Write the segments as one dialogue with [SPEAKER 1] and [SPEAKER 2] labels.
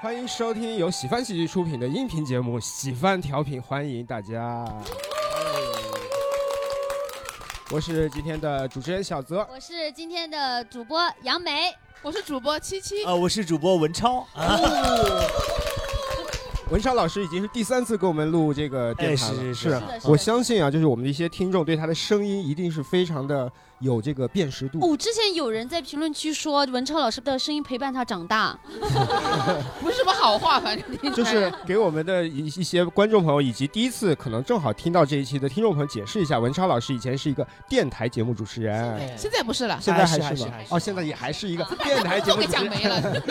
[SPEAKER 1] 欢迎收听由喜翻喜剧出品的音频节目《喜翻调频》，欢迎大家。我是今天的主持人小泽，
[SPEAKER 2] 我是今天的主播杨梅，
[SPEAKER 3] 我是主播七七。
[SPEAKER 1] 呃
[SPEAKER 4] 啊，我是主播文超。啊，
[SPEAKER 1] 文超老师已经是第三次给我们录这个电台了，
[SPEAKER 4] 哎是
[SPEAKER 1] 是
[SPEAKER 4] 是是
[SPEAKER 2] 的是的
[SPEAKER 1] 我相信啊，就是我们的一些听众对他的声音一定是非常的有这个辨识度。
[SPEAKER 2] 哦，之前有人在评论区说文超老师的声音陪伴他长大，
[SPEAKER 3] 不是什么好话，反正听起
[SPEAKER 1] 就
[SPEAKER 3] 来
[SPEAKER 1] 是给我们的一一些观众朋友，以及第一次可能正好听到这一期的听众朋友解释一下，文超老师以前是一个电台节目主持人，
[SPEAKER 3] 现在不哎是了，
[SPEAKER 1] 现在
[SPEAKER 4] 还是
[SPEAKER 1] 还是
[SPEAKER 4] 还是
[SPEAKER 1] 吗
[SPEAKER 4] 还？是
[SPEAKER 1] 哦，现在也还是一个电 台节
[SPEAKER 3] 都
[SPEAKER 1] 目
[SPEAKER 3] 给
[SPEAKER 1] 主持
[SPEAKER 3] 讲
[SPEAKER 1] 人，
[SPEAKER 3] 没了。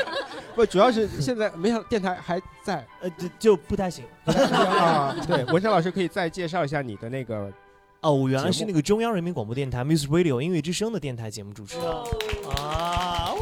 [SPEAKER 1] 不，主要是现在 没想到电台还在
[SPEAKER 4] 呃，就就不太行。
[SPEAKER 1] 啊。对，文超老师可以再介绍一下你的那个
[SPEAKER 4] 哦，我
[SPEAKER 1] 节
[SPEAKER 4] 原来
[SPEAKER 1] 目
[SPEAKER 4] 是那个中央人民广播电台 Music Radio 音乐之声的电台节目主持人。啊，哦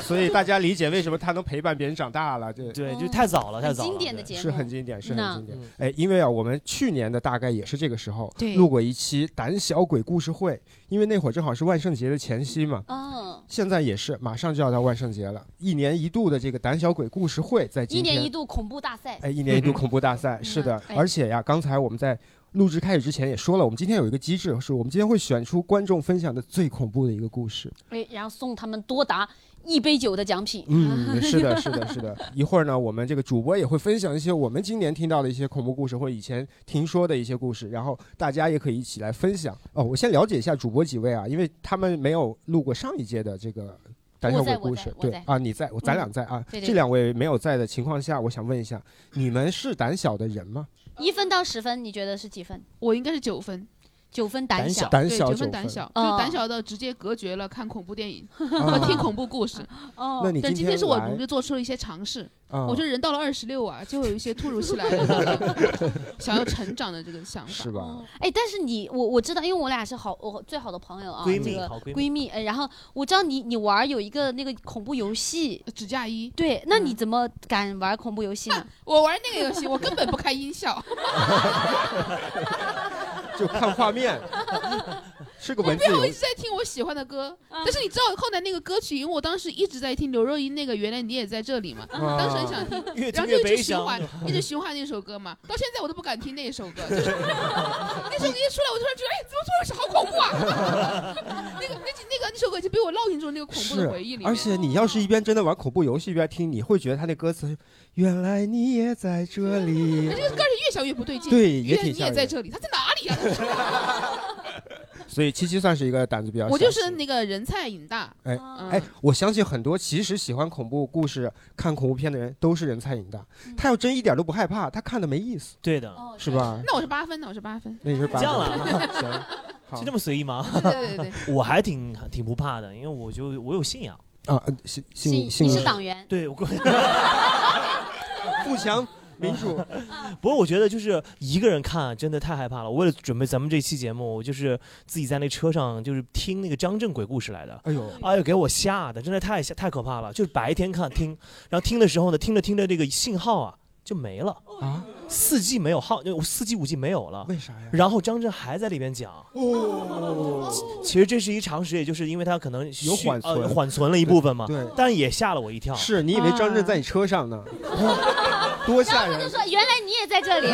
[SPEAKER 1] 所以大家理解为什么他能陪伴别人长大了，对，
[SPEAKER 4] 对，
[SPEAKER 2] 哦
[SPEAKER 4] 就太早了，太
[SPEAKER 2] 很
[SPEAKER 4] 早了。
[SPEAKER 2] 经典的节目，
[SPEAKER 1] 是很经典，是很
[SPEAKER 2] 那
[SPEAKER 1] 经典
[SPEAKER 4] 嗯。
[SPEAKER 1] 哎，因为啊，我们去年的大概也是这个时候
[SPEAKER 3] 对
[SPEAKER 1] 录过一期《胆小鬼故事会》，因为那会儿正好是万圣节的前夕嘛。
[SPEAKER 2] 嗯，
[SPEAKER 1] 现在也是，马上就要到万圣节了，一年一度的这个胆小鬼故事会在
[SPEAKER 2] 一
[SPEAKER 1] 今
[SPEAKER 2] 年
[SPEAKER 1] 天
[SPEAKER 2] 一度恐怖大赛，
[SPEAKER 1] 哎，一年一度恐怖大赛，是的，
[SPEAKER 2] 哎
[SPEAKER 1] 而且呀，刚才我们在录制开始之前也说了，我们今天有一个机制，是我们今天会选出观众分享的最恐怖的一个故事。
[SPEAKER 2] 哎，然后送他们多达一杯酒的奖品。
[SPEAKER 1] 嗯，是的，是的，是的。一会儿呢，我们这个主播也会分享一些我们今年听到的一些恐怖故事，或者以前听说的一些故事，然后大家也可以一起来分享。哦，我先了解一下主播几位啊，因为他们没有录过上一届的这个。胆小鬼故事，
[SPEAKER 2] 我在我在我
[SPEAKER 1] 对
[SPEAKER 2] 在
[SPEAKER 3] 哦
[SPEAKER 1] 啊，你在，我咱俩在啊。
[SPEAKER 2] 对对
[SPEAKER 1] 这两位没有在的情况下，我想问一下，你们是胆小的人吗？
[SPEAKER 2] 一分到十分，你觉得是几分？
[SPEAKER 3] 我应该是九分，
[SPEAKER 2] 九分胆
[SPEAKER 4] 胆
[SPEAKER 2] 小
[SPEAKER 4] 小，
[SPEAKER 1] 胆
[SPEAKER 3] 对，
[SPEAKER 1] 小
[SPEAKER 3] 九
[SPEAKER 1] 九
[SPEAKER 3] 分胆小，
[SPEAKER 2] 嗯
[SPEAKER 3] 就胆小到直接隔绝了看恐怖电影和
[SPEAKER 1] 啊
[SPEAKER 3] 听恐怖故事。
[SPEAKER 2] 哦
[SPEAKER 1] 那你
[SPEAKER 3] 但今天是我
[SPEAKER 1] 来
[SPEAKER 3] 努力做出了一些尝试。
[SPEAKER 1] 啊，
[SPEAKER 3] 我觉得人到了二十六啊，就会有一些突如其来的 想要成长的这个想法
[SPEAKER 1] 是。吧？
[SPEAKER 2] 哦哎，但是你我我知道，因为我俩是好我最好的朋友啊，
[SPEAKER 4] 闺蜜
[SPEAKER 2] 这个
[SPEAKER 4] 好闺蜜
[SPEAKER 2] 闺蜜。哎然后我知道你你玩有一个那个恐怖游戏，
[SPEAKER 3] 呃指甲衣，
[SPEAKER 2] 对，那你
[SPEAKER 3] 嗯
[SPEAKER 2] 怎么敢玩恐怖游戏呢？
[SPEAKER 3] 我玩那个游戏，我根本不开音效，
[SPEAKER 1] 就看画面，是个文字游
[SPEAKER 3] 我一
[SPEAKER 1] 戏
[SPEAKER 3] 直在听我喜欢的歌。
[SPEAKER 1] 嗯
[SPEAKER 3] 但是你知道后来那个歌曲，因为我当时一直在听刘若英那个《原来你也在这里》嘛，
[SPEAKER 1] 啊
[SPEAKER 3] 当时很想听。
[SPEAKER 4] 越
[SPEAKER 3] 然
[SPEAKER 4] 听
[SPEAKER 3] 后就
[SPEAKER 4] 越
[SPEAKER 3] 一直
[SPEAKER 4] 悲
[SPEAKER 3] 循环
[SPEAKER 4] 伤。，
[SPEAKER 3] 一直循环那首歌嘛，到现在我都不敢听那首歌。就是 那首歌一出来，我突然觉得，哎，怎么突然是好恐怖啊！ 那个、那、那个、那首歌就被我烙印住那个恐怖
[SPEAKER 1] 是
[SPEAKER 3] 的回忆，里面。
[SPEAKER 1] 而且你要是一边真的玩恐怖游戏一边听，你会觉得他那歌词“原来你也在这 里
[SPEAKER 3] 而且这个歌是越想越不对”，劲。
[SPEAKER 1] 对，也
[SPEAKER 3] 原来
[SPEAKER 1] 挺
[SPEAKER 3] 你也
[SPEAKER 1] 像
[SPEAKER 3] 在
[SPEAKER 1] 人。
[SPEAKER 3] 这里，他在哪里啊？
[SPEAKER 1] 所以七七算是一个胆子比较小。
[SPEAKER 3] 我就是那个人菜瘾大，
[SPEAKER 2] 啊
[SPEAKER 3] 嗯
[SPEAKER 1] 哎，我相信很多其实喜欢恐怖故事、看恐怖片的人都是人菜瘾大。
[SPEAKER 2] 嗯
[SPEAKER 1] 他要真一点都不害怕，他看的没意思，
[SPEAKER 4] 对的，
[SPEAKER 2] 哦
[SPEAKER 1] 是？吧？
[SPEAKER 3] 那我是八分，那我是八分。
[SPEAKER 1] 那你是八
[SPEAKER 4] 这 样
[SPEAKER 1] 分
[SPEAKER 4] 了，
[SPEAKER 1] 好
[SPEAKER 4] 是这么随意吗？
[SPEAKER 3] 对对对对，
[SPEAKER 4] 我还挺挺不怕的，因为我就我有信仰。
[SPEAKER 1] 啊？呃信
[SPEAKER 2] 你
[SPEAKER 1] 信
[SPEAKER 2] 你是
[SPEAKER 1] 信
[SPEAKER 2] 党员，
[SPEAKER 4] 对， 我
[SPEAKER 1] 富强民主，
[SPEAKER 4] 不过我觉得就是一个人看真的太害怕了。我为了准备咱们这期节目，我就是自己在那车上就是听那个张震鬼故事来的。
[SPEAKER 1] 哎呦，
[SPEAKER 4] 哎呦，给我吓的，真的太吓太可怕了！就是白天看听，然后听的时候呢，听着听着这个信号啊就没了，
[SPEAKER 1] 啊，
[SPEAKER 4] 四 G 没有号，呃四 G 五 G 没有了。
[SPEAKER 1] 为啥呀？
[SPEAKER 4] 然后张震还在里边讲，
[SPEAKER 1] 哦，
[SPEAKER 4] 其实这是一常识，也就是因为他可能
[SPEAKER 1] 有
[SPEAKER 4] 续
[SPEAKER 1] 缓存
[SPEAKER 4] 呃缓存了一部分嘛，
[SPEAKER 1] 对，
[SPEAKER 4] 但也吓了我一跳。
[SPEAKER 1] 是你以为张震在你车上呢？多吓
[SPEAKER 2] 他就
[SPEAKER 1] 人！
[SPEAKER 2] 说原来你也在 这里，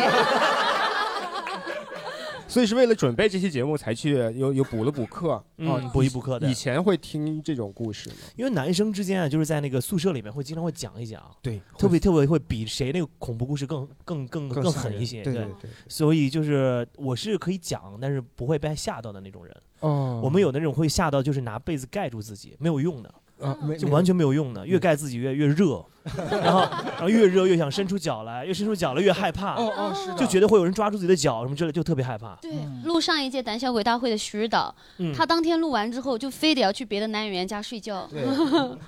[SPEAKER 1] 所以是为了准备这期节目才去又又补了补课。
[SPEAKER 4] 嗯，
[SPEAKER 1] 哦，
[SPEAKER 4] 补一补课的
[SPEAKER 1] 以，前会听这种故事吗？
[SPEAKER 4] 因为男生之间啊，就是在那个宿舍里面会经常会讲一讲，
[SPEAKER 1] 对，
[SPEAKER 4] 特别特别会比谁那个恐怖故事更更更
[SPEAKER 1] 更
[SPEAKER 4] 更
[SPEAKER 1] 吓
[SPEAKER 4] 狠
[SPEAKER 1] 人
[SPEAKER 4] 一些。
[SPEAKER 1] 对
[SPEAKER 4] 对，
[SPEAKER 1] 对。
[SPEAKER 4] 所以就是我是可以讲，但是不会被吓到的那种人。
[SPEAKER 1] 哦
[SPEAKER 4] 我们有那种会吓到，就是拿被子盖住自己，没有用的，
[SPEAKER 1] 啊，没
[SPEAKER 4] 呃
[SPEAKER 1] 嗯
[SPEAKER 4] 就完
[SPEAKER 1] 全
[SPEAKER 4] 全没有用的，越盖自己越越 热，然后然后越热越想伸出脚来，越伸出脚来越害怕，
[SPEAKER 1] 哦
[SPEAKER 2] 嗯
[SPEAKER 1] 哦是的，
[SPEAKER 4] 就觉得会有人抓住自己的脚什么之类，就特别害怕。
[SPEAKER 2] 对，录上一届胆小鬼大会的徐导，
[SPEAKER 4] 嗯，
[SPEAKER 2] 他当天录完之后就非得要去别的男演员家睡觉。
[SPEAKER 1] 对。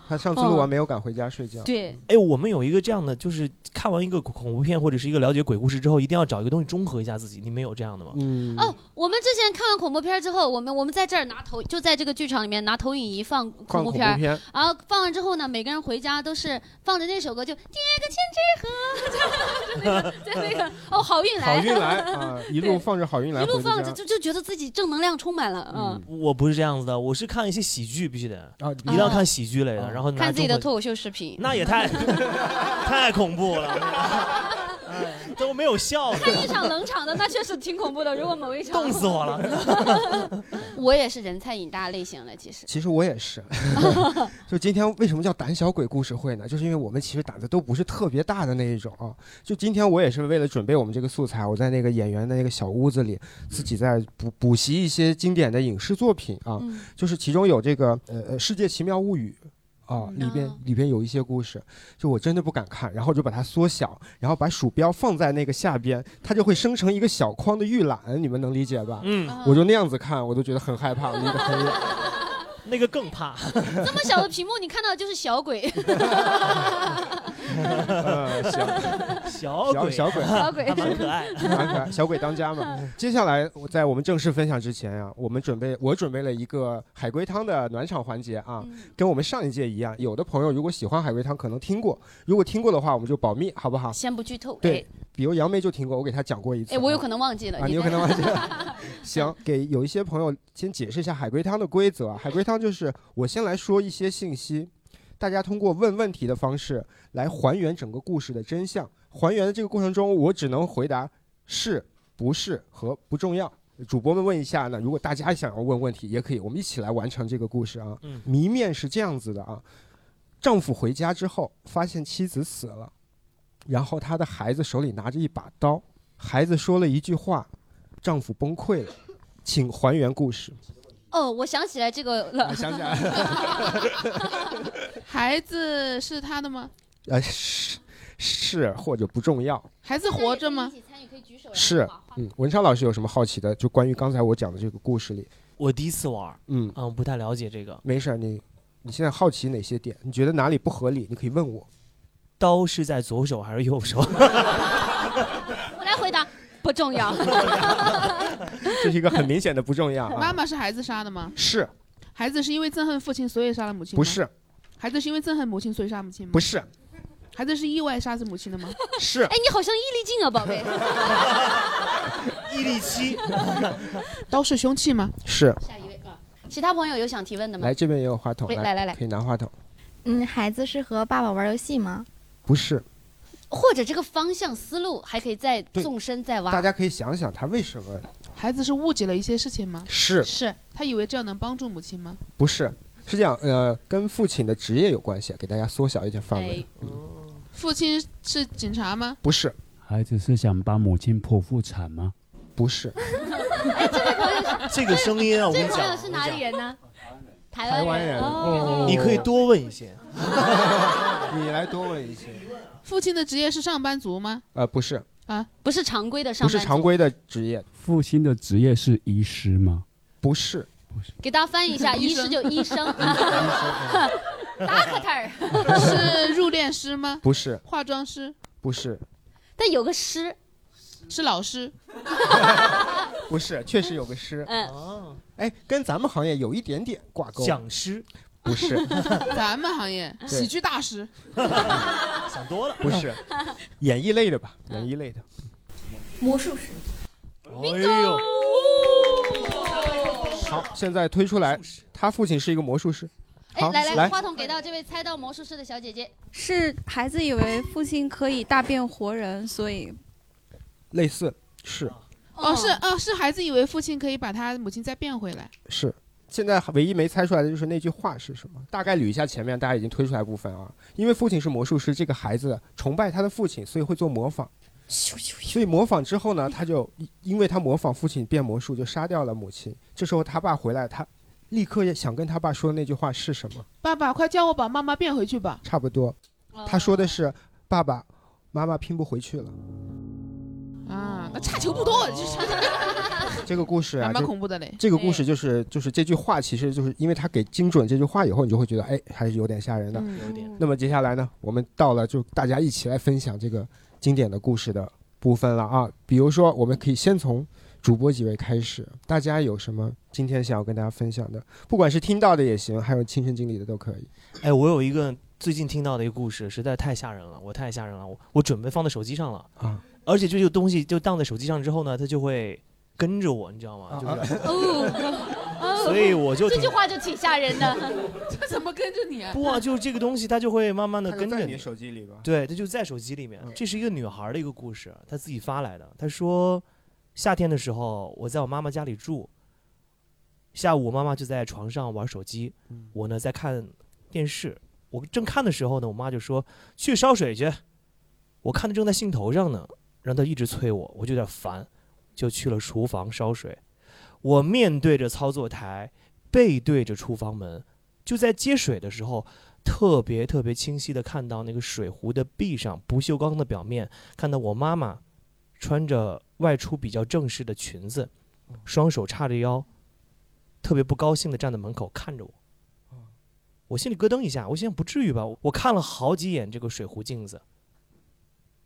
[SPEAKER 1] 他上次录完没有赶回家睡觉。
[SPEAKER 2] 嗯对，
[SPEAKER 4] 哎，我们有一个这样的，就是看完一个恐怖片或者是一个了解鬼故事之后，一定要找一个东西中和一下自己。你们有这样的吗？
[SPEAKER 1] 嗯
[SPEAKER 2] 哦，我们之前看完恐怖片之后，我们我们在这儿拿投，就在这个剧场里面拿投影仪放
[SPEAKER 1] 放
[SPEAKER 2] 恐
[SPEAKER 1] 恐
[SPEAKER 2] 怖
[SPEAKER 1] 怖
[SPEAKER 2] 片儿，
[SPEAKER 1] 片，
[SPEAKER 2] 然后放完之后呢，每个人回家都是放的那首歌就《第一个千纸鹤》， 就在那个 哦，好运来，
[SPEAKER 1] 好运来啊，一路放着好运来，
[SPEAKER 2] 一路
[SPEAKER 1] 回
[SPEAKER 2] 放
[SPEAKER 1] 家
[SPEAKER 2] 着就就觉得自己正能量充满了，嗯，
[SPEAKER 4] 我不是这样子的，我是看一些喜剧必须得，
[SPEAKER 1] 啊，
[SPEAKER 4] 一定要看喜剧类的，然
[SPEAKER 1] 嗯
[SPEAKER 4] 后拿
[SPEAKER 2] 看自己的
[SPEAKER 4] 中
[SPEAKER 2] 脱口秀视频
[SPEAKER 4] 国，那也太太恐怖了， 哎都没有笑的，
[SPEAKER 2] 看一场冷场的那确实挺恐怖的，如果某一场
[SPEAKER 4] 冻死我了。
[SPEAKER 2] 我也是人菜瘾大类型了，其 实。
[SPEAKER 1] 其实我也是，就今天为什么叫胆小鬼故事会呢？就是因为我们其实胆子都不是特别大的那一种啊。就今天我也是为了准备我们这个素材，我在那个演员的那个小屋子里，自己在补补习一些经典的影视作品啊。
[SPEAKER 2] 嗯，
[SPEAKER 1] 就是其中有这个呃呃《世界奇妙物语》啊，
[SPEAKER 3] 嗯
[SPEAKER 1] 里边
[SPEAKER 2] 啊
[SPEAKER 1] 里边有一些故事，就我真的不敢看，然后我就把它缩小，然后把鼠标放在那个下边，它就会生成一个小框的预览，你们能理解吧？
[SPEAKER 4] 嗯，
[SPEAKER 1] 我就那样子看，我都觉得很害怕，我离得很远。
[SPEAKER 4] 那个更怕，
[SPEAKER 2] 这么小的屏幕，你看到的就是小鬼，
[SPEAKER 1] 呃，行，
[SPEAKER 4] 小
[SPEAKER 1] 小
[SPEAKER 4] 鬼
[SPEAKER 1] 小鬼。
[SPEAKER 2] 小 鬼
[SPEAKER 4] 还蛮可爱的。
[SPEAKER 1] 蛮可爱，嗯小鬼当家嘛。接下来，我在我们正式分享之前啊，我们准备我准备了一个海龟汤的暖场环节啊，
[SPEAKER 2] 嗯
[SPEAKER 1] 跟我们上一届一样，有的朋友如果喜欢海龟汤，可能听过，如果听过的话，我们就保密，好不好？
[SPEAKER 2] 先不剧透。
[SPEAKER 1] 对比如杨梅就听过，我给她讲过一次
[SPEAKER 2] 哎，
[SPEAKER 1] 啊。
[SPEAKER 2] 哎，我有可能忘记了。
[SPEAKER 1] 啊，你有
[SPEAKER 2] 再
[SPEAKER 1] 可能忘记了。行，给有一些朋友先解释一下海龟汤的规则啊。海龟汤就是我先来说一些信息，大家通过问问题的方式来还原整个故事的真相。还原的这个过程中，我只能回答是、不是和不重要。主播们问一下呢，如果大家想要问问题也可以，我们一起来完成这个故事啊。
[SPEAKER 4] 嗯
[SPEAKER 1] 谜面是这样子的啊，丈夫回家之后发现妻子死了，然后他的孩子手里拿着一把刀，孩子说了一句话，丈夫崩溃了。请还原故事。
[SPEAKER 2] 哦，我想起来这个了，
[SPEAKER 1] 想起来了，
[SPEAKER 3] 孩子是他的吗？
[SPEAKER 1] 呃，是是或者不重要。
[SPEAKER 3] 孩子活着吗？？
[SPEAKER 1] 是，嗯，文超老师有什么好奇的？就关于刚才我讲的这个故事里，
[SPEAKER 4] 我第一次玩儿，
[SPEAKER 1] 嗯，
[SPEAKER 4] 嗯，我不太了解这个。
[SPEAKER 1] 没事儿，你你现在好奇哪些点？你觉得哪里不合理？你可以问我。
[SPEAKER 4] 刀是在左手还是右 手？
[SPEAKER 2] 我来回答，不重要。
[SPEAKER 1] 这是一个很明显的不重要
[SPEAKER 3] 妈
[SPEAKER 1] 啊。
[SPEAKER 3] 妈是孩子杀的吗？
[SPEAKER 1] 是
[SPEAKER 3] 孩子是因为憎恨父亲所以杀了母亲吗？
[SPEAKER 1] 不，是
[SPEAKER 2] 嗯
[SPEAKER 3] 孩子是因为憎恨母亲所以杀母亲吗？
[SPEAKER 1] 不是
[SPEAKER 3] 孩子是意外杀死母亲的吗？
[SPEAKER 1] 是
[SPEAKER 2] 哎，你好像易立竞啊，宝 贝。
[SPEAKER 4] 伊利七，
[SPEAKER 3] 刀是凶器吗？
[SPEAKER 1] 是，
[SPEAKER 2] 下一位啊，其他朋友有想提问的吗
[SPEAKER 1] 来？这边也有话筒，
[SPEAKER 2] 喂，来来来，
[SPEAKER 1] 可以拿话筒。
[SPEAKER 5] 嗯，孩子是和爸爸玩游戏吗？
[SPEAKER 1] 不是，
[SPEAKER 2] 或者这个方向思路还可以再纵深再
[SPEAKER 1] 大
[SPEAKER 2] 挖。
[SPEAKER 1] 家可以想想他为什么
[SPEAKER 3] 孩子是误解了一些事情吗？
[SPEAKER 1] 是
[SPEAKER 2] 是
[SPEAKER 3] 他以为这样能帮助母亲吗？
[SPEAKER 1] 不是？是这样，呃，跟父亲的职业有关系，给大家缩小一点范围。
[SPEAKER 2] 哎
[SPEAKER 1] 嗯
[SPEAKER 3] 父亲是警察吗？
[SPEAKER 1] 不是，
[SPEAKER 6] 孩子是想把母亲剖腹产吗？
[SPEAKER 1] 不是，
[SPEAKER 4] 这个声音啊，我跟
[SPEAKER 2] 这
[SPEAKER 4] 你
[SPEAKER 2] 朋友
[SPEAKER 4] 讲，
[SPEAKER 2] 是哪里人呢？台
[SPEAKER 1] 台
[SPEAKER 2] 湾
[SPEAKER 1] 湾人。嗯
[SPEAKER 2] 哦，
[SPEAKER 4] 你可以多问一些。
[SPEAKER 1] 你来多问一些。
[SPEAKER 3] 父亲的职业是上班族吗？
[SPEAKER 1] 呃，不是，
[SPEAKER 3] 啊
[SPEAKER 2] 不是常规的上
[SPEAKER 1] 不
[SPEAKER 2] 班族，
[SPEAKER 1] 是常规的职业，
[SPEAKER 6] 父亲的职业是医师吗？
[SPEAKER 1] 不是，
[SPEAKER 2] 给大家翻译一下，医
[SPEAKER 3] 医
[SPEAKER 2] 师
[SPEAKER 3] 生
[SPEAKER 2] 就 医生，
[SPEAKER 1] 嗯
[SPEAKER 2] 达克特儿，
[SPEAKER 3] 是入殓师吗？
[SPEAKER 1] 不是，
[SPEAKER 3] 化妆师？
[SPEAKER 1] 不是，
[SPEAKER 2] 但有个师，
[SPEAKER 3] 是老师？
[SPEAKER 1] 不是，确实有个师，
[SPEAKER 2] 嗯，
[SPEAKER 4] 哦，
[SPEAKER 1] 哎，跟咱们行业有一点点挂钩。
[SPEAKER 4] 讲师
[SPEAKER 1] 不 是，
[SPEAKER 3] 咱们行业喜剧大 师？
[SPEAKER 4] 想多了。
[SPEAKER 1] 不是，演艺类的吧，演艺类的。
[SPEAKER 7] 魔术师，
[SPEAKER 2] 嗯
[SPEAKER 4] 哎呦，
[SPEAKER 1] 好，现在推出来，他父亲是一个魔术师。
[SPEAKER 2] 哎，
[SPEAKER 1] 好，
[SPEAKER 2] 来
[SPEAKER 1] 来
[SPEAKER 2] 话筒给到这位猜到魔术师的小姐姐，
[SPEAKER 7] 是孩子以为父亲可以大变活人，所以
[SPEAKER 1] 类似是
[SPEAKER 3] 哦，是哦，是孩子以为父亲可以把他母亲再变回来。
[SPEAKER 1] 是。现在唯一没猜出来的就是那句话是什么。大概捋一下前面大家已经推出来的部分啊，因为父亲是魔术师，这个孩子崇拜他的父亲，所以会做模仿。所以模仿之后呢，他就因为他模仿父亲变魔术，就杀掉了母亲。这时候他爸回来，他立刻也想跟他爸说的那句话是什么？
[SPEAKER 3] 爸爸，快教我把妈妈变回去吧！
[SPEAKER 1] 差不多，他说的是：“爸爸，妈妈拼不回去了。”
[SPEAKER 3] 啊，那差球不多，这 是
[SPEAKER 1] 这个故事
[SPEAKER 3] 还
[SPEAKER 1] 啊，
[SPEAKER 3] 蛮
[SPEAKER 1] 就
[SPEAKER 3] 恐怖的嘞。
[SPEAKER 1] 这个故
[SPEAKER 4] 嗯
[SPEAKER 1] 事就是就是这句话，其实就是因为他给精准这句话以后，你就会觉得哎，还是有点吓人的。
[SPEAKER 3] 嗯，
[SPEAKER 4] 有点
[SPEAKER 1] 那么接下来呢，我们到了就大家一起来分享这个经典的故事的部分了啊。比如说，我们可以先从主播几位开始，大家有什么今天想要跟大家分享的，不管是听到的也行，还有亲身经历的都可以。
[SPEAKER 4] 哎，我有一个最近听到的一个故事，实在太吓人了，我太吓人了，我我准备放在手机上了，
[SPEAKER 1] 啊
[SPEAKER 4] 而且就这个东西就荡在手机上之后呢，它就会跟着我，你知道吗？就是，
[SPEAKER 8] 啊
[SPEAKER 2] 哦，哦
[SPEAKER 4] 所以我就
[SPEAKER 2] 这
[SPEAKER 4] 挺
[SPEAKER 2] 句话就挺吓人的。
[SPEAKER 3] 这怎么跟着你啊？
[SPEAKER 4] 不啊，就是这个东西它就会慢慢的
[SPEAKER 1] 它就
[SPEAKER 4] 跟
[SPEAKER 1] 在
[SPEAKER 4] 着
[SPEAKER 1] 你手机里吧。
[SPEAKER 4] 对，它就在手机里面
[SPEAKER 1] 嗯。
[SPEAKER 4] 这是一个女孩儿的一个故事，她自己发来的。她说，夏天的时候我在我妈妈家里住，下午我妈妈就在床上玩手机，
[SPEAKER 1] 嗯
[SPEAKER 4] 我呢在看电视。我正看的时候呢，我妈就说去烧水去。我看她正在兴头上呢，然后她一直催我，我就有点烦，就去了厨房烧水。我面对着操作台，背对着厨房门，就在接水的时候，特别特别清晰的看到那个水壶的壁上不锈钢的表面，看到我妈妈穿着外出比较正式的裙子，双手叉着腰，特别不高兴的站在门口看着我。我心里咯噔一下，我心想不至于吧？我我看了好几眼这个水壶镜子，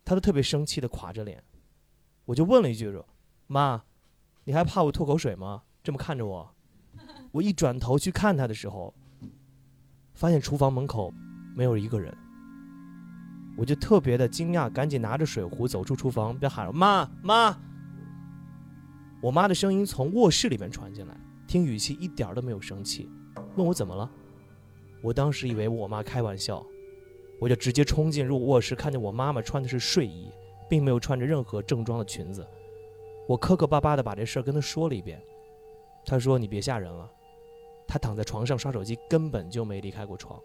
[SPEAKER 4] 她都特别生气的垮着脸。我就问了一句说：“妈，你还怕我吐口水吗？这么看着我。”我一转头去看她的时候，发现厨房门口没有一个人，我就特别的惊讶，赶紧拿着水壶走出厨房，边喊着妈妈。我妈的声音从卧室里面传进来，听语气一点儿都没有生气，问我怎么了。我当时以为我妈开玩笑，我就直接冲进入卧室，看见我妈妈穿的是睡衣，并没有穿着任何正装的裙子。我磕磕巴巴的把这事儿跟她说了一遍，她说：“你别吓人了。”他躺在床上刷手机，根本就没离开过床。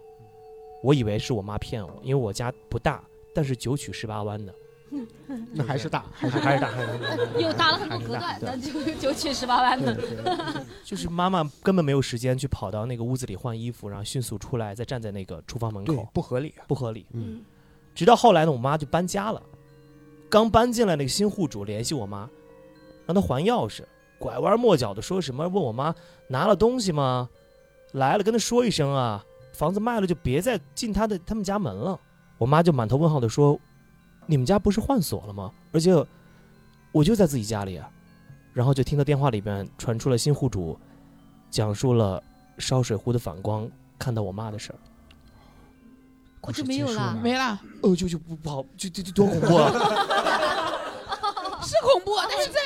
[SPEAKER 4] 我以为是我妈骗我，因为我家不大，但是九曲十八弯的，
[SPEAKER 1] 那还是大，还是
[SPEAKER 4] 还是大，还是大，
[SPEAKER 2] 又搭了很多隔断，那就九曲十八弯
[SPEAKER 1] 对
[SPEAKER 2] 的。
[SPEAKER 1] 对，
[SPEAKER 4] 就是妈妈根本没有时间去跑到那个屋子里换衣服，然后迅速出来，再站在那个厨房门
[SPEAKER 1] 对
[SPEAKER 4] 口，
[SPEAKER 1] 不合理啊。
[SPEAKER 4] 不合理。
[SPEAKER 1] 嗯，
[SPEAKER 4] 直到后来呢，我妈就搬家了，刚搬进来那个新户主联系我妈，让她还钥匙，拐弯抹角的说什么，问我妈拿了东西吗？来了跟她说一声啊，房子卖了就别再进她的他们家门了。我妈就满头问号的说，你们家不是换锁了吗？而且我就在自己家里啊。然后就听到电话里边传出了新户主讲述了烧水壶的反光看到我妈的事儿。
[SPEAKER 2] 我就没有了
[SPEAKER 3] 哎没了，
[SPEAKER 4] 哦，就就不不好，就就就多恐怖啊！
[SPEAKER 3] 是恐怖，但是在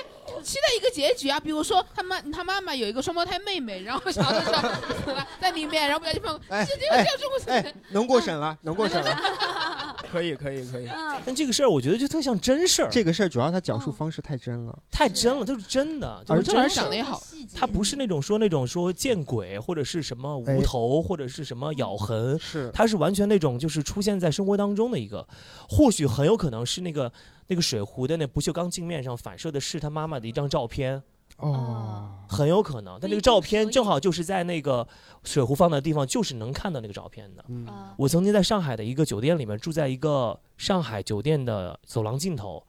[SPEAKER 3] 期待一个结局啊，比如说他妈他妈妈有一个双胞胎妹妹，然后小的时候死了在里面，然后不小心碰，
[SPEAKER 1] 哎
[SPEAKER 3] 这这
[SPEAKER 1] 哎
[SPEAKER 3] 这这种
[SPEAKER 1] 哎，能过审 了，能过审了，可以可以可以。
[SPEAKER 2] 嗯，
[SPEAKER 4] 但这个事儿我觉得就特像真事儿，
[SPEAKER 1] 这个事儿主要他讲述方
[SPEAKER 4] 哦
[SPEAKER 1] 式太真了，
[SPEAKER 4] 太真了，它是真的，
[SPEAKER 1] 而
[SPEAKER 3] 这
[SPEAKER 4] 就是真
[SPEAKER 3] 玩意儿
[SPEAKER 4] 事儿
[SPEAKER 3] 长得也好，
[SPEAKER 4] 它不是那种说那种说见鬼或者是什么无头或者是什么咬痕，
[SPEAKER 1] 是
[SPEAKER 4] 它嗯是完全那种就是出现在生活当中的一个，或许很有可能是那个那个水壶的那不锈钢镜面上反射的是他妈妈的一张照片，
[SPEAKER 1] 哦，
[SPEAKER 4] 很有可能，但那个照片正好就是在那个水壶放的地方，就是能看到那个照片的。
[SPEAKER 1] 嗯，
[SPEAKER 2] 啊
[SPEAKER 4] 我曾经在上海的一个酒店里面住在一个上海酒店的走廊尽头，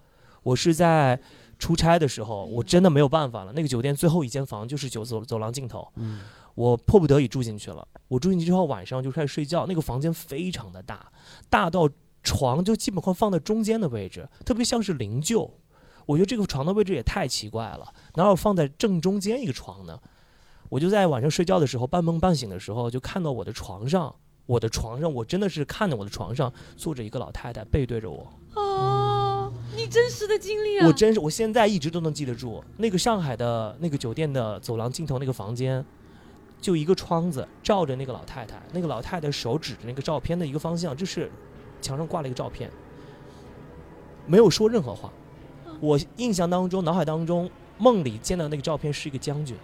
[SPEAKER 4] 我是在出差的时候，我真的没有办法了。那个酒店最后一间房就是酒走走廊尽头，
[SPEAKER 1] 嗯
[SPEAKER 4] 我迫不得已住进去了。我住进去之后，晚上就开始睡觉。那个房间非常的大，大到床就基本快放在中间的位置，特别像是灵柩。我觉得这个床的位置也太奇怪了，哪有放在正中间一个床呢？我就在晚上睡觉的时候，半梦半醒的时候，就看到我的床上，我的床上，我真的是看着我的床上坐着一个老太太，背对着我。
[SPEAKER 2] 哦，你真实的经历啊！
[SPEAKER 4] 我真是，我现在一直都能记得住那个上海的那个酒店的走廊尽头那个房间，就一个窗子照着那个老太太，那个老太太手指着那个照片的一个方向，就是墙上挂了一个照片，没有说任何话。
[SPEAKER 2] 嗯
[SPEAKER 4] 我印象当中，脑海当中，梦里见到那个照片是一个将军，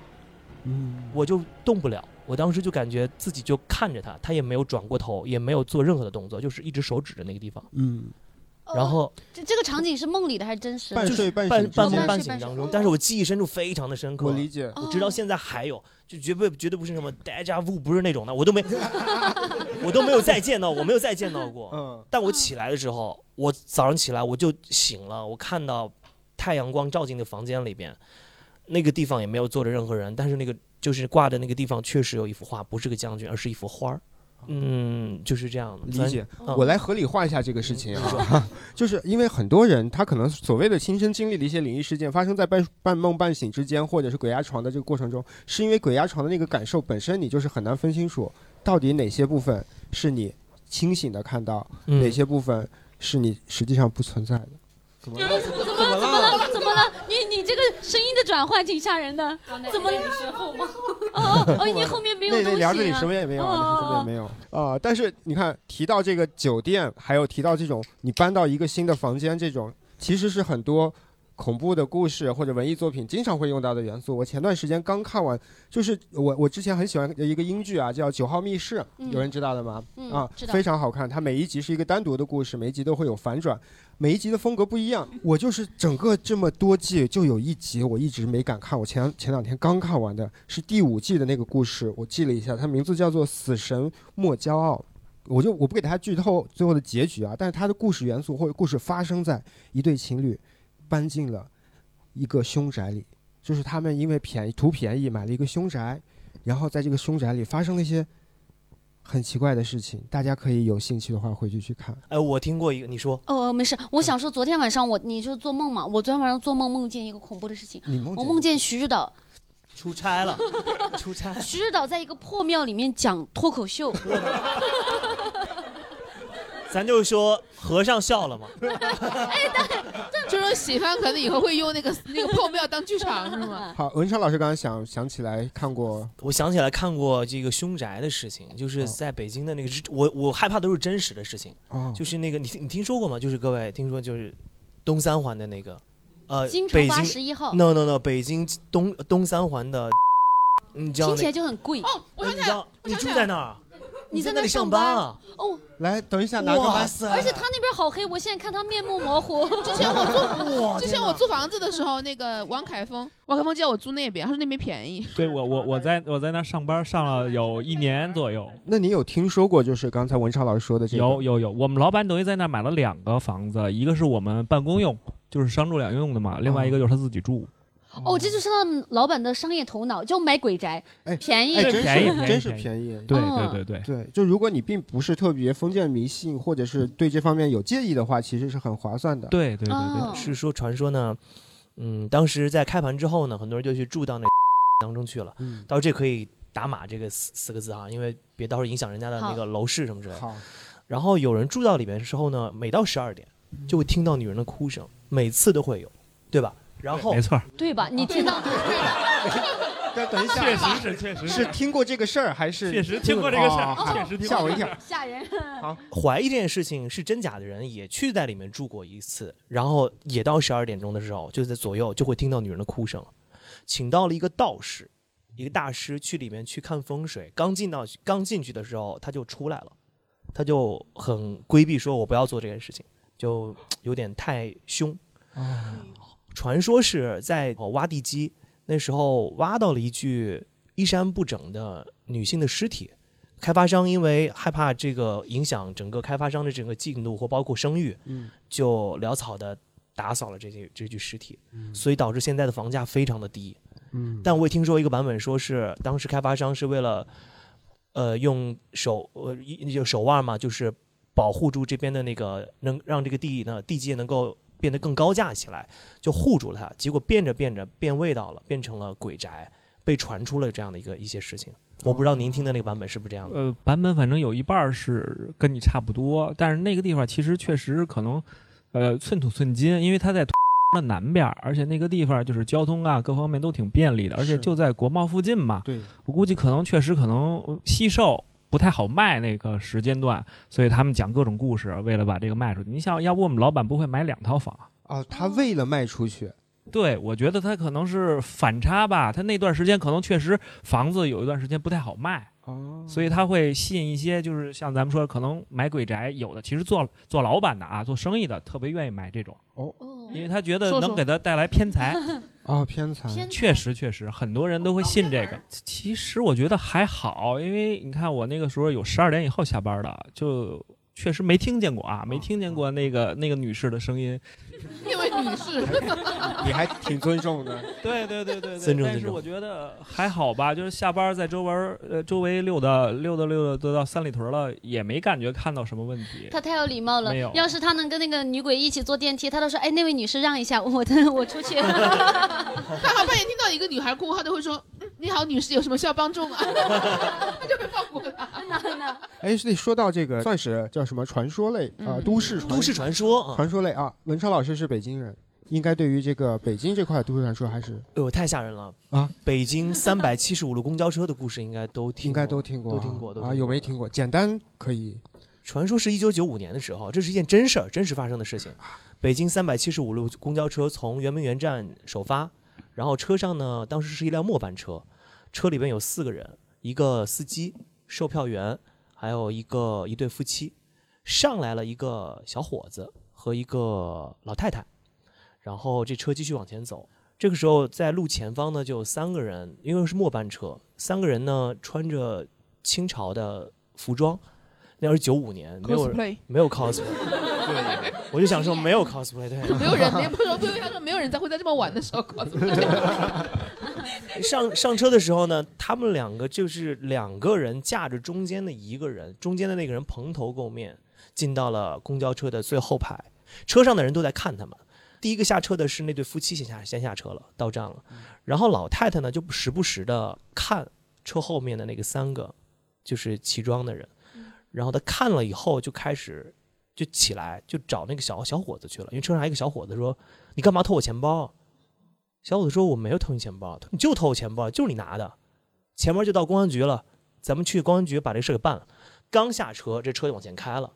[SPEAKER 1] 嗯，
[SPEAKER 4] 我就动不了。我当时就感觉自己就看着他，他也没有转过头，也没有做任何的动作，就是一直手指着那个地方。
[SPEAKER 1] 嗯，
[SPEAKER 2] 哦
[SPEAKER 4] 然后
[SPEAKER 2] 这这个场景是梦里的还是真实的？
[SPEAKER 1] 半睡半
[SPEAKER 4] 半
[SPEAKER 1] 醒之
[SPEAKER 4] 半
[SPEAKER 1] 间
[SPEAKER 4] 梦半
[SPEAKER 2] 是
[SPEAKER 4] 醒
[SPEAKER 2] 半
[SPEAKER 4] 当
[SPEAKER 2] 醒
[SPEAKER 4] 中
[SPEAKER 2] 哦，
[SPEAKER 4] 但是我记忆深处非常的深刻。
[SPEAKER 1] 我理解，
[SPEAKER 2] 哦
[SPEAKER 4] 我直到现在还有，就绝不绝对不是什么 deja vu，不是那种的，我都没，我都没有再见到，
[SPEAKER 2] 哦
[SPEAKER 4] 我没有再见到过。
[SPEAKER 1] 嗯，
[SPEAKER 4] 但我起来的时候，我早上起来我就醒了，我看到太阳光照进的房间里边，那个地方也没有坐着任何人，但是那个就是挂的那个地方确实有一幅画，不是个将军，而是一幅花儿。嗯，就是这样的。
[SPEAKER 1] 理解。
[SPEAKER 4] 嗯
[SPEAKER 1] 我来合理化一下这个事情啊， 就是因为很多人他可能所谓的亲身经历的一些灵异事件，发生在半半梦半醒之间，或者是鬼压床的这个过程中，是因为鬼压床的那个感受本身，你就是很难分清楚到底哪些部分是你清醒的看到
[SPEAKER 4] 嗯
[SPEAKER 1] 哪些部分是你实际上不存在的。怎么了？
[SPEAKER 2] 哎怎么了？怎么了？怎么了？你你这个声音的转换挺吓人的，怎么了？哦
[SPEAKER 8] 哎
[SPEAKER 2] 哦哦， 因为后面没有
[SPEAKER 1] 那
[SPEAKER 2] 东
[SPEAKER 1] 那
[SPEAKER 2] 西
[SPEAKER 1] 聊这里什么也没有啊，那
[SPEAKER 2] 哦
[SPEAKER 1] 什么也没有啊。但是你看，提到这个酒店，还有提到这种你搬到一个新的房间，这种其实是很多恐怖的故事或者文艺作品经常会用到的元素。我前段时间刚看完，就是我我之前很喜欢一个英剧啊，叫《九号密室》，
[SPEAKER 2] 嗯
[SPEAKER 1] 有人知道的吗？
[SPEAKER 2] 嗯
[SPEAKER 1] 啊
[SPEAKER 2] 知，道
[SPEAKER 1] 非常好看。它每一集是一个单独的故事，每一集都会有反转，每一集的风格不一样。我就是整个这么多季，就有一集我一直没敢看，我前前两天刚看完的，是第五季的那个故事，我记了一下，它名字叫做《死神莫骄傲》。我就我不给大家剧透最后的结局啊，但是它的故事元素或者故事发生在一对情侣搬进了一个凶宅里，就是他们因为便宜图便宜买了一个凶宅，然后在这个凶宅里发生了一些很奇怪的事情，大家可以有兴趣的话回去去看。
[SPEAKER 4] 哎，我听过一个，你说
[SPEAKER 8] 哦，没事，我想说，昨天晚上我你就做梦嘛，我昨天晚上做梦梦见一个恐怖的事情，
[SPEAKER 1] 你梦
[SPEAKER 8] 我梦见徐指导，
[SPEAKER 4] 出差了，出差，
[SPEAKER 8] 徐指导在一个破庙里面讲脱口 秀，哎
[SPEAKER 4] 咱就说和尚笑了嘛。
[SPEAKER 3] 这种喜欢可能以后会用那个那个泡庙当剧场是吗？
[SPEAKER 1] 好，文超老师刚刚想想起来看过，
[SPEAKER 4] 我想起来看过这个凶宅的事情，就是在北京的那个，我我害怕都是真实的事情，
[SPEAKER 1] 哦，
[SPEAKER 4] 就是那个你你听说过吗？就是各位听说就是东三环的那个，呃，
[SPEAKER 8] 京城
[SPEAKER 4] 北
[SPEAKER 8] 八
[SPEAKER 4] 京
[SPEAKER 8] 十一号，
[SPEAKER 4] ，no no no，北京东东三环的，你知道
[SPEAKER 8] 听起
[SPEAKER 4] 那
[SPEAKER 8] 来，就很贵。
[SPEAKER 3] 哦，我
[SPEAKER 4] 呃
[SPEAKER 3] 想
[SPEAKER 4] 你
[SPEAKER 3] 起
[SPEAKER 4] 知
[SPEAKER 3] 来了，
[SPEAKER 4] 道你住在那儿，
[SPEAKER 8] 你
[SPEAKER 4] 在
[SPEAKER 8] 在
[SPEAKER 4] 那
[SPEAKER 8] 那
[SPEAKER 4] 里
[SPEAKER 8] 儿
[SPEAKER 4] 上
[SPEAKER 8] 上
[SPEAKER 4] 班
[SPEAKER 8] 班
[SPEAKER 4] 啊？
[SPEAKER 8] 哦，
[SPEAKER 1] 来等一下拿个
[SPEAKER 4] 哇
[SPEAKER 1] 麦，
[SPEAKER 4] 塞！
[SPEAKER 8] 而且他那边好黑，我现在看他面目模糊。
[SPEAKER 3] 之前我租之前我租房子的时候，那个王凯峰，王凯峰叫我租那边，他说那边便宜。
[SPEAKER 9] 对我我我在我在那儿上班上了有一年左右，
[SPEAKER 1] 那你有听说过就是刚才文超老师说的这个？
[SPEAKER 9] 有有有，我们老板等于在那儿买了两个房子，一个是我们办公用，就是商住两用的嘛，另外一个就是他自己住。
[SPEAKER 3] 嗯
[SPEAKER 8] 哦，这就是他们老板的商业头脑，就买鬼宅
[SPEAKER 1] 哎，
[SPEAKER 8] 便宜
[SPEAKER 1] 哎，。真
[SPEAKER 9] 便宜
[SPEAKER 1] 是
[SPEAKER 9] 便宜
[SPEAKER 1] 真是
[SPEAKER 9] 便宜
[SPEAKER 1] 便宜。
[SPEAKER 9] 对
[SPEAKER 8] 哦
[SPEAKER 9] 对对对，
[SPEAKER 1] 对，就如果你并不是特别封建迷信，或者是对这方面有介意的话，其实是很划算的。
[SPEAKER 9] 对对对
[SPEAKER 1] 嗯
[SPEAKER 9] 对，
[SPEAKER 8] 哦，
[SPEAKER 4] 嗯是说传说呢，嗯，当时在开盘之后呢，很多人就去住到那当中去了。
[SPEAKER 1] 嗯，
[SPEAKER 4] 到时候这可以打码这个四四个字啊，因为别到时候影响人家的那个楼市什么之类 的。
[SPEAKER 1] 好，
[SPEAKER 4] 然后有人住到里面之后呢，每到十二点
[SPEAKER 1] 嗯
[SPEAKER 4] 就会听到女人的哭声，每次都会有，对吧？然后
[SPEAKER 9] 没错，
[SPEAKER 8] 对吧？你听到
[SPEAKER 1] 但等一下，
[SPEAKER 9] 确实是确实
[SPEAKER 1] 是听过这个事儿还是？
[SPEAKER 9] 确实听过这个事儿
[SPEAKER 1] 哦，
[SPEAKER 9] 确实听
[SPEAKER 1] 吓
[SPEAKER 9] 过
[SPEAKER 1] 我一
[SPEAKER 9] 这个事儿。
[SPEAKER 1] 跳。
[SPEAKER 8] 吓人。
[SPEAKER 4] 怀疑这件事情是真假的人也去在里面住过一次，然后也到十二点钟的时候，就在左右就会听到女人的哭声，请到了一个道士，一个大师去里面去看风水。刚进到刚进去的时候，他就出来了，他就很规避说：“我不要做这件事情，就有点太凶。”
[SPEAKER 2] 嗯
[SPEAKER 4] 传说是在哦挖地基那时候挖到了一具衣衫不整的女性的尸体，开发商因为害怕这个影响整个开发商的整个进度或包括声誉，
[SPEAKER 1] 嗯，
[SPEAKER 4] 就潦草的打扫了这些这具尸体，所以导致现在的房价非常的低。
[SPEAKER 1] 嗯，
[SPEAKER 4] 但我也听说一个版本说是当时开发商是为了，呃，用手呃一就手腕嘛，就是保护住这边的那个能让这个地呢地界能够变得更高价起来，就护住了它。结果变着变着变味道了，变成了鬼宅，被传出了这样的一个一些事情。我不知道您听的那个版本是不是这样的。
[SPEAKER 9] 呃，版本反正有一半儿是跟你差不多，但是那个地方其实确实可能，呃，寸土寸金，因为它在的南边儿，而且那个地方就是交通啊各方面都挺便利的，而且
[SPEAKER 1] 是
[SPEAKER 9] 就在国贸附近嘛。
[SPEAKER 1] 对，
[SPEAKER 9] 我估计可能确实可能呃惜售不太好卖那个时间段，所以他们讲各种故事，为了把这个卖出去。你想，要不我们老板不会买两套房啊？
[SPEAKER 1] 哦，他为了卖出去，
[SPEAKER 9] 对，我觉得他可能是反差吧，他那段时间可能确实房子有一段时间不太好卖。
[SPEAKER 1] 哦，
[SPEAKER 9] 所以他会吸引一些，就是像咱们说，可能买鬼宅，有的其实做做老板的啊，做生意的特别愿意买这种，
[SPEAKER 8] 哦
[SPEAKER 9] 因为他觉得
[SPEAKER 3] 说说
[SPEAKER 9] 能给他带来偏财。
[SPEAKER 1] 哦偏财，
[SPEAKER 8] 天哪
[SPEAKER 9] 确实，确实，很多人都会信这个。其实我觉得还好，因为你看我那个时候有十二点以后下班的，就确实没听见过啊，没听见过那个那个女士的声音。
[SPEAKER 3] 那位女士，
[SPEAKER 1] 你还挺尊重的。
[SPEAKER 9] 对对对 对
[SPEAKER 4] 尊
[SPEAKER 9] 对，
[SPEAKER 4] 重
[SPEAKER 9] 但
[SPEAKER 4] 尊
[SPEAKER 9] 是
[SPEAKER 4] 重
[SPEAKER 9] 我觉得还好吧，就是下班在周围儿呃周围溜达溜达溜达，都到三里屯了，也没感觉看到什么问题。
[SPEAKER 8] 他太有礼貌了
[SPEAKER 9] 没有。
[SPEAKER 8] 要是他能跟那个女鬼一起坐电梯，他都说：“哎，那 位女士让一下，我的我出去。
[SPEAKER 3] 但他半夜听到一个女孩哭，他都会说：“嗯，你好，女士，有什么需要帮助吗？他就会放过他。
[SPEAKER 1] 哎，那说到这个，算是叫什么传说类啊、
[SPEAKER 3] 嗯
[SPEAKER 1] 都市传
[SPEAKER 4] 都市传说啊，
[SPEAKER 1] 传说类啊。文超老师是北京人，应该对于这个北京这块都市传说还是
[SPEAKER 4] 哎呦，太吓人了
[SPEAKER 1] 啊！
[SPEAKER 4] 北京三百七十五路公交车的故事应该都听，
[SPEAKER 1] 应该都。听过啊，
[SPEAKER 4] 都听过都听
[SPEAKER 1] 啊，
[SPEAKER 4] 过
[SPEAKER 1] 有没听过？简单可以
[SPEAKER 4] 传说是一九九五年的时候，这是一件真事儿，真实发生的事情。
[SPEAKER 1] 啊
[SPEAKER 4] 北京三百七十五路公交车从圆明园站首发，然后车上呢，当时是一辆末班车，车里边有四个人，一个司机、售票员，还有一个一对夫妻。上来了一个小伙子和一个老太太，然后这车继续往前走。这个时候，在路前方呢，就有三个人，因为是末班车，三个人呢穿着清朝的服装，那是九五年，没有人。
[SPEAKER 3] cosplay
[SPEAKER 4] 没有 cosplay，对，我就想说没有 cosplay，对，
[SPEAKER 3] 没有人，没有不是不是，他说没有人在会在这么晚的时候 cosplay。
[SPEAKER 4] 上上车的时候呢，他们两个就是两个人架着中间的一个人，中间的那个人蓬头垢面，进到了公交车的最后排，车上的人都在看他们。第一个下车的是那对夫妻先下先下车了，到站了，
[SPEAKER 1] 嗯
[SPEAKER 4] 然后老太太呢就时不时的看车后面的那个三个，就是奇装的人，然后她看了以后就开始就起来就找那个小小伙子去了，因为车上还有一个小伙子说：“你干嘛偷我钱包啊？”小伙子说：“我没有偷你钱包，你就偷我钱包，就是你拿的，钱包就到公安局了，咱们去公安局把这事给办了。”刚下车，这车就往前开了。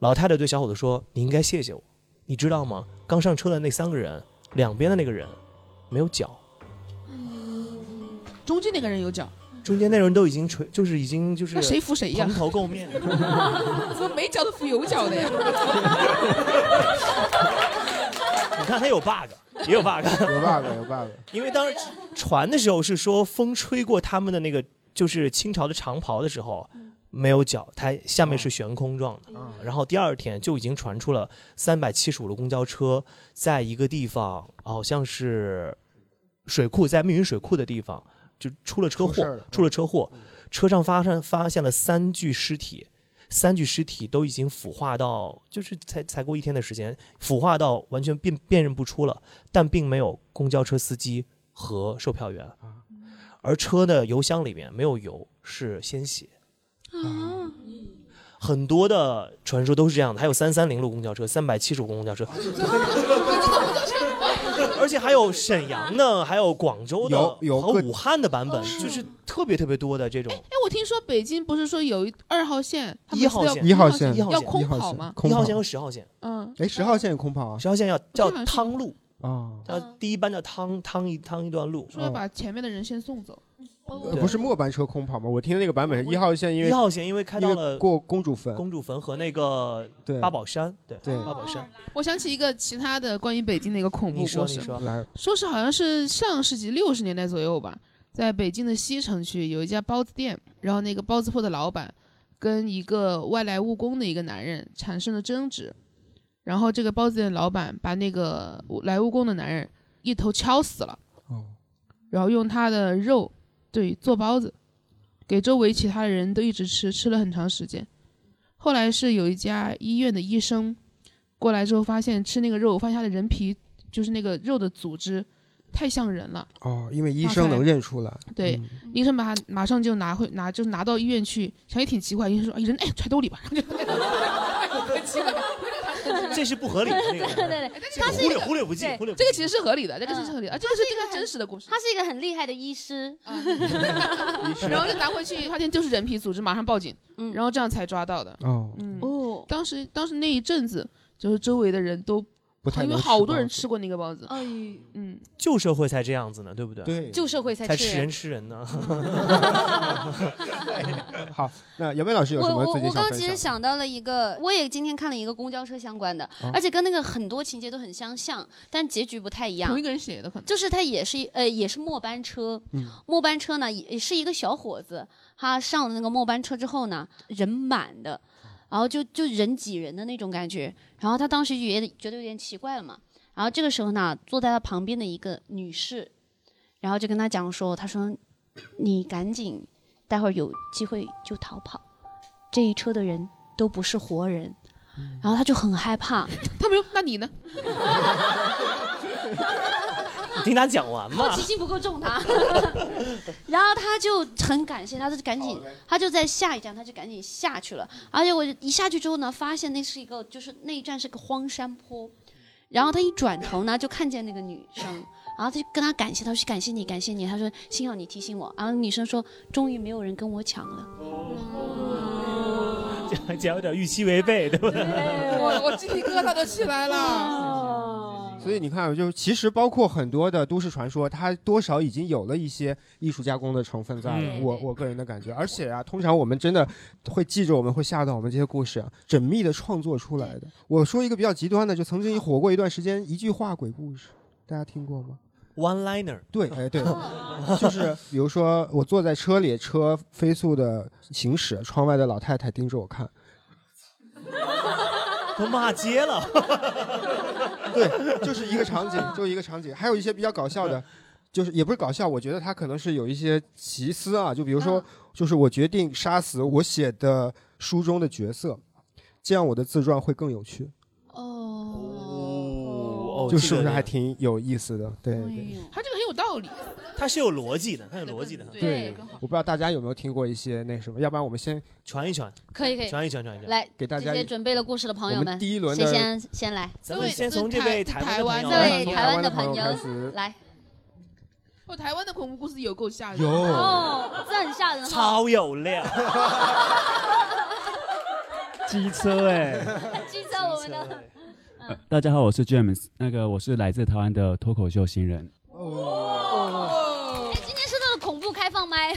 [SPEAKER 4] 老太太对小伙子说：“你应该谢谢我，你知道吗？刚上车的那三个人，两边的那个人没有脚，
[SPEAKER 3] 中间那个人有脚，
[SPEAKER 4] 中间那人都已经垂，就是已经就是
[SPEAKER 3] 那谁扶谁呀
[SPEAKER 4] 蓬？头垢 面。
[SPEAKER 3] 怎么没脚的扶有脚的呀？
[SPEAKER 4] 你看他有 bug，也有 bug，
[SPEAKER 1] 有 bug 有 bug，
[SPEAKER 4] 因为当时传的时候是说风吹过他们的那个就是清朝的长袍的时候，没有脚，它下面是悬空状的。
[SPEAKER 1] 啊
[SPEAKER 4] 然后第二天就已经传出了三百七十五路公交车在一个地方，好像是水库，在密云水库的地方就出了车
[SPEAKER 1] 出事
[SPEAKER 4] 祸
[SPEAKER 1] 儿了，嗯
[SPEAKER 4] 出了车祸，车上发生发现了三具尸体。三具尸体都已经腐化到，就是才才过一天的时间，腐化到完全辨辨认不出了，但并没有公交车司机和售票员，
[SPEAKER 1] 啊
[SPEAKER 4] 而车的油箱里面没有油，是鲜血。
[SPEAKER 1] 啊
[SPEAKER 4] 很多的传说都是这样的，还有三三零路公交车、三百七十五公交车，而且还有沈阳的，还有广州的
[SPEAKER 1] 有有
[SPEAKER 4] 和
[SPEAKER 1] 各
[SPEAKER 4] 武汉的版本，
[SPEAKER 3] 哦
[SPEAKER 4] 就是特别特别多的这种。
[SPEAKER 3] 哎，我听说北京不是说有一二号线，他们
[SPEAKER 4] 一号
[SPEAKER 3] 是要
[SPEAKER 4] 线
[SPEAKER 1] 一号线
[SPEAKER 4] 一号
[SPEAKER 3] 要
[SPEAKER 4] 线
[SPEAKER 3] 空
[SPEAKER 1] 一号
[SPEAKER 3] 跑
[SPEAKER 1] 线
[SPEAKER 3] 吗？
[SPEAKER 1] 空
[SPEAKER 4] 一号
[SPEAKER 1] 跑
[SPEAKER 4] 线和十号线，
[SPEAKER 3] 嗯，
[SPEAKER 1] 哎，十号线也空跑啊，
[SPEAKER 4] 十号线要叫
[SPEAKER 3] 这样是
[SPEAKER 4] 汤路，
[SPEAKER 1] 啊，
[SPEAKER 4] 叫第一班叫汤汤一汤一段路。
[SPEAKER 3] 说要把前面的人先送走。
[SPEAKER 1] 呃不是末班车空跑吗？我听那个版本是一号线，因
[SPEAKER 4] 一
[SPEAKER 1] 为
[SPEAKER 4] 号线因为开
[SPEAKER 1] 因
[SPEAKER 4] 到
[SPEAKER 1] 为
[SPEAKER 4] 了
[SPEAKER 1] 过公主坟，
[SPEAKER 4] 公主坟和那个
[SPEAKER 1] 对，
[SPEAKER 4] 八宝山，对
[SPEAKER 1] 对
[SPEAKER 4] 八宝山。
[SPEAKER 3] 我想起一个其他的关于北京的一个恐怖
[SPEAKER 4] 你说
[SPEAKER 3] 故
[SPEAKER 4] 你
[SPEAKER 3] 事，
[SPEAKER 4] 说，
[SPEAKER 1] 来
[SPEAKER 3] 说是好像是上世纪六十年代左右吧，在北京的西城区有一家包子店，然后那个包子铺的老板跟一个外来务工的一个男人产生了争执，然后这个包子店的老板把那个来务工的男人一头敲死了，
[SPEAKER 1] 哦，
[SPEAKER 3] 然后用他的肉对做包子，给周围其他的人都一直吃，吃了很长时间。后来是有一家医院的医生过来之后，发现吃那个肉，发现他的人皮就是那个肉的组织太像人了。
[SPEAKER 1] 哦，因为医
[SPEAKER 3] 大
[SPEAKER 1] 生
[SPEAKER 3] 概
[SPEAKER 1] 能认出来，
[SPEAKER 3] 对
[SPEAKER 1] 嗯，
[SPEAKER 3] 医生把他马上就拿回拿，就拿到医院去，想也挺奇怪。医生说：“哎，人哎揣兜里吧。” 然后就很奇怪。
[SPEAKER 4] 这是不合理的那
[SPEAKER 8] 对
[SPEAKER 4] 个，
[SPEAKER 8] 对
[SPEAKER 3] 哎
[SPEAKER 8] 对，
[SPEAKER 4] 这个
[SPEAKER 8] 他是
[SPEAKER 4] 忽略忽略不计，
[SPEAKER 8] 对嗯
[SPEAKER 4] 忽略不计
[SPEAKER 3] 这个其实是合理的，这个其实是合理的，啊，这个是这个真实的故事。啊
[SPEAKER 8] 他是一个很厉害的医师，
[SPEAKER 3] 然后就拿回去，发现就是人皮组织，马上报警，
[SPEAKER 8] 嗯，
[SPEAKER 3] 然后这样才抓到的。
[SPEAKER 1] 哦，
[SPEAKER 3] 嗯，
[SPEAKER 8] 哦，
[SPEAKER 3] 当时当时那一阵子，就是周围的人都，
[SPEAKER 1] 不太
[SPEAKER 3] 因为
[SPEAKER 1] 能
[SPEAKER 3] 好多人
[SPEAKER 1] 包子
[SPEAKER 3] 吃过那个包子，
[SPEAKER 8] 哎，
[SPEAKER 3] 嗯，
[SPEAKER 4] 旧社会才这样子呢，对不对？
[SPEAKER 1] 对，
[SPEAKER 8] 旧社会才
[SPEAKER 4] 才
[SPEAKER 8] 吃
[SPEAKER 4] 吃人吃 人呢。
[SPEAKER 1] 好。那杨梅老师有
[SPEAKER 8] 我
[SPEAKER 1] 什么
[SPEAKER 8] 我
[SPEAKER 1] 自己
[SPEAKER 8] 我
[SPEAKER 1] 想
[SPEAKER 8] 刚
[SPEAKER 1] 分
[SPEAKER 8] 其实
[SPEAKER 1] 享？哦
[SPEAKER 8] 想到了一个，我也今天看了一个公交车相关的，而且跟那个很多情节都很相像，但结局不太一样
[SPEAKER 3] 同一。个人写的可能。
[SPEAKER 8] 就是它也是一呃也是末班车，
[SPEAKER 1] 嗯
[SPEAKER 8] 末班车呢也也是一个小伙子，他上了那个末班车之后呢，人满的，然后就就人挤人的那种感觉，然后他当时就也觉得有点奇怪了嘛，然后这个时候呢，坐在他旁边的一个女士，然后就跟他讲说，他说你赶紧，待会儿有机会就逃跑，这一车的人都不是活人，然后他就很害怕，
[SPEAKER 3] 他没有，那你呢？
[SPEAKER 4] 你听他讲完嘛
[SPEAKER 8] 好。奇心不够重 他，然后他就很感谢，他就赶紧，他就在下一站，他就赶紧下去了。而且我一下去之后呢，发现那是一个，就是那一站是个荒山坡，然后他一转头呢，就看见那个女生，然后他就跟她感谢，他说感谢你，感谢你，他说幸好你提醒我。然后女生说，终于没有人跟我抢了。
[SPEAKER 4] 讲讲有点预期违背，对不对？
[SPEAKER 3] 哎我我鸡皮疙瘩都起来了。
[SPEAKER 1] 所以你看，就其实包括很多的都市传说，它多少已经有了一些艺术加工的成分在了。
[SPEAKER 4] 嗯
[SPEAKER 1] 我我个人的感觉，而且啊，通常我们真的会记着，我们会吓到我们这些故事啊，缜密的创作出来的。我说一个比较极端的，就曾经火过一段时间，一句话鬼故事，大家听过吗？
[SPEAKER 4] One liner，
[SPEAKER 1] 对，哎对， 就是比如说我坐在车里，车飞速的行驶，窗外的老太太盯着我看，
[SPEAKER 4] 都骂街了。
[SPEAKER 1] 对，就是一个场景，就一个场景。还有一些比较搞笑的，就是也不是搞笑，我觉得他可能是有一些奇思啊。就比如
[SPEAKER 4] 嗯
[SPEAKER 1] 说，就是我决定杀死我写的书中的角色，这样我的自传会更有趣。
[SPEAKER 4] 哦
[SPEAKER 1] 就
[SPEAKER 4] 这
[SPEAKER 1] 是不是
[SPEAKER 4] 个
[SPEAKER 1] 还挺有意思的？
[SPEAKER 8] 哎
[SPEAKER 1] 对对。
[SPEAKER 3] 他这个很有道理，
[SPEAKER 4] 它是有逻辑的，它有逻辑的，
[SPEAKER 3] 对，更好。
[SPEAKER 1] 我不知道大家有没有听过一些那什么，要不然我们先
[SPEAKER 4] 传一传，
[SPEAKER 8] 可以可以，
[SPEAKER 4] 传一传，传一传。
[SPEAKER 8] 来
[SPEAKER 1] 给大家
[SPEAKER 8] 这些准备了故事的朋友
[SPEAKER 1] 我们
[SPEAKER 8] 们，
[SPEAKER 1] 第一轮
[SPEAKER 8] 谁
[SPEAKER 1] 的
[SPEAKER 8] 先先来？
[SPEAKER 4] 咱们先从这位
[SPEAKER 8] 哎
[SPEAKER 4] 台湾的
[SPEAKER 3] 这位
[SPEAKER 4] 朋友
[SPEAKER 8] 对
[SPEAKER 1] 从
[SPEAKER 8] 台湾的
[SPEAKER 1] 朋
[SPEAKER 8] 朋友
[SPEAKER 1] 开始。
[SPEAKER 8] 来
[SPEAKER 3] 我哦台湾的恐怖故事有够吓人，
[SPEAKER 1] 有，
[SPEAKER 8] 哦，这很吓人哈，
[SPEAKER 4] 超有料，
[SPEAKER 6] 机车哎、
[SPEAKER 8] 记在我们的。
[SPEAKER 2] 嗯
[SPEAKER 6] 呃大家好，我是 James，那个我是来自台湾的脱口秀新人。
[SPEAKER 8] 哎，今天是那个恐怖开放 麦，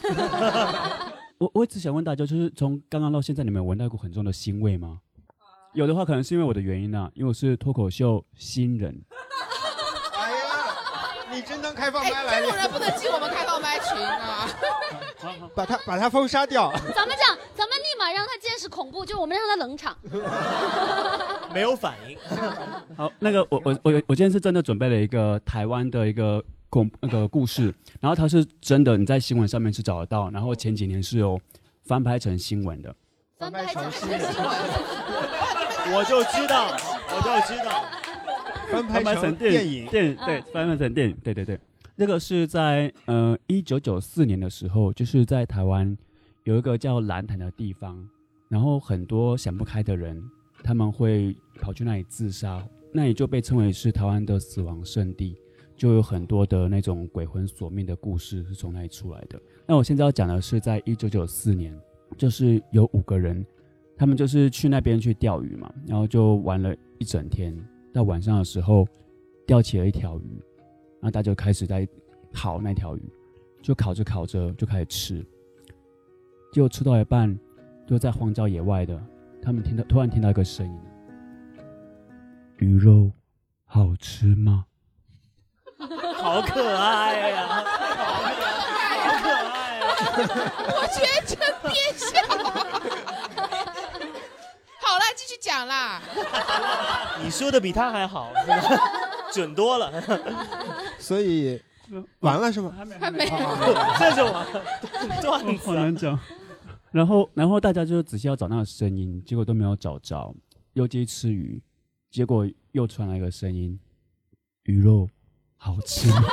[SPEAKER 6] 我我只想问大家，就是从刚刚到现在，你们有闻到过很重的腥味吗？
[SPEAKER 2] 啊
[SPEAKER 6] 有的话，可能是因为我的原因啊，因为我是脱口秀新人。
[SPEAKER 1] 哎呀，你真当开放麦
[SPEAKER 3] 哎，
[SPEAKER 1] 来
[SPEAKER 3] 这种
[SPEAKER 1] 了？
[SPEAKER 3] 人不能进我们开放麦群啊！
[SPEAKER 1] 把他把他封杀掉。
[SPEAKER 8] 咱们讲，咱们立马让他见识恐怖，就是我们让他冷场。
[SPEAKER 4] 没有反应。
[SPEAKER 6] 好，那个我我我我今天是真的准备了一个台湾的一个恐那个故 事，然后它是真的，你在新闻上面是找得到，然后前几年是有翻拍成新闻的。
[SPEAKER 8] 翻拍成
[SPEAKER 4] 我就知道，我就知道，
[SPEAKER 1] 翻拍成电
[SPEAKER 6] 电
[SPEAKER 1] 影，
[SPEAKER 6] 电影对，翻拍成电影，对对对，那个是在呃一九九四年的时候，就是在台湾有一个叫蓝潭的地方，然后很多想不开的人，他们会跑去那里自杀，那里就被称为是台湾的死亡圣地，就有很多的那种鬼魂索命的故事是从那里出来的。那我现在要讲的是在一九九四年，就是有五个人。他们就是去那边去钓鱼嘛，然后就玩了一整天。到晚上的时候，钓起了一条鱼，然后大家就开始在烤那条鱼，就烤着烤着就开始吃，结果吃到一半，就在荒郊野外的，他们听到突然听到一个声音：“鱼肉好吃吗
[SPEAKER 4] 好可爱呀、好可爱呀、
[SPEAKER 3] 我觉得真憋笑。好啦，继续讲啦。
[SPEAKER 4] 你说的比他还好，是吧 准多了，
[SPEAKER 1] 所以啊完了是吗？
[SPEAKER 3] 还没
[SPEAKER 4] 这是我段？”
[SPEAKER 6] 好
[SPEAKER 4] 子啊。
[SPEAKER 6] 难讲。然后，然后大家就仔细要找那个声音，结果都没有找着。又继续吃鱼，结果又传来一个声音：“鱼肉好吃吗？”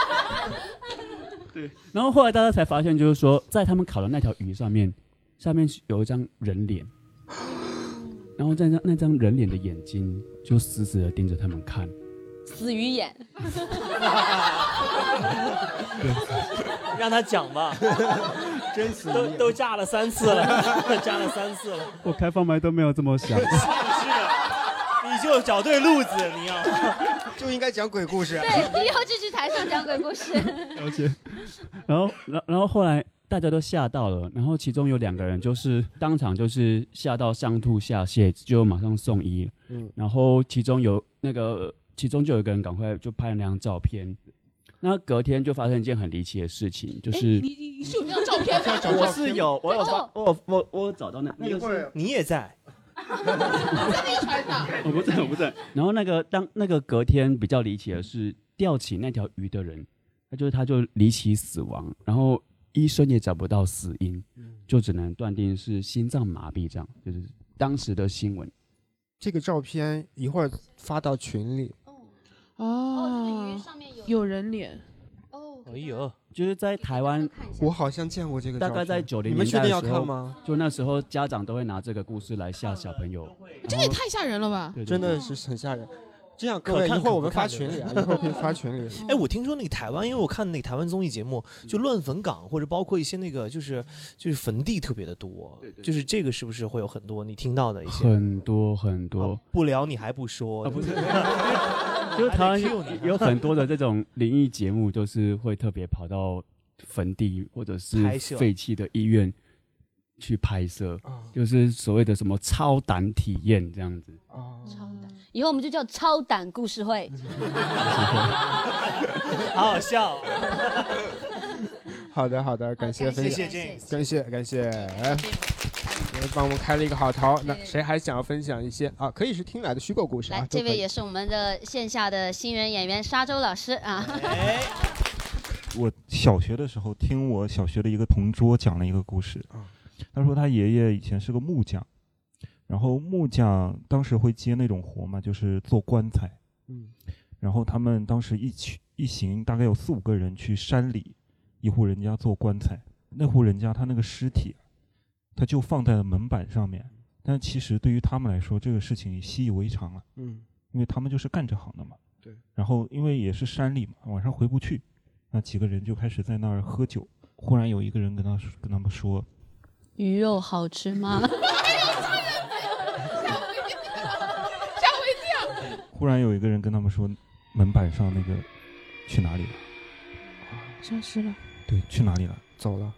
[SPEAKER 6] 对。然后后来大家才发现，就是说，在他们烤的那条鱼上面，下面有一张人脸，然后在那那张人脸的眼睛就死死的盯着他们看。
[SPEAKER 8] 死鱼眼，
[SPEAKER 4] 让他讲吧，
[SPEAKER 1] 真死
[SPEAKER 4] 都都炸了三次了，炸了三次了。
[SPEAKER 6] 我开放麦都没有这 么想。
[SPEAKER 4] 是的，你就找对路子，你哦要。
[SPEAKER 1] 就应该讲鬼故事。
[SPEAKER 8] 对，以 后就去台上讲鬼故事。
[SPEAKER 6] 了解。 然后，然然后后来大家都吓到了，然后其中有两个人就是当场就是吓到上吐下泻，就马上送医。
[SPEAKER 1] 嗯
[SPEAKER 6] 嗯，然后其中有那个，其中就有一个人赶快就拍了那张照片。那隔天就发生一件很离奇的事情，就
[SPEAKER 3] 哎
[SPEAKER 6] 是
[SPEAKER 3] 你你你是有那张照片哦吗？
[SPEAKER 6] 我是有，我有发，我有我有我有找到那那
[SPEAKER 1] 一
[SPEAKER 6] 个
[SPEAKER 1] 会儿
[SPEAKER 4] 你也在，
[SPEAKER 3] 穿上。
[SPEAKER 6] 我不在，我不在。然后那个当那个隔天比较离奇的是，钓起那条鱼的人，他就是他就离奇死亡，然后医生也找不到死因，
[SPEAKER 1] 嗯
[SPEAKER 6] 就只能断定是心脏麻痹，这样就是当时的新闻。
[SPEAKER 1] 这个照片一会儿发到群里，
[SPEAKER 3] 哦，
[SPEAKER 8] 上面有
[SPEAKER 3] 有人脸，哦
[SPEAKER 4] 哎呦，
[SPEAKER 6] 就是在台湾，
[SPEAKER 1] 我好像见过这个照
[SPEAKER 6] 大
[SPEAKER 1] 片。
[SPEAKER 6] 概在九零
[SPEAKER 1] 你们
[SPEAKER 6] 年
[SPEAKER 1] 确
[SPEAKER 6] 代
[SPEAKER 1] 定
[SPEAKER 6] 的
[SPEAKER 1] 要
[SPEAKER 6] 时候
[SPEAKER 1] 看吗？？
[SPEAKER 6] 就那时候家长都会拿这个故事来吓小朋友，
[SPEAKER 3] 这个也太吓人了吧！
[SPEAKER 6] 对对
[SPEAKER 1] 真
[SPEAKER 6] 对
[SPEAKER 1] 的是很吓人。这样，各
[SPEAKER 4] 可
[SPEAKER 1] 位，
[SPEAKER 4] 看
[SPEAKER 1] 一
[SPEAKER 4] 可
[SPEAKER 1] 会儿我
[SPEAKER 4] 不
[SPEAKER 1] 们发
[SPEAKER 4] 看的
[SPEAKER 1] 群里啊，一会儿可以发群里。啊
[SPEAKER 4] 哎，我听说那个台湾，因为我看那个台湾综艺节目，就乱坟岗或者包括一些那个就是就是坟地特别的多，就是这个是不是会有很多你听到的一些？
[SPEAKER 6] 很多很多
[SPEAKER 1] 哦
[SPEAKER 4] 啊。不聊你还不
[SPEAKER 1] 啊
[SPEAKER 4] 说，不是，
[SPEAKER 6] 就是台
[SPEAKER 4] 还得
[SPEAKER 6] 湾
[SPEAKER 4] cue 你
[SPEAKER 6] 有很多的这种灵异节目，就是会特别跑到坟地或者是
[SPEAKER 4] 拍摄
[SPEAKER 6] 废弃的医院去拍摄，
[SPEAKER 1] 啊
[SPEAKER 6] 就是所谓的什么超胆体验这样子。
[SPEAKER 1] 啊，
[SPEAKER 8] 以后我们就叫超胆故事会。
[SPEAKER 4] 好好笑，
[SPEAKER 1] 好的好的，感谢分
[SPEAKER 4] 谢
[SPEAKER 1] 享，
[SPEAKER 4] 谢 James。
[SPEAKER 1] 感谢感谢，哎，你们帮我们开了一个好头。那谁还想要分享一些啊？可以是听来的虚构故事
[SPEAKER 8] 来
[SPEAKER 1] 啊，，
[SPEAKER 8] 这
[SPEAKER 1] 都可
[SPEAKER 8] 位
[SPEAKER 1] 以
[SPEAKER 8] 也是我们的线下的新人演员沙洲老师啊，
[SPEAKER 4] 哎，
[SPEAKER 10] 我小学的时候听我小学的一个同桌讲了一个故事，
[SPEAKER 1] 啊
[SPEAKER 10] 他说他爷爷以前是个木匠，然后木匠当时会接那种活嘛，就是做棺材，
[SPEAKER 1] 嗯
[SPEAKER 10] 然后他们当时一群一行大概有四五个人去山里一户人家做棺材，那户人家他那个尸体，他就放在了门板上面，但其实对于他们来说，这个事情习以为常了，
[SPEAKER 1] 嗯
[SPEAKER 10] 因为他们就是干这行的嘛。
[SPEAKER 1] 对。
[SPEAKER 10] 然后因为也是山里嘛，晚上回不去，那几个人就开始在那儿喝酒。忽然有一个人跟他说跟他们说，
[SPEAKER 8] 鱼肉好吃吗？
[SPEAKER 3] 吓我一跳！
[SPEAKER 10] 忽然有一个人跟他们说，门板上那个去哪里了？
[SPEAKER 3] 消失了，
[SPEAKER 10] 对，去哪里了？
[SPEAKER 1] 走了，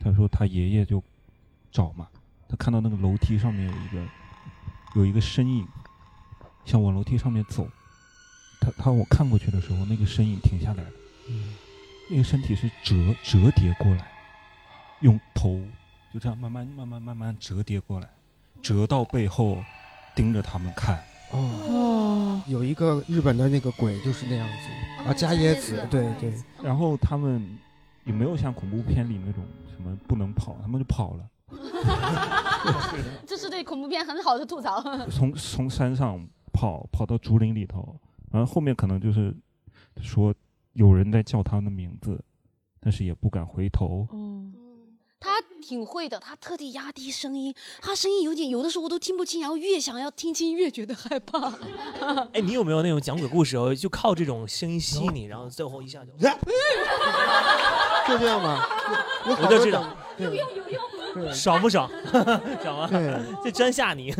[SPEAKER 10] 他说他爷爷就找嘛，他看到那个楼梯上面有一个有一个身影，想往楼梯上面走。他他我看过去的时候，那个身影停下来了，
[SPEAKER 1] 嗯
[SPEAKER 10] 那个身体是折折叠过来，用头就这样慢慢慢慢慢慢折叠过来，折到背后盯着他们看。
[SPEAKER 1] 哦，
[SPEAKER 3] 哦，
[SPEAKER 1] 有一个日本的那个鬼就是那样子啊，加椰子，对对，
[SPEAKER 10] 然后他们也没有像恐怖片里那种什么不能跑，他们就跑了。
[SPEAKER 8] 这是对恐怖片很好的吐槽。
[SPEAKER 10] 从从山上跑跑到竹林里头，然后后面可能就是说有人在叫他们的名字，但是也不敢回头。
[SPEAKER 8] 哦他挺会的，他特地压低声音，他声音有点有的时候我都听不清，然后越想要听清越觉得害 怕。
[SPEAKER 4] 哎，你有没有那种讲鬼故事哦，就靠这种声音吸引你，然后最后一 下就……
[SPEAKER 1] 就这样吧。我
[SPEAKER 4] 我就知道，
[SPEAKER 1] 有用
[SPEAKER 8] 有用。
[SPEAKER 1] 对
[SPEAKER 4] 爽不爽？ 爽吗？
[SPEAKER 1] 对。
[SPEAKER 4] 这真吓你！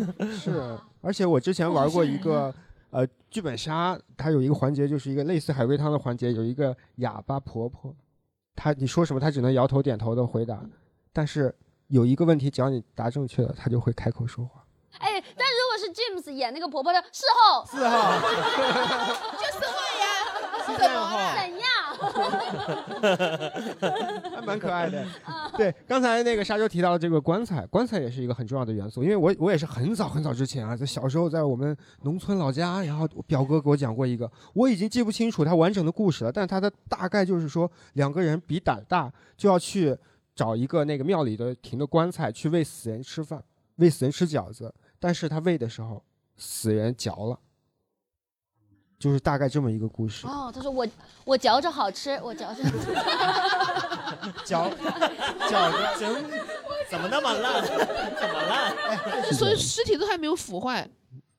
[SPEAKER 1] 是，而且我之前玩过一个呃剧本杀，它有一个环节就是一个类似海龟汤的环节，有一个哑巴婆婆，她你说什么她只能摇头点头的回答，但是有一个问题只要你答正确了，她就会开口说话。
[SPEAKER 8] 哎，但如果是 James 演那个婆婆的事后，
[SPEAKER 1] 四号，
[SPEAKER 8] 怎么怎样？
[SPEAKER 1] 还蛮可爱的。对，刚才那个沙洲提到了这个棺材，棺材也是一个很重要的元素，因为我我也是很早很早之前啊，在小时候在我们农村老家，然后我表哥给我讲过一个，我已经记不清楚他完整的故事了，但是他的大概就是说，两个人比胆大，就要去找一个那个庙里的停的棺材去喂死人吃饭，喂死人吃饺子，但是他喂的时候，死人嚼了。就是大概这么一个故事，
[SPEAKER 8] 哦，他说我我嚼着好吃，我嚼着。
[SPEAKER 1] 嚼
[SPEAKER 4] 脚真怎么那么烂？ 怎么烂？
[SPEAKER 3] 哎所以尸体都还没有腐坏，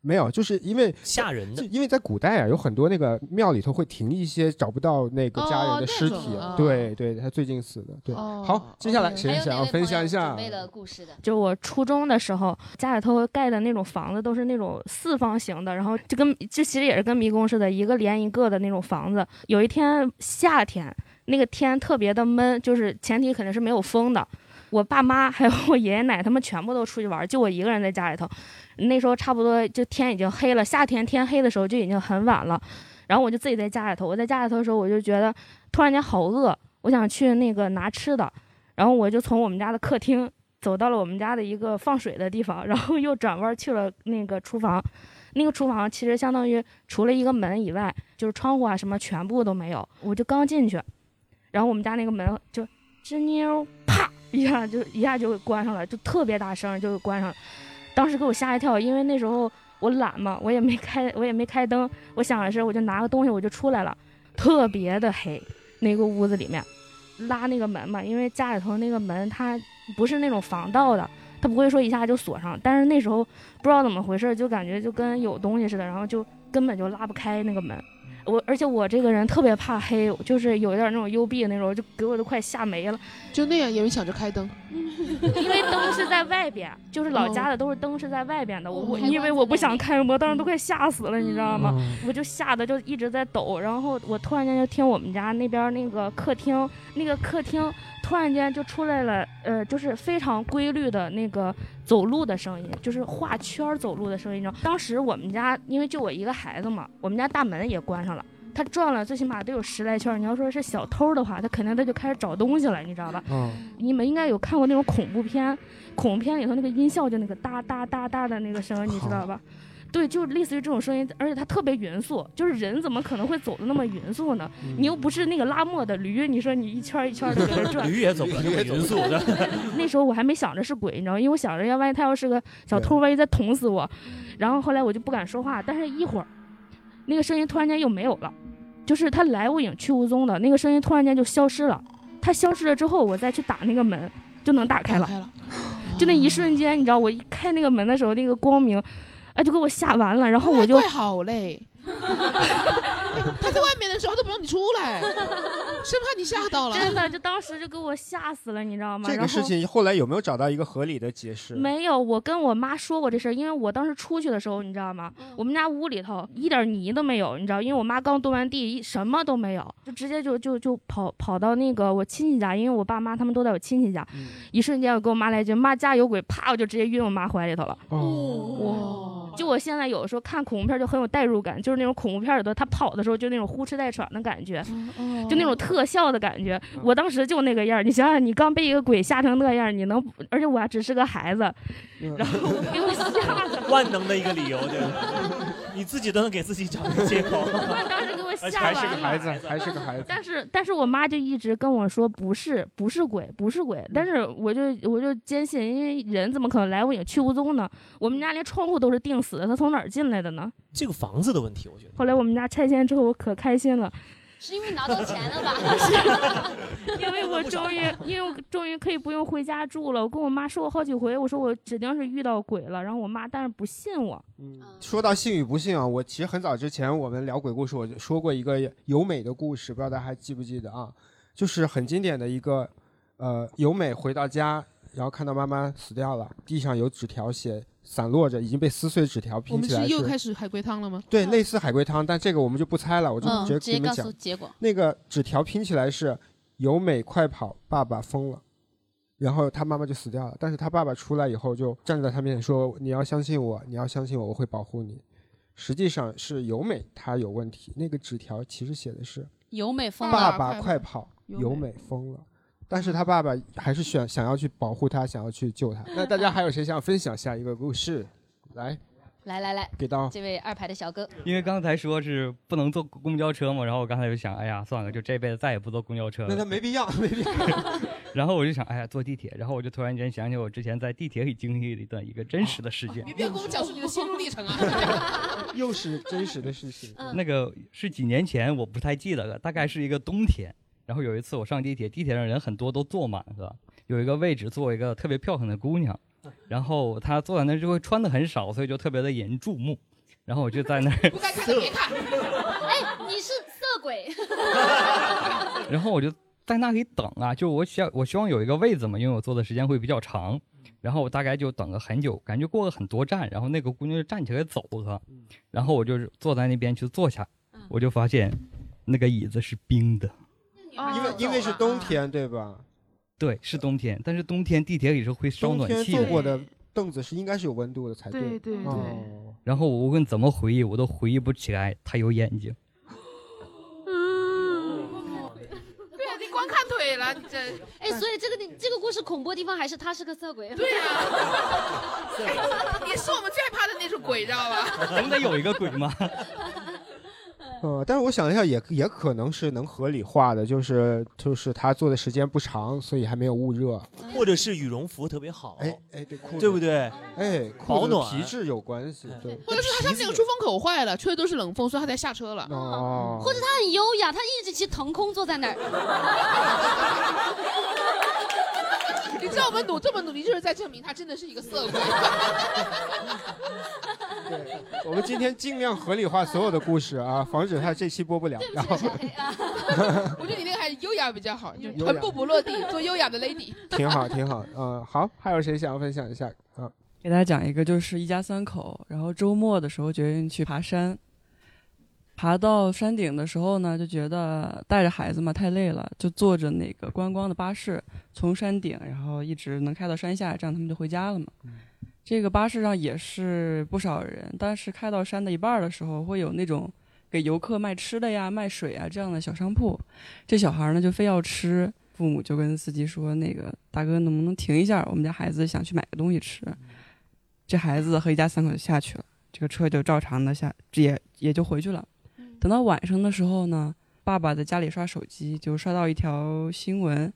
[SPEAKER 1] 没有，就是因为
[SPEAKER 4] 吓人
[SPEAKER 1] 就
[SPEAKER 4] 的！
[SPEAKER 1] 因为在古代啊，有很多那个庙里头会停一些找不到那个家人的尸体，
[SPEAKER 3] 哦那种啊
[SPEAKER 1] 对对，他最近死的，对。
[SPEAKER 3] 哦
[SPEAKER 1] 好，接下来
[SPEAKER 3] OK
[SPEAKER 1] 谁想要分享一
[SPEAKER 8] 还有哪位朋
[SPEAKER 1] 下
[SPEAKER 8] 友准备？了故事的，
[SPEAKER 11] 就我初中的时候，家里头盖的那种房子都是那种四方形的，然后就跟这其实也是跟迷宫似的，一个连一个的那种房子。有一天夏天，那个天特别的闷，就是前提肯定是没有风的。我爸妈还有我爷爷奶奶他们全部都出去玩，就我一个人在家里头。那时候差不多就天已经黑了，夏天天黑的时候就已经很晚了。然后我就自己在家里头，我在家里头的时候，我就觉得突然间好饿，我想去那个拿吃的，然后我就从我们家的客厅走到了我们家的一个放水的地方， 然后又转弯去了那个厨房。那个厨房其实相当于除了一个门以外，就是窗户啊什么全部都没有。我就刚进去，然后我们家那个门就吱扭，啪一下就一下就关上了，就特别大声就关上了。当时给我吓一跳，因为那时候我懒嘛，我也没开我也没开灯，我想的是我就拿个东西我就出来了，特别的黑。那个屋子里面，拉那个门嘛，因为家里头那个门它不是那种防盗的，它不会说一下就锁上。但是那时候不知道怎么回事，就感觉就跟有东西似的，然后就根本就拉不开那个门。我而且我这个人特别怕黑，就是有一点那种幽闭那种，就给我都快吓没了。
[SPEAKER 3] 就那样也没想着开灯，
[SPEAKER 11] 因为灯是在外边，就是老
[SPEAKER 8] 嗯
[SPEAKER 11] 家
[SPEAKER 8] 哦
[SPEAKER 11] 的都是灯是在外边的。我我
[SPEAKER 3] 开关
[SPEAKER 11] 因为我不想开，我当时都快吓死了，你知道吗？
[SPEAKER 3] 嗯
[SPEAKER 11] 我就吓得就一直在抖，然后我突然间就听我们家那边那个客厅，那个客厅突然间就出来了，呃，就是非常规律的那个走路的声音，就是画圈儿走路的声音。你知道，当时我们家因为就我一个孩子嘛，我们家大门也关上了。他转了最起码得有十来圈儿，你要说是小偷的话，他肯定他就开始找东西了，你知道吧？
[SPEAKER 1] 嗯，
[SPEAKER 11] 你们应该有看过那种恐怖片，恐怖片里头那个音效就那个哒哒哒哒的那个声，你知道吧？对，就类似于这种声音，而且它特别匀速，就是人怎么可能会走的那么匀速呢？你又不是那个拉磨的驴，你说你一圈儿一圈儿的在那 转，
[SPEAKER 4] 驴也走不了这么匀速的。
[SPEAKER 11] 那时候我还没想着是鬼，你知道吗，因为我想着要万一他要是个小偷，万一再捅死我，然后后来我就不敢说话。但是一会儿，那个声音突然间又没有了，就是他来无影去无踪的那个声音突然间就消失了。他消失了之后，我再去打那个门就能打
[SPEAKER 3] 哦
[SPEAKER 11] 开了。就那一瞬间，你知道，我一开那个门的时候，那个光明，哎，就给我吓完了。然后我就
[SPEAKER 3] 怪好嘞，哎他在外面的时候都不让你出 来，生怕你吓到了。
[SPEAKER 11] 真的，就当时就给我吓死了，你知道吗？
[SPEAKER 1] 这
[SPEAKER 11] 然
[SPEAKER 1] 个
[SPEAKER 11] 后
[SPEAKER 1] 事情后来有没有找到一个合理的解释？
[SPEAKER 11] 没有，我跟我妈说过这事儿，因为我当时出去的时候，你知道吗？
[SPEAKER 3] 嗯
[SPEAKER 11] 我们家屋里头一点泥都没有，你知道，因为我妈刚蹲完地，一什么都没有，就直接就就就跑跑到那个我亲戚家，因为我爸妈他们都在我亲戚家，
[SPEAKER 1] 嗯
[SPEAKER 11] 一瞬间我跟我妈来一句“妈家有鬼”，啪我就直接晕我妈怀里头了。
[SPEAKER 3] 哦，
[SPEAKER 11] 就我现在有的时候看恐怖片儿就很有代入感，就是那种恐怖片儿里头他跑的时候就那种呼哧带喘的感觉，就那种特效的感觉。
[SPEAKER 1] 嗯
[SPEAKER 11] 我当时就那个样儿，你想想，你刚被一个鬼吓成那样儿，你能，而且我还只是个孩子，然后给我吓的。
[SPEAKER 4] 万能的一个理由，对吧？你自己都能给自己找个借口。
[SPEAKER 11] 当时给我
[SPEAKER 4] 而且
[SPEAKER 11] 吓
[SPEAKER 4] 还是
[SPEAKER 11] 完
[SPEAKER 4] 个
[SPEAKER 11] 了
[SPEAKER 4] 孩子，
[SPEAKER 1] 还是个孩子。
[SPEAKER 11] 但是但是我妈就一直跟我说不是不是鬼不是
[SPEAKER 1] 嗯
[SPEAKER 11] 鬼，但是我就我就坚信，因为人怎么可能来无影去无踪呢？我们家连窗户都是钉死的，他从哪儿进来的呢？
[SPEAKER 4] 这个房子的问题，我觉得
[SPEAKER 11] 后来我们家拆迁之后，我可开心了，
[SPEAKER 8] 是因为拿到钱了吧？
[SPEAKER 11] 因为我终于，因为我终于可以不用回家住了。我跟我妈说过好几回，我说我指定是遇到鬼了，然后我妈但是不信我。
[SPEAKER 1] 说到信与不信啊，我其实很早之前我们聊鬼故事，我就说过一个由美的故事，不知道大家还记不记得啊？就是很经典的一个，呃，由美回到家，然后看到妈妈死掉了，地上有纸条写散落着，已经被撕碎纸条
[SPEAKER 3] 我
[SPEAKER 1] 拼
[SPEAKER 3] 们
[SPEAKER 1] 起
[SPEAKER 3] 是
[SPEAKER 1] 来
[SPEAKER 3] 又
[SPEAKER 1] 是。
[SPEAKER 3] 开始海龟汤了吗？
[SPEAKER 1] 对，类似海龟汤，但这个我们就不猜了，我就
[SPEAKER 3] 嗯
[SPEAKER 1] 嗯直
[SPEAKER 3] 直
[SPEAKER 1] 接给
[SPEAKER 3] 接
[SPEAKER 1] 你们
[SPEAKER 3] 告
[SPEAKER 1] 讲。
[SPEAKER 3] 诉结 果
[SPEAKER 1] 那个纸条拼起来是“由美快跑，爸爸疯了”，然后他妈妈就死掉了。但是他爸爸出来以后，就站在他面前说：“你要相信我，你要相信我，我会保护你。”实际上是由美她有问题，那个纸条其实写的是
[SPEAKER 2] 由美啊疯了，
[SPEAKER 1] 爸爸快跑，由
[SPEAKER 2] 由
[SPEAKER 1] 美疯了。但是他爸爸还是选想要去保护他，想要去救他。那大家还有谁想分享下一个故事？来，
[SPEAKER 8] 来来来，
[SPEAKER 1] 给到
[SPEAKER 8] 这位二排的小哥，
[SPEAKER 12] 因为刚才说是不能坐公交车嘛，然后我刚才就想，哎呀，算了，就这辈子再也不坐公交车了。
[SPEAKER 1] 那他没必 要，没必要。
[SPEAKER 12] 然后我就想，哎呀，坐地铁。然后我就突然间想起我之前在地铁里经历的一段一个真实的事件。
[SPEAKER 3] 你不要跟我讲述你的心路历程 啊！
[SPEAKER 1] 啊又是真实的事情。
[SPEAKER 12] 那个是几年前，我不太记得了，大概是一个冬天。然后有一次我上地铁，地铁上人很多，都坐满了，有一个位置坐一个特别漂亮的 姑娘，然后她坐在那儿就会穿的很少，所以就特别的引人注目。然后我就在 那儿
[SPEAKER 8] 不该看的别看。哎，你是色鬼。
[SPEAKER 12] 然后我就在那里等啊，就我想我希望有一个位子嘛，因为我坐的时间会比较长。
[SPEAKER 1] 嗯
[SPEAKER 12] 然后我大概就等了很久，感觉过了很多站，然后那个姑娘就站起来走了，
[SPEAKER 1] 嗯
[SPEAKER 12] 然后我就是坐在那边去坐下，我就发现那个椅子是冰的。
[SPEAKER 1] 因为因为是啊冬天对吧？
[SPEAKER 12] 对，是冬天，但是冬天地铁里是会烧
[SPEAKER 1] 冬
[SPEAKER 12] 暖
[SPEAKER 1] 天
[SPEAKER 12] 气
[SPEAKER 1] 坐过
[SPEAKER 12] 的。
[SPEAKER 1] 的凳子是应该是有温度的才
[SPEAKER 3] 对对对
[SPEAKER 1] 哦
[SPEAKER 12] 然后我无论怎么回忆，我都回忆不起来它有眼睛。
[SPEAKER 3] 对啊，你光看腿 了，你这
[SPEAKER 8] 哎，所以这个这个故事恐怖的地方还是他是个色鬼。
[SPEAKER 3] 对 啊 哎你是我们最害怕的那种鬼，知道吧？
[SPEAKER 12] 总得有一个鬼吗？
[SPEAKER 1] 呃，但是我想一下也，也可能是能合理化的，就是就是他做的时间不长，所以还没有捂热。
[SPEAKER 4] 或者是羽绒服特别好，
[SPEAKER 1] 哎哎，对，裤子
[SPEAKER 4] 对不对？
[SPEAKER 1] 哎，
[SPEAKER 4] 保
[SPEAKER 1] 裤子
[SPEAKER 4] 暖
[SPEAKER 1] 皮质有关系， 对。
[SPEAKER 3] 或者是他上面有出风口坏了，吹的都是冷风，所以他才下车了。
[SPEAKER 1] 哦，
[SPEAKER 2] 或者他很优雅，他一直其实腾空坐在那儿。
[SPEAKER 3] 你知道我们努这么努力，就是在证明他真的是一个色 鬼。
[SPEAKER 1] 我们今天尽量合理化所有的故事啊，防止他这期播不了。然后
[SPEAKER 3] 我觉得你那个还是优雅比较好，就
[SPEAKER 1] 优雅
[SPEAKER 3] 臀部不落地，做优雅的 lady。
[SPEAKER 1] 挺好，挺好。嗯，好，还有谁想要分享一下啊？
[SPEAKER 13] 给大家讲一个，就是一家三口，然后周末的时候决定去爬山。爬到山顶的时候呢，就觉得带着孩子嘛太累了，就坐着那个观光的巴士从山顶，然后一直能开到山下，这样他们就回家了嘛。这个巴士上也是不少人，但是开到山的一半儿的时候，会有那种给游客卖吃的呀、卖水啊这样的小商铺。这小孩儿呢就非要吃，父母就跟司机说：“那个大哥能不能停一下？我们家孩子想去买个东西吃。”这孩子和一家三口就下去了，这个车就照常的下，也也就回去了。等到晚上的时候呢，爸爸在家里刷手机，就刷到一条新闻，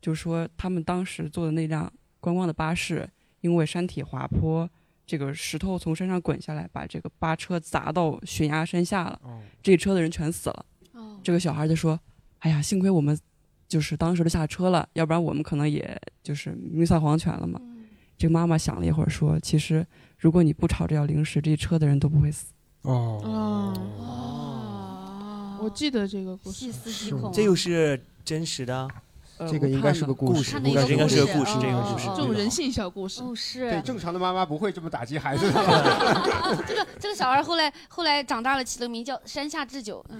[SPEAKER 13] 就说他们当时坐的那辆观光的巴士，因为山体滑坡，这个石头从山上滚下来，把这个巴车砸到悬崖山下了，这一车的人全死了。这个小孩就说：“哎呀，幸亏我们就是当时就下车了，要不然我们可能也就是命丧黄泉了嘛。这个妈妈想了一会儿说：“其实如果你不吵着要零食，这一车的人都不会死。”
[SPEAKER 1] 哦，
[SPEAKER 3] 我记得这个故事，细
[SPEAKER 2] 哦思啊
[SPEAKER 3] 极
[SPEAKER 4] 这又是真实的，呃
[SPEAKER 1] 呃这个应该是个故事我看的
[SPEAKER 4] 应该是
[SPEAKER 1] 看的一个
[SPEAKER 4] 故事，
[SPEAKER 1] 故事
[SPEAKER 4] 这个
[SPEAKER 1] 哦
[SPEAKER 4] 故事
[SPEAKER 3] 这种人性小故事。
[SPEAKER 2] 哦，是
[SPEAKER 1] 对，正常的妈妈不会这么打击孩子的。
[SPEAKER 2] 这个这个小孩后来后来长大了，起了名叫山下智久。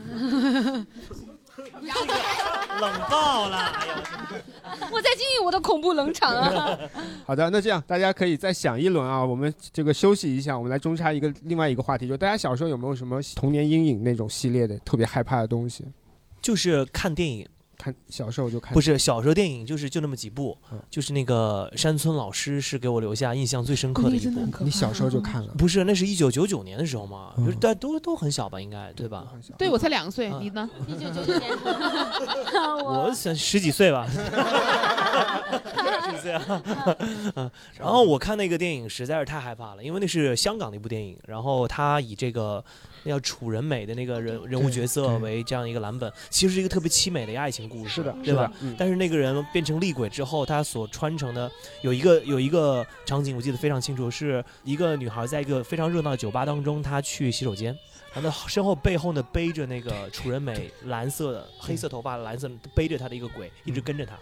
[SPEAKER 4] 冷爆了！
[SPEAKER 2] 我在经营我的恐怖冷场 啊！
[SPEAKER 1] 好的，那这样大家可以再想一轮啊，我们这个休息一下，我们来中插一个另外一个话题，就大家小时候有没有什么童年阴影那种系列的特别害怕的东西？
[SPEAKER 4] 就是看电影，
[SPEAKER 1] 看小时候就看，嗯
[SPEAKER 4] 不是小时候电影就是就那么几部，就是那个山村老师是给我留下印象最深
[SPEAKER 3] 哦
[SPEAKER 4] 刻的一部。
[SPEAKER 1] 你小时候就
[SPEAKER 3] 嗯
[SPEAKER 1] 看了？嗯
[SPEAKER 4] 不是，那是一九九九年的时候嘛，就是大家都都很小吧，应该对吧？
[SPEAKER 3] 对我才两岁，你呢？
[SPEAKER 2] 一九九九 年，
[SPEAKER 4] 我想十几岁吧，是这样。嗯，然后我看那个电影实在是太害怕了，因为那是香港的一部电影，然后他以这个那叫楚人美的那个人人物角色为这样一个蓝本，其实是一个特别凄美的一个爱情故事，是的对
[SPEAKER 1] 是的
[SPEAKER 4] 吧？但是那个人变成厉鬼之后，他所穿成的有一个有一个场景，我记得非常清楚，是一个女孩在一个非常热闹的酒吧当中，她去洗手间。然后她身后背后呢背着那个楚人美蓝色的黑色头发蓝色背着她的一个鬼，一直跟着她。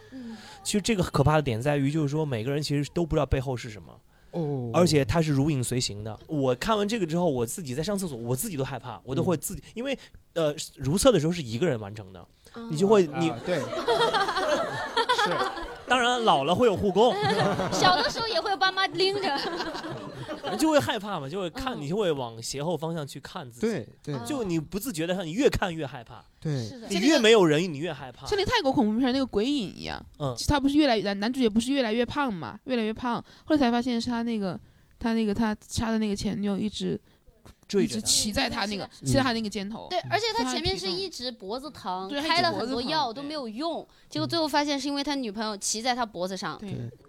[SPEAKER 4] 其实这个可怕的点在于，就是说每个人其实都不知道背后是什么。
[SPEAKER 1] 哦
[SPEAKER 4] 而且它是如影随形的。我看完这个之后，我自己在上厕所，我自己都害怕，我都
[SPEAKER 1] 嗯
[SPEAKER 4] 会自己，因为呃，如厕的时候是一个人完成的，你就会你、
[SPEAKER 1] 啊 对，
[SPEAKER 4] 是，当然老了会有护工，
[SPEAKER 2] 小的时候也会爸妈拎着。
[SPEAKER 4] 你 就会害怕嘛，就会看，你就会往斜后方向去看自己，
[SPEAKER 1] 对对
[SPEAKER 4] 就你不自觉的，你越看越害怕，
[SPEAKER 1] 对
[SPEAKER 3] 的
[SPEAKER 4] 你越没有人，你越害怕，
[SPEAKER 3] 像那泰国恐怖片那个鬼影一样，
[SPEAKER 4] 嗯
[SPEAKER 3] 其实他不是越来越男男主角不是越来越胖嘛，越来越胖，后来才发现是他那个他那个他杀的那个前女友一直
[SPEAKER 4] 追
[SPEAKER 3] 一
[SPEAKER 4] 着
[SPEAKER 3] 直
[SPEAKER 4] 他
[SPEAKER 3] 骑在他那个
[SPEAKER 2] 嗯
[SPEAKER 3] 骑在他那个肩头，嗯
[SPEAKER 2] 对，
[SPEAKER 1] 嗯
[SPEAKER 2] 而且
[SPEAKER 3] 骑在
[SPEAKER 2] 他前面
[SPEAKER 3] 的
[SPEAKER 2] 是一直脖子疼，
[SPEAKER 3] 对他嗯一
[SPEAKER 2] 开
[SPEAKER 3] 直
[SPEAKER 2] 了
[SPEAKER 3] 脖
[SPEAKER 2] 很
[SPEAKER 3] 子
[SPEAKER 2] 多
[SPEAKER 3] 疼
[SPEAKER 2] 药都没有用，结果最后发现是因为他女朋友骑在他脖子上。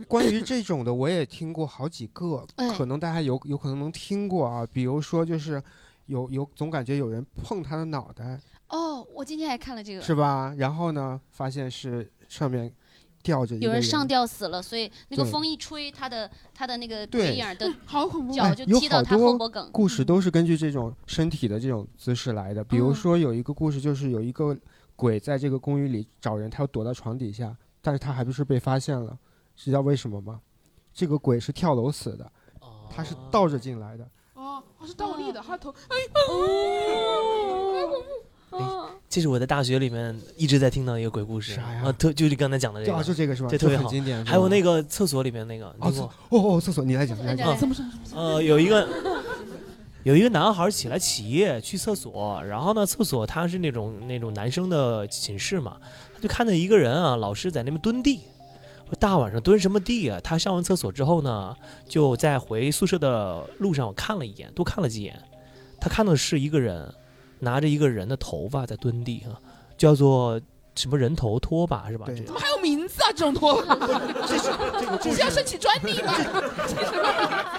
[SPEAKER 1] 关于这种的，我也听过好几个
[SPEAKER 2] 哎，
[SPEAKER 1] 可能大家有有可能能听过啊，比如说就是有有总感觉有人碰他的脑袋，
[SPEAKER 2] 哦，我今天还看了这个，
[SPEAKER 1] 是？吧？然后呢，发现是上面吊着一个
[SPEAKER 2] 有人上吊死了，所以那个
[SPEAKER 1] 对
[SPEAKER 2] 风一吹，他的他的那个
[SPEAKER 1] 对
[SPEAKER 2] 鬼影儿的
[SPEAKER 3] 好恐怖
[SPEAKER 2] 脚
[SPEAKER 1] 哎
[SPEAKER 2] 就
[SPEAKER 1] 有
[SPEAKER 2] 踢到
[SPEAKER 1] 好
[SPEAKER 2] 他后
[SPEAKER 1] 多
[SPEAKER 2] 脖梗。嗯
[SPEAKER 1] 故事都是根据这种身体的这种姿势来的。比如说有一个故事，就是有一个鬼在这个公寓里找人，他要躲到床底下，但是他还不是被发现了，知道为什么吗？这个鬼是跳楼死的，他是倒着进来的。
[SPEAKER 3] 哦，哦是倒立的，他头哎哦，
[SPEAKER 4] 哎这是我在大学里面一直在听到一个鬼故事，啥呀？啊，特就是刚才讲的这个，
[SPEAKER 1] 啊就这个是吧
[SPEAKER 4] 这特别
[SPEAKER 1] 这很
[SPEAKER 4] 好，
[SPEAKER 1] 经典
[SPEAKER 4] 还有
[SPEAKER 1] 是吧
[SPEAKER 4] 那个厕所里面那个，
[SPEAKER 1] 哦，厕
[SPEAKER 4] 你听
[SPEAKER 1] 哦哦，厕所，你来讲，你来讲
[SPEAKER 4] 过。呃，有一个有一个男孩起来起夜去厕所，然后呢，厕所他是那种那种男生的寝室嘛，他就看到一个人啊，老师在那边蹲地。我大晚上蹲什么地啊？他上完厕所之后呢，就在回宿舍的路上，我看了一眼，多看了几眼。他看到的是一个人，拿着一个人的头发在蹲地啊，叫做什么人头拖把是吧？这
[SPEAKER 3] 怎么还有名字啊？这种拖把，
[SPEAKER 1] 这是 这个
[SPEAKER 3] 这是要申请专利吗？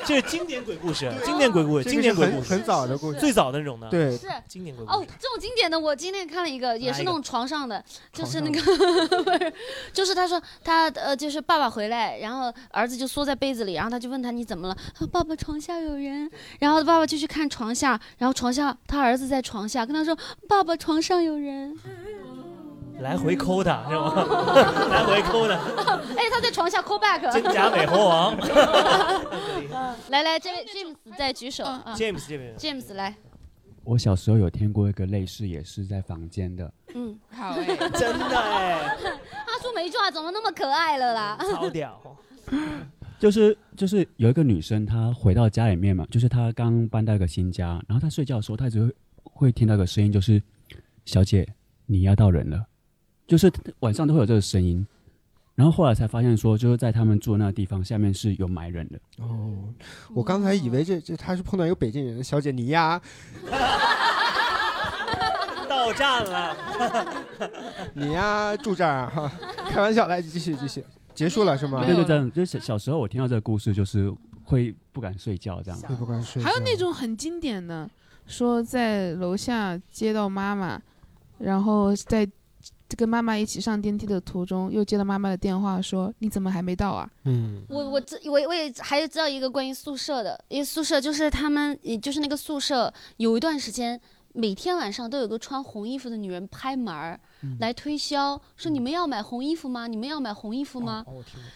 [SPEAKER 4] 这是经典鬼故事，经典鬼故事，
[SPEAKER 1] 这个是
[SPEAKER 4] 经典鬼故事，
[SPEAKER 1] 很很早的故事
[SPEAKER 4] 最早的那种的。
[SPEAKER 1] 对
[SPEAKER 8] 是
[SPEAKER 4] 经典鬼
[SPEAKER 8] 哦，这种经典的，我今天看了一个，也是那种床上的，就是那
[SPEAKER 4] 床
[SPEAKER 8] 个， 不是，就是他说他呃，就是爸爸回来，然后儿子就缩在被子里，然后他就问他你怎么了？他说爸爸床下有人，然后爸爸就去看床下，然后床下他儿子在床下跟他说爸爸床上有 人，
[SPEAKER 4] 来回抠他是吗？
[SPEAKER 3] 哦
[SPEAKER 4] 来回抠他，
[SPEAKER 8] 哎，他在床下 call back，
[SPEAKER 4] 真假美猴 王
[SPEAKER 8] 嗯来来，这位 James 再举手啊
[SPEAKER 4] James 这边
[SPEAKER 8] James 来，
[SPEAKER 6] 我小时候有听过一个类似，也是在房间的，
[SPEAKER 8] 嗯，
[SPEAKER 3] 好
[SPEAKER 8] 哎，
[SPEAKER 4] 真 的哎，
[SPEAKER 8] 阿叔没话怎么那么可爱了啦？
[SPEAKER 4] 超屌！
[SPEAKER 6] 就是就是有一个女生，她回到家里面嘛，就是她刚搬到一个新家，然后她睡觉的时候，她只会会听到一个声音，就是“小姐，你压到人了”，就是晚上都会有这个声音。然后后来才发现说，就是在他们住的那个地方下面是有埋人的。
[SPEAKER 1] 哦，我刚才以为这这他是碰到一个北京人，小姐你呀，
[SPEAKER 4] 到站了，
[SPEAKER 1] 你呀住这儿啊哈，开玩笑，来继续继续，结束了是吗？
[SPEAKER 6] 对对对，就是小小时候我听到这个故事，就是会不敢睡觉这样。
[SPEAKER 1] 会不敢睡
[SPEAKER 3] 还有那种很经典的，说在楼下接到妈妈，然后在跟妈妈一起上电梯的途中，又接到妈妈的电话说，你怎么还没到啊？
[SPEAKER 1] 嗯，
[SPEAKER 8] 我我知我我也还知道一个关于宿舍的，因为宿舍就是他们，也就是那个宿舍有一段时间，每天晚上都有个穿红衣服的女人拍门儿、
[SPEAKER 4] 嗯
[SPEAKER 8] 来推销，说你们要买红衣服吗？你们要买红衣服
[SPEAKER 4] 哦
[SPEAKER 8] 吗？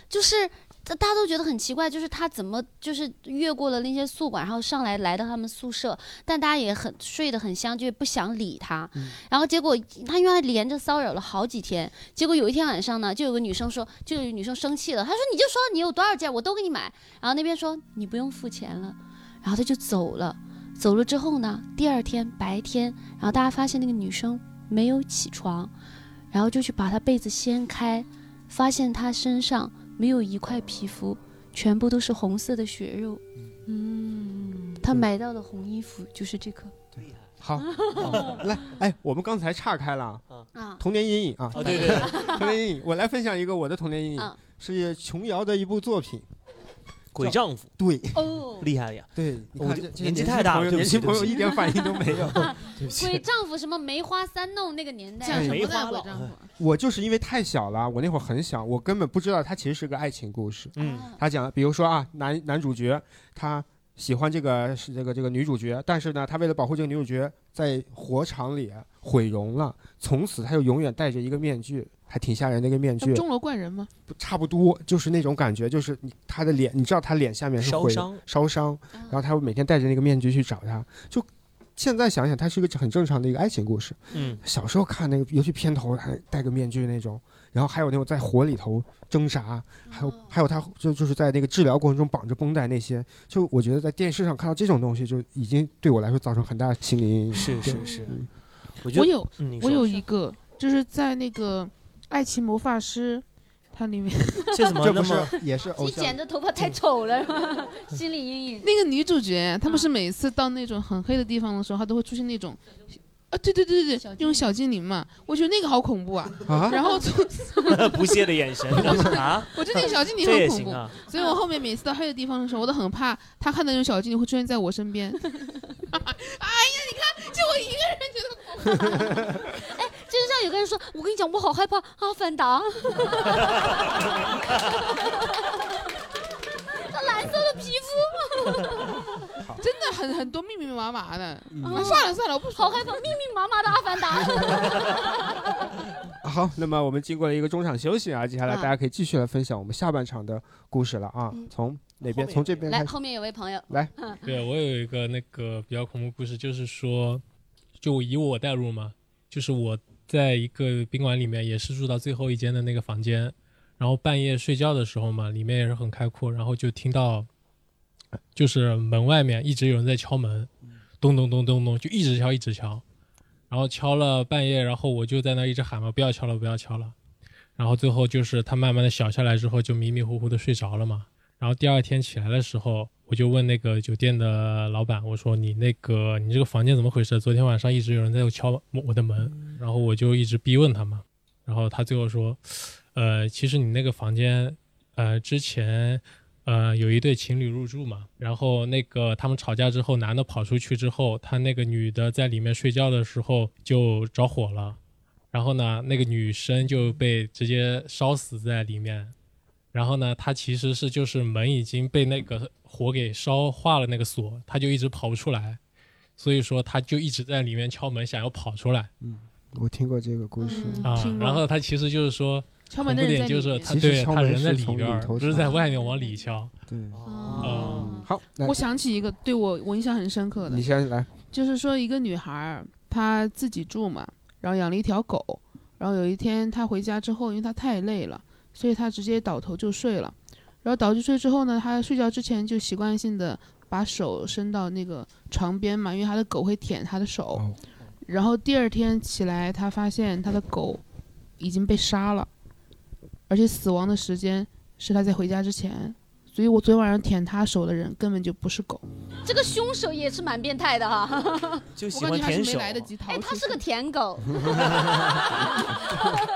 [SPEAKER 8] 就是大大家都觉得很奇怪，就是他怎么就是越过了那些宿管，然后上来来到他们宿舍，但大家也很睡得很香，就也不想理他。然后结果他原来连着骚扰了好几天，结果有一天晚上呢，就有个女生说，就有女生生气了，她说你就说你有多少件，我都给你买。然后那边说你不用付钱了，然后他就走了。走了之后呢，第二天白天，然后大家发现那个女生没有起床，然后就去把她被子掀开，发现她身上没有一块皮肤，全部都是红色的血肉。嗯，她买到的红衣服就是这个。
[SPEAKER 1] 好，好来，哎，我们刚才岔开了
[SPEAKER 8] 啊
[SPEAKER 1] 童年阴影啊，
[SPEAKER 8] 哦对对对
[SPEAKER 1] 童年阴影，我来分享一个我的童年阴影
[SPEAKER 8] 啊，
[SPEAKER 1] 是琼瑶的一部作品，
[SPEAKER 4] 鬼
[SPEAKER 1] 叫
[SPEAKER 4] 丈夫，
[SPEAKER 1] 对，
[SPEAKER 8] 哦
[SPEAKER 4] 厉害了呀！哦
[SPEAKER 1] 对，你
[SPEAKER 4] 我
[SPEAKER 1] 看
[SPEAKER 4] 就
[SPEAKER 1] 这这
[SPEAKER 4] 年纪
[SPEAKER 1] 轻
[SPEAKER 4] 太大
[SPEAKER 1] 朋友
[SPEAKER 4] 了，对不
[SPEAKER 1] 年
[SPEAKER 4] 起
[SPEAKER 1] 轻
[SPEAKER 4] 对不
[SPEAKER 1] 朋友
[SPEAKER 4] 起
[SPEAKER 1] 一点反应都没 有
[SPEAKER 4] 对不起
[SPEAKER 8] 鬼丈夫什么梅花三弄那个年代
[SPEAKER 1] 叫什么梅哎
[SPEAKER 3] 花呢鬼
[SPEAKER 8] 丈夫
[SPEAKER 1] 我就是因为太小了，我那会儿很小，我根本不知道它其实是个爱情故事。
[SPEAKER 4] 嗯，
[SPEAKER 1] 他讲，比如说啊，男男主角他喜欢这个是这个这个女主角，但是呢，他为了保护这个女主角，在火场里毁容了，从此他就永远戴着一个面具，还挺吓人的一个面
[SPEAKER 3] 他不
[SPEAKER 1] 具，
[SPEAKER 3] 钟楼怪人吗？
[SPEAKER 1] 不差不多就是那种感觉，就是你他的脸，你知道他脸下面是
[SPEAKER 4] 烧
[SPEAKER 1] 毁
[SPEAKER 4] 伤
[SPEAKER 1] 烧伤，然后他会每天戴着那个面具去找他，就。现在想想，它是一个很正常的一个爱情故事。
[SPEAKER 4] 嗯
[SPEAKER 1] 小时候看那个，尤其片头还戴个面具那种，然后还有那种在火里头挣扎，还有、还有他就就是在那个治疗过程中绑着绷带那些，就我觉得在电视上看到这种东西，就已经对我来说造成很大的心理阴影。
[SPEAKER 4] 是
[SPEAKER 1] 对嗯
[SPEAKER 4] 是是，我觉
[SPEAKER 3] 我
[SPEAKER 4] 得嗯
[SPEAKER 3] 有，我有一个，就是在那个《爱情魔法师》，它里面
[SPEAKER 4] 这怎么
[SPEAKER 1] 这
[SPEAKER 4] 那
[SPEAKER 1] 不是
[SPEAKER 4] 么
[SPEAKER 1] 也是哦偶
[SPEAKER 8] 你
[SPEAKER 1] 像
[SPEAKER 8] 剪？的头发太丑了， 是吧心理阴影。嗯
[SPEAKER 3] 那个女主角，她不是每次到那种很黑的地方的时候，她都会出现那种。啊，对对对对对，那种小精灵嘛，我觉得那个好恐怖啊。
[SPEAKER 1] 啊
[SPEAKER 3] 然后从
[SPEAKER 4] 不屑的眼神啊！
[SPEAKER 3] 我觉得那个小精灵
[SPEAKER 4] 这
[SPEAKER 3] 很
[SPEAKER 4] 也
[SPEAKER 3] 恐
[SPEAKER 4] 行
[SPEAKER 3] 怖，
[SPEAKER 4] 啊。
[SPEAKER 3] 所以我后面每次到黑的地方的时候，我都很怕她看到那种小精灵会出现在我身边。哎呀，你看，就我一个人觉得恐怖。
[SPEAKER 8] 哎就是像有个人说，我跟你讲，我好害怕啊阿凡达，他蓝色的皮肤，
[SPEAKER 3] 真的很很多密密麻麻的。
[SPEAKER 1] 嗯
[SPEAKER 3] 啊算了算了，我不
[SPEAKER 8] 好害怕，密密麻麻的阿啊凡达。
[SPEAKER 1] 好，那么我们经过了一个中场休息啊，接下来
[SPEAKER 8] 啊
[SPEAKER 1] 大家可以继续来分享我们下半场的故事了啊。从哪边？从这边
[SPEAKER 8] 来，
[SPEAKER 1] 开始。
[SPEAKER 8] 后面有位朋友
[SPEAKER 1] 来
[SPEAKER 8] 嗯
[SPEAKER 14] 对，我有一个那个比较恐怖故事，就是说，就以我代入嘛，就是我在一个宾馆里面，也是住到最后一间的那个房间，然后半夜睡觉的时候嘛，里面也是很开阔，然后就听到，就是门外面一直有人在敲门，咚咚咚咚咚，就一直敲一直敲，然后敲了半夜，然后我就在那一直喊嘛，不要敲了，不要敲了。然后最后就是他慢慢的小下来之后，就迷迷糊糊的睡着了嘛。然后第二天起来的时候，我就问那个酒店的老板，我说你那个你这个房间怎么回事？昨天晚上一直有人在敲我的门，然后我就一直逼问他嘛，然后他最后说，呃，其实你那个房间，呃，之前。呃，有一对情侣入住嘛，然后那个他们吵架之后，男的跑出去之后，他那个女的在里面睡觉的时候就着火了，然后呢，那个女生就被直接烧死在里面，然后呢，她其实是就是门已经被那个火给烧化了那个锁，她就一直跑不出来，所以说她就一直在里面敲门，想要跑出来
[SPEAKER 1] 嗯，我听过这个故事
[SPEAKER 14] 啊。然后她其实就是说，
[SPEAKER 3] 嗯敲
[SPEAKER 14] 恐
[SPEAKER 3] 门
[SPEAKER 14] 怖
[SPEAKER 3] 的
[SPEAKER 14] 点
[SPEAKER 3] 人在
[SPEAKER 14] 就是
[SPEAKER 3] 里面
[SPEAKER 14] 她
[SPEAKER 1] 其实
[SPEAKER 14] 对
[SPEAKER 1] 敲
[SPEAKER 14] 她
[SPEAKER 1] 门
[SPEAKER 14] 人在
[SPEAKER 1] 是
[SPEAKER 14] 里
[SPEAKER 1] 从
[SPEAKER 14] 边
[SPEAKER 1] 里
[SPEAKER 14] 儿，
[SPEAKER 1] 头
[SPEAKER 14] 不是
[SPEAKER 1] 敲
[SPEAKER 14] 在
[SPEAKER 1] 的
[SPEAKER 14] 外面往里敲。
[SPEAKER 1] 对，
[SPEAKER 14] 嗯，
[SPEAKER 1] 好，
[SPEAKER 3] 我想起一个对我我印象很深刻的
[SPEAKER 1] 你，先来，
[SPEAKER 3] 就是说一个女孩儿她自己住嘛，然后养了一条狗，然后有一天她回家之后，因为她太累了，所以她直接倒头就睡了。然后倒头就睡之后呢，她睡觉之前就习惯性的把手伸到那个床边嘛，因为她的狗会舔她的手。然后第二天起来，她发现她的狗已经被杀了，而且死亡的时间是她在回家之前。所以我昨天晚上舔她手的人根本就不是狗。
[SPEAKER 8] 这个凶手也是蛮变态的啊哈，
[SPEAKER 4] 就
[SPEAKER 3] 喜欢我感觉还是没舔手来得及逃
[SPEAKER 8] 哎，他是个舔 狗，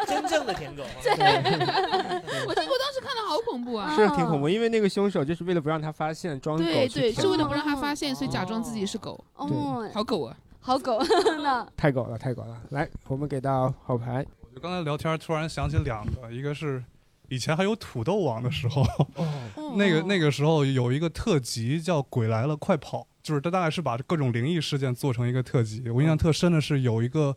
[SPEAKER 4] 真正的舔狗。
[SPEAKER 3] 对， 我当我当时看的好恐怖啊！
[SPEAKER 1] 是挺
[SPEAKER 15] 哦
[SPEAKER 1] 恐怖，因为那个凶手就是为了不让他发现，装狗
[SPEAKER 3] 对
[SPEAKER 1] 去
[SPEAKER 3] 对，
[SPEAKER 1] 舔
[SPEAKER 3] 是为了不让他发现，所以假装自己是狗。
[SPEAKER 8] 哦，
[SPEAKER 3] 好狗啊，
[SPEAKER 8] 好狗 那
[SPEAKER 1] 太狗了，太狗了。来，我们给到好牌，
[SPEAKER 16] 就刚才聊天，突然想起两个，一个是以前还有土豆网的时候， 那个那个时候有一个特辑叫《鬼来了快跑》，就是它大概是把各种灵异事件做成一个特辑。我印象特深的是有一个。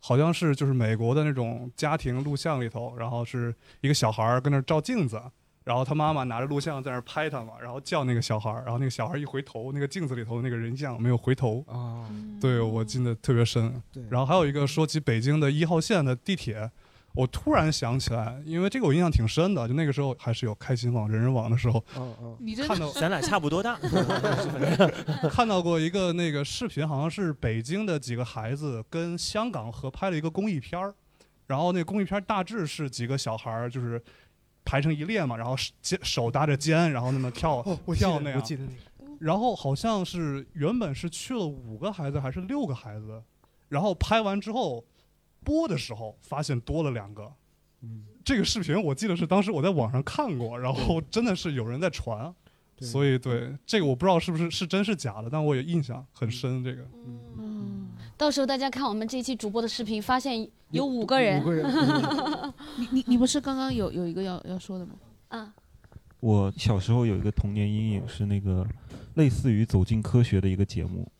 [SPEAKER 16] 好像是就是美国的那种家庭录像里头，然后是一个小孩儿跟那儿照镜子，然后他妈妈拿着录像在那儿拍他嘛，然后叫那个小孩儿，然后那个小孩儿一回头，那个镜子里头那个人像没有回头
[SPEAKER 1] 啊，嗯
[SPEAKER 16] 对我记得特别深
[SPEAKER 1] 对。
[SPEAKER 16] 然后还有一个说起北京的一号线的地铁，我突然想起来，因为这个我印象挺深的，就那个时候还是有开心网、人人网的时候，
[SPEAKER 1] 嗯嗯，
[SPEAKER 3] 你
[SPEAKER 16] 看到
[SPEAKER 4] 咱俩差不多大，
[SPEAKER 16] 看到过一个那个视频，好像是北京的几个孩子跟香港合拍了一个公益片儿，然后那公益片儿大致是几个小孩儿就是排成一列嘛，然后手肩手搭着肩，然后那么跳、
[SPEAKER 4] 哦我记得
[SPEAKER 16] 跳那样，
[SPEAKER 4] 我记 得那
[SPEAKER 16] 然后好像是原本是去了五个孩子还是六个孩子，然后拍完之后播的时候发现多了两个。这个视频我记得是当时我在网上看过，然后真的是有人在传，所以对这个我不知道是不是是真是假的，但我也印象很深。这个
[SPEAKER 8] 到时候大家看我们这期主播的视频，发现有五个人，
[SPEAKER 1] 五个人
[SPEAKER 3] 你 你你不是刚刚有有一个要要说的吗？
[SPEAKER 8] 啊，
[SPEAKER 10] 我小时候有一个童年阴影是那个类似于《走进科学》的一个节目，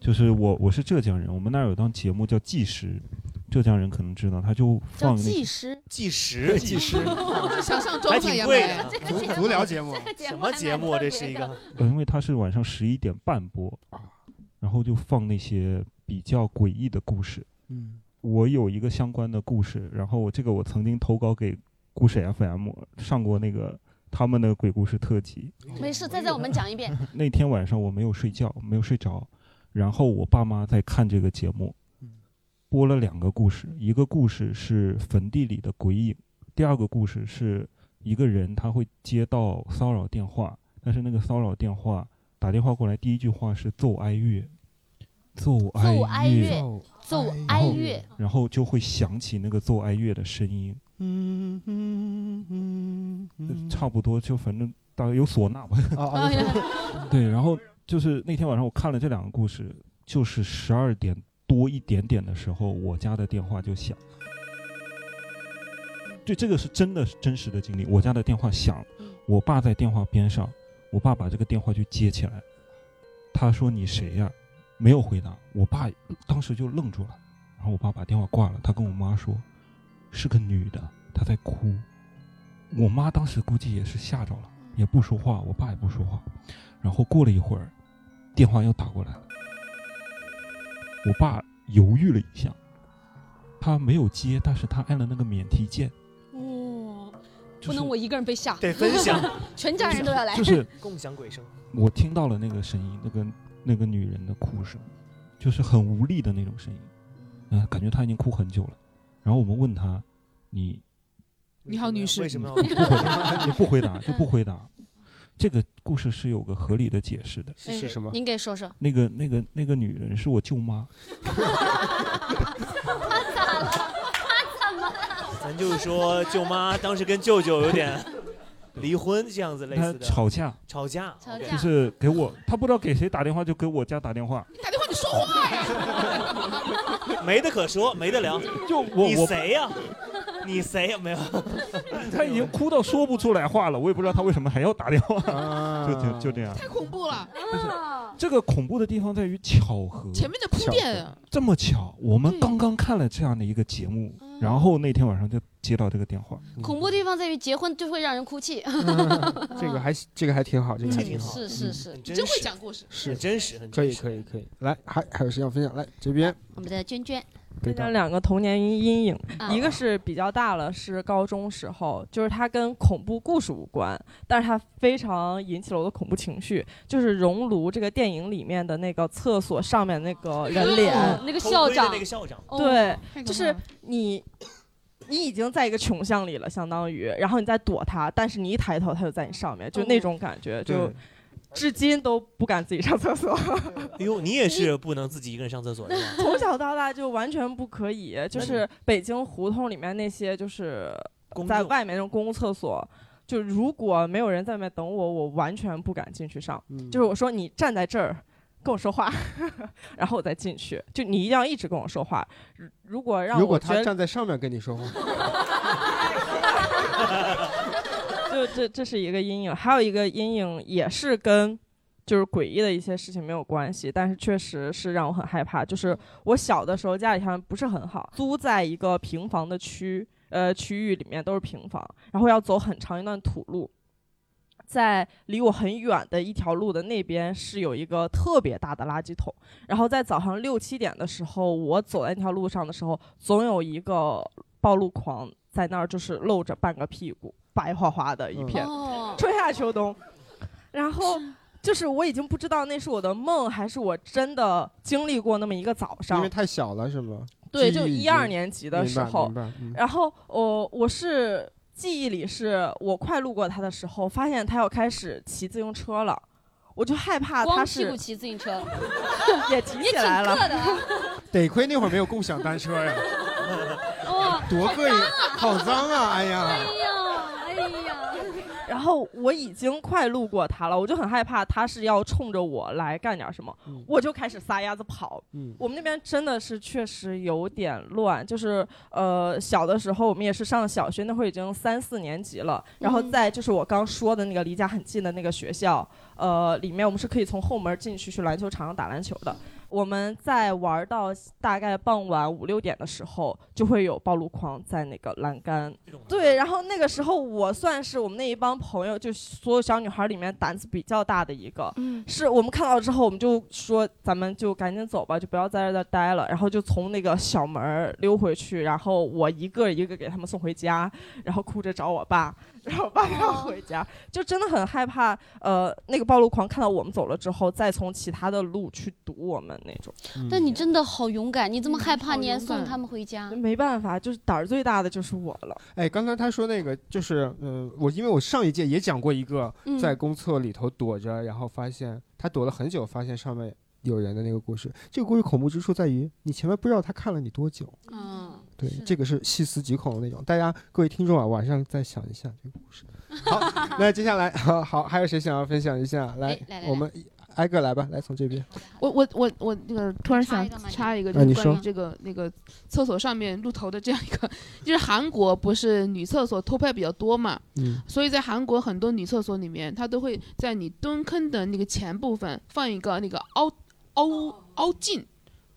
[SPEAKER 10] 就是我我是浙江人，我们那儿有档节目叫纪实，浙江人可能知道，他就
[SPEAKER 8] 叫
[SPEAKER 10] 放那
[SPEAKER 8] 计时，
[SPEAKER 4] 计时
[SPEAKER 10] 计时
[SPEAKER 3] 想上周
[SPEAKER 4] 还
[SPEAKER 3] 末
[SPEAKER 4] 挺
[SPEAKER 3] 呀
[SPEAKER 4] 贵
[SPEAKER 3] 买
[SPEAKER 4] 的
[SPEAKER 3] 这
[SPEAKER 8] 个节目
[SPEAKER 4] 足疗
[SPEAKER 8] 节目这个节目
[SPEAKER 4] 什么节目啊？这是一个
[SPEAKER 10] 呃，因为它是晚上十一点半播，然后就放那些比较诡异的故事。
[SPEAKER 1] 嗯，
[SPEAKER 10] 我有一个相关的故事，然后我这个我曾经投稿给故事 FM 上过那个他们的鬼故事特辑。
[SPEAKER 8] 没事，再在我们讲一遍。
[SPEAKER 10] 那天晚上我没有睡觉，没有睡着，然后我爸妈在看这个节目，
[SPEAKER 1] 嗯
[SPEAKER 10] 播了两个故事，一个故事是坟地里的鬼影，第二个故事是一个人他会接到骚扰电话，但是那个骚扰电话打电话过来，第一句话是奏哀乐，奏
[SPEAKER 8] 奏
[SPEAKER 10] 哀
[SPEAKER 8] 哀
[SPEAKER 10] 乐，
[SPEAKER 8] 乐，奏哀乐，
[SPEAKER 10] 然后就会响起那个奏哀乐的声音，
[SPEAKER 1] 嗯嗯嗯嗯，
[SPEAKER 10] 差不多就反正大概有唢呐吧。
[SPEAKER 2] 啊
[SPEAKER 1] 哦
[SPEAKER 10] 对，然后就是那天晚上我看了这两个故事，就是十二点多一点点的时候，我家的电话就响。对，这个是真的是真实的经历。我家的电话响，我爸在电话边上，我爸把这个电话就接起来，他说：“你谁呀、没有回答。我爸当时就愣住了，然后我爸把电话挂了。他跟我妈说，是个女的，她在哭。我妈当时估计也是吓着了，也不说话，我爸也不说话。然后过了一会儿，电话又打过来了，我爸犹豫了一下，他没有接，但是他按了那个免提键，
[SPEAKER 8] 哦，
[SPEAKER 10] 就是
[SPEAKER 8] 不能我一个人被吓，
[SPEAKER 10] 得分享，
[SPEAKER 8] 全家人都要来，
[SPEAKER 10] 就是
[SPEAKER 4] 共享鬼声。
[SPEAKER 10] 我听到了那个声音，那个那个女人的哭声，就是很无力的那种声音，嗯、感觉她已经哭很久了。然后我们问她，你
[SPEAKER 3] 你好，女士，为什 嗯
[SPEAKER 10] 不回答，你不回答就不回答。这个故事是有个合理的解释的。
[SPEAKER 8] 是是什么您给说说
[SPEAKER 10] 那个那个那个女人是我舅妈，
[SPEAKER 2] 他咋了？他怎么了？
[SPEAKER 4] 咱就是说舅妈当时跟舅舅 有点离婚这样子类
[SPEAKER 10] 她
[SPEAKER 4] 似的
[SPEAKER 10] 吵架，
[SPEAKER 4] 吵架，
[SPEAKER 2] 吵
[SPEAKER 10] 就。是给我，她不知道给谁打电话，就给我家打电话。
[SPEAKER 3] 打电话你说话呀！
[SPEAKER 4] 没得可说，没得聊。
[SPEAKER 10] 就我
[SPEAKER 4] 你
[SPEAKER 10] 我
[SPEAKER 4] 谁呀、你谁呀、没有，
[SPEAKER 10] 她已经哭到说不出来话了，我也不知道她为什么还要打 电话，
[SPEAKER 1] 啊
[SPEAKER 10] 就就就这样。
[SPEAKER 3] 太恐怖了！
[SPEAKER 2] 啊
[SPEAKER 10] 这个恐怖的地方在于巧合，
[SPEAKER 3] 前面的铺垫啊，
[SPEAKER 10] 这么巧，我们刚刚看了这样的一个节目，
[SPEAKER 3] 嗯
[SPEAKER 10] 然后那天晚上就接到这个电话。
[SPEAKER 1] 嗯
[SPEAKER 8] 恐怖的地方在于结婚就会让人哭泣。
[SPEAKER 1] 这个还这个还挺好，这
[SPEAKER 15] 嗯
[SPEAKER 1] 个还挺好，
[SPEAKER 8] 嗯是
[SPEAKER 1] 嗯
[SPEAKER 8] 是
[SPEAKER 3] 嗯
[SPEAKER 8] 是，
[SPEAKER 1] 真
[SPEAKER 8] 真
[SPEAKER 1] 会
[SPEAKER 8] 讲 故事。
[SPEAKER 1] 是
[SPEAKER 4] 真实，很
[SPEAKER 1] 可以可以可以。来，还还有谁要分享？来这边，
[SPEAKER 8] 我们的娟娟，
[SPEAKER 1] 对
[SPEAKER 15] 分享
[SPEAKER 1] 的
[SPEAKER 15] 两个童年阴影，
[SPEAKER 8] 啊
[SPEAKER 15] 一个是比较大了，是高中时候，就是它跟恐怖故事无关，但是它非常引起了我的恐怖情绪，就是《熔炉》这个电影里面的那个厕所上面那个人脸，
[SPEAKER 8] 哦
[SPEAKER 2] 那个校长，
[SPEAKER 4] 那个校长
[SPEAKER 15] 对，就是你。你已经在一个穷巷里了，相当于，然后你再躲他，但是你一抬头，他就在你上面，就
[SPEAKER 8] 哦
[SPEAKER 15] 那种感觉，就
[SPEAKER 4] 对
[SPEAKER 15] 至今都不敢自己上 厕所。
[SPEAKER 4] 哎呦，你也是不能自己一个人上厕所是 吧？
[SPEAKER 15] 从小到大就完全不可以，就是北京胡同里面那些就是在外面那种公共厕所，就如果没有人在外面等我，我完全不敢进去上。
[SPEAKER 1] 嗯
[SPEAKER 15] 就是我说你站在这儿跟我说话， 然后我再进去，就你一定要一直跟我说话。如如果让
[SPEAKER 1] 如果
[SPEAKER 15] 我觉
[SPEAKER 1] 他
[SPEAKER 15] 得
[SPEAKER 1] 站在上面跟你说话，
[SPEAKER 15] 就这这是一个阴影，还有一个阴影也是跟就是诡异的一些事情没有关系，但是确实是让我很害怕。就是我小的时候家里条件不是很好，租在一个平房的区呃区域里面都是平房，然后要走很长一段土路。在离我很远的一条路的那边是有一个特别大的垃圾桶，然后在早上六七点的时候，我走在那条路上的时候，总有一个暴露狂在那儿，就是露着半个屁股，白花花的一
[SPEAKER 1] 嗯
[SPEAKER 15] 片，
[SPEAKER 2] 哦
[SPEAKER 15] 春夏秋冬，然后。就是我已经不知道那是我的梦，还是我真的经历过那么一个早上。
[SPEAKER 1] 因为太小了是吗？记
[SPEAKER 15] 对，
[SPEAKER 1] 忆
[SPEAKER 15] 就
[SPEAKER 1] 已
[SPEAKER 15] 一
[SPEAKER 1] 经
[SPEAKER 15] 二年级的时候
[SPEAKER 1] 明白明白，嗯
[SPEAKER 15] 然后我、我是记忆里是我快路过他的时候，发现他要开始骑自行车了，我就害怕啊他
[SPEAKER 8] 光
[SPEAKER 15] 是
[SPEAKER 8] 屁股骑自行车，
[SPEAKER 15] 也提起来了
[SPEAKER 8] 也挺硌的 啊
[SPEAKER 1] 得亏那会儿没有共享单车呀，
[SPEAKER 2] 哦，
[SPEAKER 1] 多膈应，好脏啊！
[SPEAKER 2] 哎
[SPEAKER 1] 哎呀，
[SPEAKER 2] 呀，哎呀，
[SPEAKER 15] 然后我已经快路过他了，我就很害怕他是要冲着我来干点什么，我就开始撒丫子跑。
[SPEAKER 1] 嗯
[SPEAKER 15] 我们那边真的是确实有点乱，就是呃小的时候我们也是上小学，那会儿已经三四年级了，然后
[SPEAKER 17] 嗯
[SPEAKER 15] 在就是我刚说的那个离家很近的那个学校，呃里面我们是可以从后门进去去篮球场上打篮球的。我们在玩到大概傍晚五六点的时候，就会有暴露狂在那个栏杆。对，然后那个时候我算是我们那一帮朋友，就所有小女孩里面胆子比较大的一个。
[SPEAKER 17] 嗯
[SPEAKER 15] 是我们看到之后，我们就说咱们就赶紧走吧，就不要在这儿待了。然后就从那个小门儿溜回去，然后我一个一个给他们送回家，然后哭着找我爸，然后我爸要回家，就真的很害怕。呃，那个暴露狂看到我们走了之后，再从其他的路去堵我们那种。
[SPEAKER 1] 嗯
[SPEAKER 8] 但你真的好勇敢，你这么害怕，
[SPEAKER 15] 嗯好
[SPEAKER 8] 你还
[SPEAKER 15] 勇
[SPEAKER 8] 送
[SPEAKER 15] 敢
[SPEAKER 8] 他们回家。
[SPEAKER 15] 没办法，就是胆儿最大的就是我了。
[SPEAKER 1] 哎，刚才他说那个就是，嗯、我因为我上一届也讲过一个
[SPEAKER 15] 嗯
[SPEAKER 1] 在公厕里头躲着，然后发现他躲了很久，发现上面有人的那个故事。这个故事恐怖之处在于，你前面不知道他看了你多久。
[SPEAKER 8] 嗯，
[SPEAKER 1] 对，这个是细思极恐的那种。大家各位听众啊，晚上再想一下这个故事。好，那接下来好好，还有谁想要分享一下？来，
[SPEAKER 3] 来来
[SPEAKER 1] 我们一挨个来吧，来从这边。
[SPEAKER 3] 我我我我那个突然想插一个，就
[SPEAKER 1] 啊你
[SPEAKER 3] 是关于
[SPEAKER 1] 说
[SPEAKER 3] 这个那个厕所上面露头的这样一个， 就是韩国不是女厕所偷拍比较多嘛，
[SPEAKER 1] 嗯
[SPEAKER 3] 所以在韩国很多女厕所里面，它都会在你蹲坑的那个前部分放一个那个凹凹凹镜。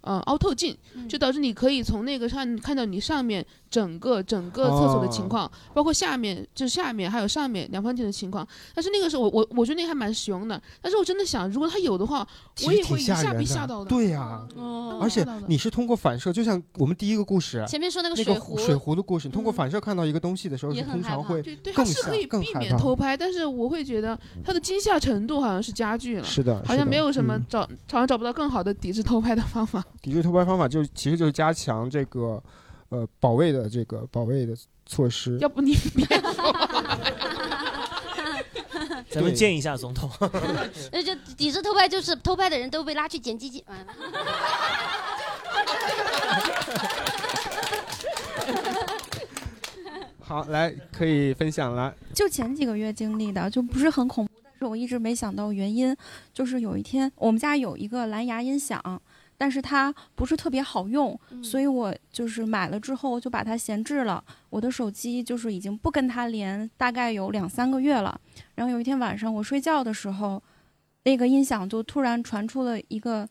[SPEAKER 3] 嗯，凹透镜就导致你可以从那个上看到你上面整个整个厕所的情况，包括下面就是下面还有上面两方镜的情况。但是那个时候我我我觉得那个还蛮凶的，但是我真的想，如果他有的话，
[SPEAKER 1] 其
[SPEAKER 3] 我
[SPEAKER 1] 实
[SPEAKER 3] 也
[SPEAKER 1] 挺
[SPEAKER 3] 会一
[SPEAKER 1] 吓
[SPEAKER 3] 下
[SPEAKER 1] 人
[SPEAKER 3] 被吓到的。
[SPEAKER 1] 对呀、
[SPEAKER 3] 哦
[SPEAKER 1] 而且你是通过反射，就像我们第一个故事
[SPEAKER 8] 前面说那
[SPEAKER 1] 那
[SPEAKER 8] 个
[SPEAKER 1] 个
[SPEAKER 8] 水
[SPEAKER 1] 湖
[SPEAKER 8] 壶
[SPEAKER 1] 水壶的故事，通过反射看到一个东西的时候，
[SPEAKER 8] 也
[SPEAKER 1] 是
[SPEAKER 8] 很
[SPEAKER 1] 通
[SPEAKER 8] 害
[SPEAKER 1] 常
[SPEAKER 8] 怕
[SPEAKER 1] 会
[SPEAKER 8] 对
[SPEAKER 3] 对，
[SPEAKER 1] 更
[SPEAKER 3] 还是
[SPEAKER 1] 吓
[SPEAKER 3] 可以
[SPEAKER 1] 更
[SPEAKER 3] 避
[SPEAKER 1] 害
[SPEAKER 3] 免
[SPEAKER 1] 怕
[SPEAKER 3] 偷拍，但是我会觉得它的惊吓程度好像是加剧了，
[SPEAKER 1] 是的
[SPEAKER 3] 好像
[SPEAKER 1] 是的
[SPEAKER 3] 没有什么
[SPEAKER 1] 嗯
[SPEAKER 3] 找，好像找不到更好的抵制偷拍的方法。
[SPEAKER 1] 抵制偷拍方法就其实就是加强这个呃保卫的这个保卫的措施。
[SPEAKER 3] 要不你别说，
[SPEAKER 4] 咱们见一下总 统。
[SPEAKER 8] 那就抵制偷拍，就是偷拍的人都被拉去捡鸡鸡。完了
[SPEAKER 1] 好，来可以分享了。
[SPEAKER 7] 就前几个月经历的，就不是很恐怖，但是我一直没想到原因。就是有一天，我们家有一个蓝牙音响，但是它不是特别好用，
[SPEAKER 15] 嗯
[SPEAKER 7] 所以我就是买了之后就把它闲置了。我的手机就是已经不跟它连，大概有两三个月了。然后有一天晚上我睡觉的时候，那个音响就突然传出了一个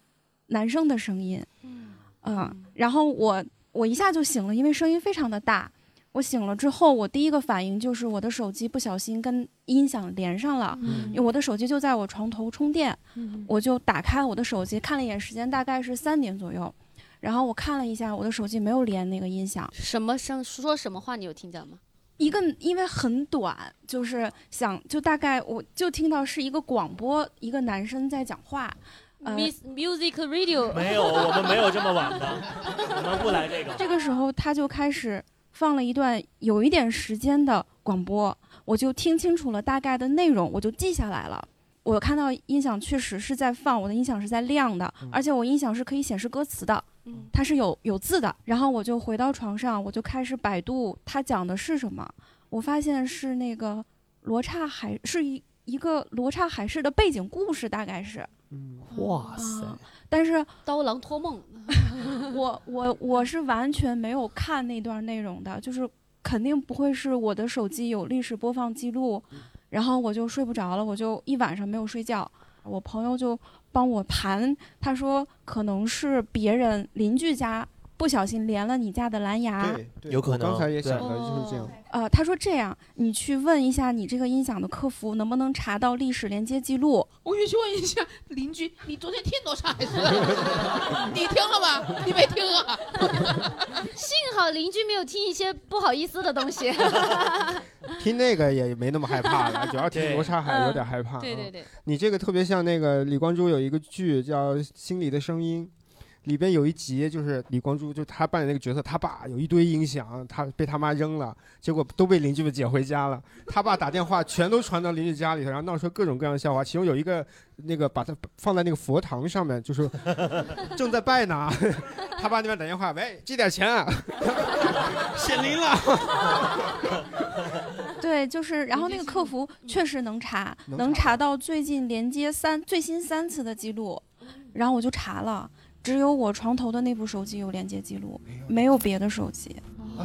[SPEAKER 7] 男生的声音，嗯、然后我我一下就醒了，因为声音非常的大。我醒了之后，我第一个反应就是我的手机不小心跟音响连上了，
[SPEAKER 5] 嗯
[SPEAKER 7] 因为我的手机就在我床头充电，
[SPEAKER 5] 嗯
[SPEAKER 7] 我就打开我的手机看了一眼时间，大概是三点左右，然后我看了一下我的手机没有连那个音响，
[SPEAKER 8] 什么声说什么话，你有听见吗？
[SPEAKER 7] 一个因为很短，就是想就大概我就听到是一个广播，一个男生在讲话。呃
[SPEAKER 8] Miss Music Radio
[SPEAKER 4] 没 有，我们没有这么晚的，我们不来这个。
[SPEAKER 7] 这个时候他就开始放了一段有一点时间的广播，我就听清楚了大概的内容，我就记下来了。我看到音响确实是在放，我的音响是在亮的，而且我音响是可以显示歌词的，它是有有字的。然后我就回到床上，我就开始百度它讲的是什么。我发现是那个罗刹海，是一一个罗刹海市的背景故事，大概是。
[SPEAKER 4] 哇塞！
[SPEAKER 7] 嗯但是
[SPEAKER 8] 刀郎托梦，
[SPEAKER 7] 我我我是完全没有看那段内容的，就是肯定不会是我的手机有历史播放记录，
[SPEAKER 4] 嗯
[SPEAKER 7] 然后我就睡不着了，我就一晚上没有睡觉。我朋友就帮我盘，他说可能是别人邻居家不小心连了你家的蓝
[SPEAKER 2] 啊
[SPEAKER 7] 牙，
[SPEAKER 1] 对
[SPEAKER 4] 有可
[SPEAKER 1] 我刚
[SPEAKER 4] 能
[SPEAKER 1] 才也
[SPEAKER 4] 对
[SPEAKER 1] 想的就是
[SPEAKER 2] 哦
[SPEAKER 1] 这样。
[SPEAKER 7] 呃，他说这样，你去问一下你这个音响的客服能不能查到历史连接记录。
[SPEAKER 3] 我也去问一下邻居，你昨天听多少海 市了？你听了吗？你没听啊？
[SPEAKER 8] 幸好邻居没有听一些不好意思的东西。
[SPEAKER 1] 听那个也没那么害怕了，主要听罗刹海有点害怕。
[SPEAKER 8] 对对
[SPEAKER 1] 嗯
[SPEAKER 8] 对，
[SPEAKER 1] 你这个特别像那个李光洙有一个剧叫《心里的声音》，里边有一集就是李光洙就他扮演那个角色，他爸有一堆音响，他被他妈扔了，结果都被邻居们捡回家了。他爸打电话全都传到邻居家里头，然后闹出各种各样的笑话。其中有一个那个把他放在那个佛堂上面，就是 正在拜呢，他爸那边打电话，喂，这点钱啊， 显灵了。
[SPEAKER 7] 对，就是，然后那个客服确实能查，
[SPEAKER 1] 能
[SPEAKER 7] 能查到最近连接三最新三次的记录，然后我就查了，只有我床头的那部手机有连接啊记录，没有别的手机。
[SPEAKER 1] 哎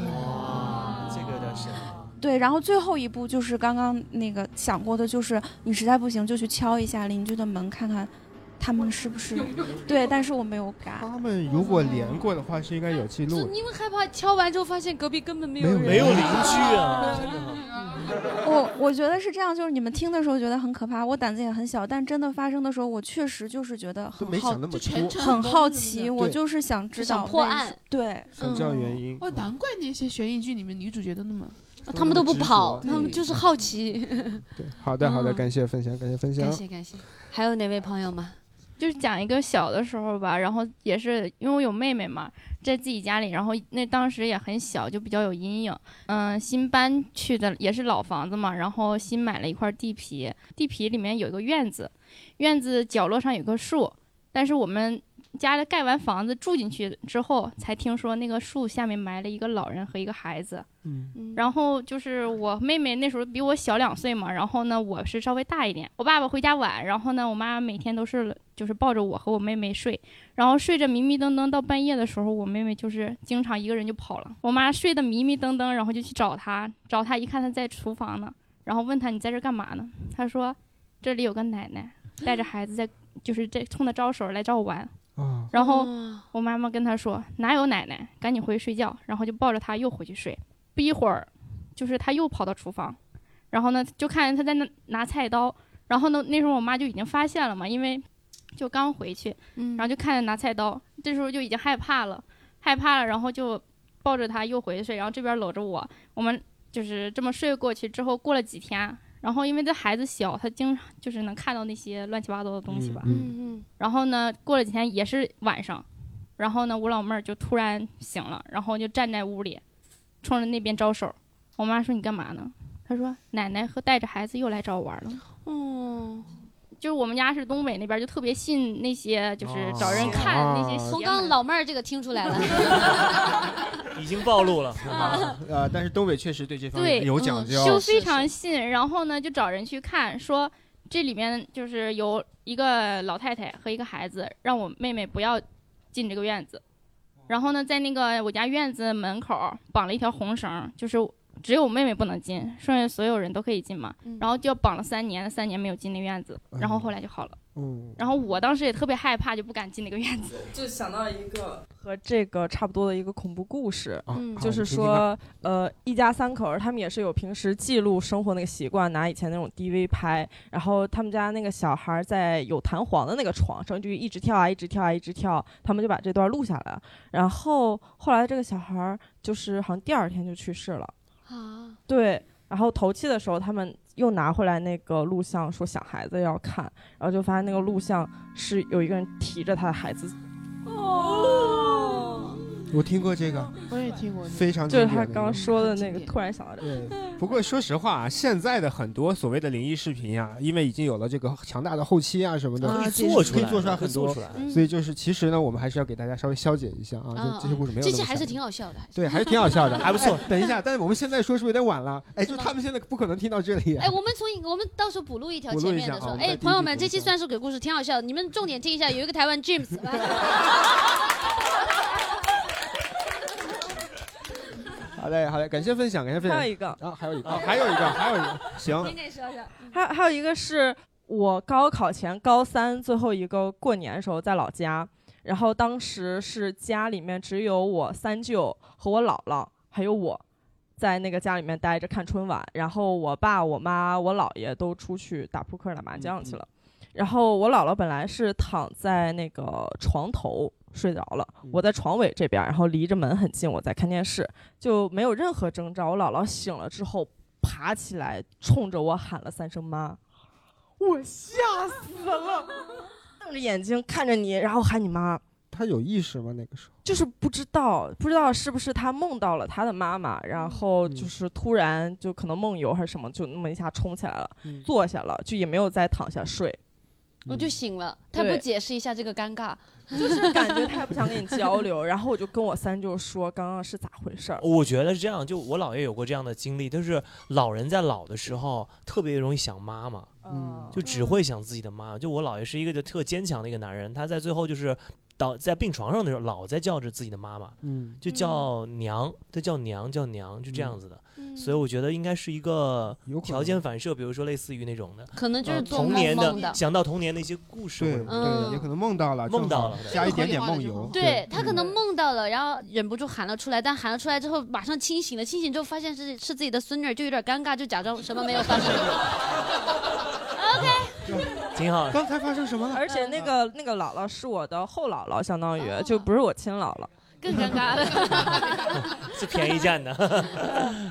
[SPEAKER 4] 这个有点神。
[SPEAKER 2] 啊
[SPEAKER 7] 对，然后最后一步就是刚刚那个想过的，就是你实在不行就去敲一下邻居的门，看看他们是不是对，但是我没有敢。
[SPEAKER 1] 他们如果连过的话，是应该有记录的。
[SPEAKER 2] 因为害怕敲完之后发现隔壁根本没
[SPEAKER 1] 没有
[SPEAKER 2] 人，
[SPEAKER 1] 没有邻居啊
[SPEAKER 2] 真的。
[SPEAKER 7] 我我觉得是这样，就是你们听的时候觉得很可怕，我胆子也很小，但真的发生的时候，我确实就是觉得很
[SPEAKER 1] 没
[SPEAKER 7] 好，
[SPEAKER 1] 想那么就全多程
[SPEAKER 7] 很
[SPEAKER 1] 都
[SPEAKER 7] 好
[SPEAKER 1] 是
[SPEAKER 7] 奇，
[SPEAKER 1] 这样
[SPEAKER 7] 我
[SPEAKER 1] 对
[SPEAKER 7] 就是想知道
[SPEAKER 8] 想破
[SPEAKER 7] 为
[SPEAKER 8] 案
[SPEAKER 7] 什对，
[SPEAKER 1] 想知道原因
[SPEAKER 3] 哦，难怪那些悬疑剧里面女主角都那么，
[SPEAKER 8] 啊他们都不跑，他们就是好
[SPEAKER 3] 奇。
[SPEAKER 8] 奇。
[SPEAKER 1] 好的，好的，
[SPEAKER 8] 啊
[SPEAKER 1] 感谢分享，嗯感谢分享。
[SPEAKER 8] 感谢。还有哪位朋友吗？
[SPEAKER 17] 就是讲一个小的时候吧，然后也是因为我有妹妹嘛，在自己家里，然后那当时也很小，就比较有阴影。嗯，新搬去的也是老房子嘛，然后新买了一块地皮，地皮里面有一个院子，院子角落上有棵树，但是我们家里盖完房子住进去之后，才听说那个树下面埋了一个老人和一个孩子。
[SPEAKER 2] 嗯
[SPEAKER 17] 然后就是我妹妹那时候比我小两岁嘛，然后呢我是稍微大一点，我爸爸回家晚，然后呢我妈每天都是就是抱着我和我妹妹睡，然后睡着迷迷瞪瞪到半夜的时候，我妹妹就是经常一个人就跑了，我妈睡得迷迷瞪瞪，然后就去找她，找她一看她在厨房呢，然后问她你在这儿干嘛呢？她说这里有个奶奶带着孩子在就是这冲她招手来找我玩，然后我妈妈跟她说：“哪有奶奶，赶紧回去睡觉。”然后就抱着她又回去睡。不一会儿，就是她又跑到厨房，然后呢就看见她在那拿菜刀。然后呢，那时候我妈就已经发现了嘛，因为就刚回去，
[SPEAKER 8] 嗯
[SPEAKER 17] 然后就看见拿菜刀，这时候就已经害怕了，害怕了，然后就抱着她又回去睡，然后这边搂着我，我们就是这么睡过去。之后过了几天，啊然后因为这孩子小，他经常就是能看到那些乱七八糟的东西吧，
[SPEAKER 8] 嗯
[SPEAKER 17] 然后呢，过了几天也是晚上，然后呢，我老妹儿就突然醒了，然后就站在屋里，冲着那边招手。我妈说：“你干嘛呢？”她说：“奶奶和带着孩子又来找我玩了。”
[SPEAKER 8] 嗯
[SPEAKER 11] 就是我们家是东北那边，就特别信那些，就是找人
[SPEAKER 8] 哦
[SPEAKER 11] 看那些
[SPEAKER 1] 啊
[SPEAKER 11] 邪
[SPEAKER 8] 从
[SPEAKER 11] 门。
[SPEAKER 8] 刚刚老妹儿这个听出来了，
[SPEAKER 4] 已经暴 露了。
[SPEAKER 1] 呃，但是东北确实对这嗯方
[SPEAKER 11] 对
[SPEAKER 1] 面有讲究，
[SPEAKER 11] 就非常信。然后呢，就找人去看，说这里面就是有一个老太太和一个孩子，让我妹妹不要进这个院子。然后呢，在那个我家院子门口绑了一条红绳，就是只有我妹妹不能进，剩下所有人都可以进嘛。然后就绑了三年，三年没有进那院子，
[SPEAKER 1] 哎
[SPEAKER 11] 然后后来就好了。
[SPEAKER 1] 嗯，
[SPEAKER 11] 然后我当时也特别害怕，就不敢进那个院子。
[SPEAKER 15] 就想到一个和这个差不多的一个恐怖故事，
[SPEAKER 11] 啊嗯
[SPEAKER 15] 就是
[SPEAKER 11] 好
[SPEAKER 15] 说，呃，一家三口儿，他们也是有平时记录生活那个习惯，拿以前那种 DV 拍，然后他们家那个小孩儿在有弹簧的那个床上就一直跳啊，一直跳啊，一直跳，他们就把这段录下来了。然后后来这个小孩儿就是好像第二天就去世了。
[SPEAKER 8] 啊，
[SPEAKER 15] 对，然后头七的时候，他们又拿回来那个录像，说想孩子要看，然后就发现那个录像是有一个人提着他的孩子，
[SPEAKER 4] 嗯
[SPEAKER 1] 我听过这个，
[SPEAKER 3] 我也听过
[SPEAKER 1] 非常
[SPEAKER 15] 就是
[SPEAKER 1] 经
[SPEAKER 15] 他
[SPEAKER 1] 典的那
[SPEAKER 15] 刚刚
[SPEAKER 1] 个
[SPEAKER 15] 说的那个，突然想到这
[SPEAKER 1] 个，不过说实话啊，现在的很多所谓的灵异视频啊，因为已经有了这个强大的后期啊什么的，
[SPEAKER 3] 啊
[SPEAKER 1] 可以
[SPEAKER 3] 这是
[SPEAKER 1] 可以做出来
[SPEAKER 4] 可以
[SPEAKER 1] 很
[SPEAKER 4] 做
[SPEAKER 1] 多
[SPEAKER 4] 出来，
[SPEAKER 8] 嗯
[SPEAKER 1] 所以就是其实呢，我们还是要给大家稍微消解一下啊，
[SPEAKER 8] 啊
[SPEAKER 1] 就这些故事没有
[SPEAKER 8] 这
[SPEAKER 1] 那么
[SPEAKER 8] 期还是
[SPEAKER 1] 吓人
[SPEAKER 8] 挺好笑的，
[SPEAKER 1] 对，还是挺好 笑 的，
[SPEAKER 4] 还不错
[SPEAKER 1] 哎等一下，但是我们现在说是不是有点晚了？哎，就他们现在不可能听到这里。
[SPEAKER 8] 哎，我们从我们到时候补录一条
[SPEAKER 1] 补录
[SPEAKER 8] 前
[SPEAKER 1] 一
[SPEAKER 8] 面
[SPEAKER 1] 下
[SPEAKER 8] 的
[SPEAKER 1] 啊
[SPEAKER 8] 说
[SPEAKER 1] 我，们再
[SPEAKER 8] 哎，
[SPEAKER 1] 继
[SPEAKER 8] 朋友
[SPEAKER 1] 续
[SPEAKER 8] 们，
[SPEAKER 1] 补
[SPEAKER 8] 这
[SPEAKER 1] 一
[SPEAKER 8] 期
[SPEAKER 1] 下
[SPEAKER 8] 算术鬼故事挺好笑的，你们重点听一下，有一个台湾 James，
[SPEAKER 1] 好嘞，好嘞，感谢分享，感谢分享。
[SPEAKER 15] 还有一个
[SPEAKER 1] 啊，还有一个，啊还有一个，还有一个，行，
[SPEAKER 8] 得说说，
[SPEAKER 15] 还还有一个是我高考前高三最后一个过年的时候在老家，然后当时是家里面只有我三舅和我姥姥还有我。在那个家里面待着看春晚，然后我爸、我妈、我姥爷都出去打扑克、打麻将去了。然后我姥姥本来是躺在那个床头睡着了，我在床尾这边，然后离着门很近，我在看电视，就没有任何征兆。我姥姥醒了之后爬起来，冲着我喊了三声“妈我吓
[SPEAKER 4] 嗯
[SPEAKER 15] 死了，”，瞪着眼睛看着你，然后喊你妈。
[SPEAKER 1] 他有意识吗？那个时候？
[SPEAKER 15] 就是不知道，不知道是不是他梦到了他的妈妈，
[SPEAKER 8] 嗯
[SPEAKER 15] 然后
[SPEAKER 1] 嗯
[SPEAKER 15] 就是突然就可能梦游还是什么，就那么一下冲起来了，
[SPEAKER 1] 嗯
[SPEAKER 15] 坐下了，就也没有再躺下睡，
[SPEAKER 8] 嗯我就醒了。他不
[SPEAKER 15] 对
[SPEAKER 8] 解释一下这个尴尬，
[SPEAKER 15] 就是感觉他也不想跟你交流。然后我就跟我三舅说刚刚是咋回 事儿，
[SPEAKER 4] 我觉得是这样，就我姥爷有过这样的经历，就是老人在老的时候特别容易想妈妈，
[SPEAKER 15] 嗯，
[SPEAKER 4] 就只会想自己的妈妈。就我姥爷是一个就特坚强的一个男人，他在最后就是倒在病床上的时候，老在叫着自己的妈妈，
[SPEAKER 1] 嗯
[SPEAKER 4] 就叫娘，就叫娘，叫娘，就这样子的。所以我觉得应该是一个条件反射，比如说类似于那种的，
[SPEAKER 8] 可能就是
[SPEAKER 4] 呃
[SPEAKER 8] 做
[SPEAKER 4] 童年
[SPEAKER 8] 梦的
[SPEAKER 4] 想到童年的一些故事或
[SPEAKER 1] 对
[SPEAKER 4] 者什么的，
[SPEAKER 1] 对，也可能梦到了，
[SPEAKER 4] 梦到了
[SPEAKER 1] 正好加一点点梦游。
[SPEAKER 8] 对他可能梦到了，然后忍不住喊了出来，但喊了出来之后马上清醒了，清醒之后发现是是自己的孙女儿，就有点尴尬，就假装什么没有发生。
[SPEAKER 4] 挺好的。
[SPEAKER 1] 刚才发生什么了？
[SPEAKER 15] 而且那个那个姥姥是我的后姥姥，相当于
[SPEAKER 8] 啊
[SPEAKER 15] 就不是我亲姥姥，
[SPEAKER 8] 更尴尬了。
[SPEAKER 4] 是便宜占的。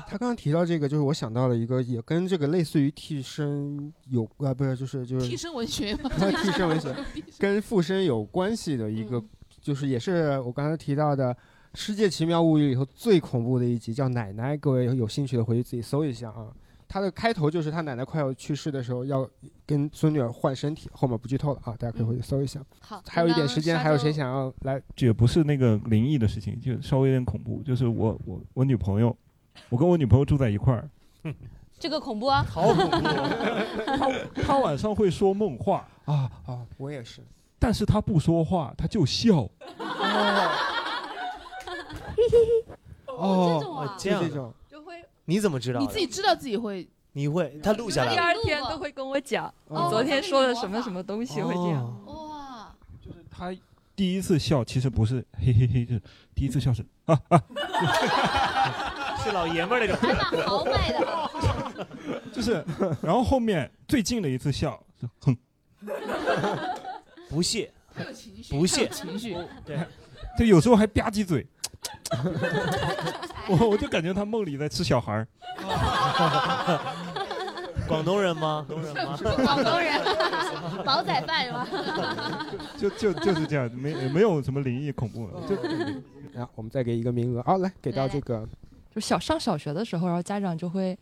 [SPEAKER 1] 他刚刚提到这个，就是我想到了一个，也跟这个类似于替身有啊，不是，就是就是？
[SPEAKER 3] 替身文学吗
[SPEAKER 1] 替身 文学跟附身有关系的一个，就是也是我刚才提到的《世界奇妙物语》里头最恐怖的一集，叫奶奶。各位有有兴趣的回去自己搜一下啊。它的开头就是他奶奶快要去世的时候，要跟孙女儿换身体，后面不剧透了啊，大家可以回去搜一下。
[SPEAKER 8] 好
[SPEAKER 1] 还有一点
[SPEAKER 10] 那
[SPEAKER 1] 时间，
[SPEAKER 10] 下
[SPEAKER 1] 还有
[SPEAKER 10] 周
[SPEAKER 1] 谁想要来？
[SPEAKER 10] 这也不是那个灵异的事情，就稍微有点恐怖。就是我我我女朋友，我跟我女朋友住在一块 儿，
[SPEAKER 8] 这个恐怖啊！
[SPEAKER 4] 好恐 怖！
[SPEAKER 10] 她晚上会说梦话
[SPEAKER 1] 啊啊，我也是。
[SPEAKER 10] 但是她不说话，她就笑。
[SPEAKER 1] 哦，
[SPEAKER 4] 哦
[SPEAKER 1] 就
[SPEAKER 4] 这样
[SPEAKER 1] 这
[SPEAKER 4] 的
[SPEAKER 1] 种，
[SPEAKER 4] 你怎么知道的？
[SPEAKER 3] 你自己知道自己会
[SPEAKER 4] 你会他录下来
[SPEAKER 18] 第
[SPEAKER 4] 了。
[SPEAKER 18] 二天都会跟我讲，你
[SPEAKER 3] 啊哦
[SPEAKER 18] 昨天说的什么什么东
[SPEAKER 1] 哦
[SPEAKER 18] 西会这样。
[SPEAKER 10] 她第一次笑其实不是嘿嘿嘿，就是第一次笑是啊啊，
[SPEAKER 4] 是老爷们儿那种，
[SPEAKER 8] 豪迈的，
[SPEAKER 10] 就是，然后后面最近的一次笑是哼，
[SPEAKER 4] 不屑，
[SPEAKER 10] 不屑
[SPEAKER 3] 情绪，
[SPEAKER 4] 对，
[SPEAKER 10] 就有时候还吧 唧嘴，我我就感觉她梦里在吃小孩儿。
[SPEAKER 4] 广东人吗？广 东人吗？
[SPEAKER 8] 广东人，煲仔饭是吧？
[SPEAKER 10] 就就就是这样，没没有什么灵异恐怖的，就
[SPEAKER 1] 然后我们再给一个名额，好，嗯来给到这个，
[SPEAKER 18] 就小上小学的时候，然后家长就会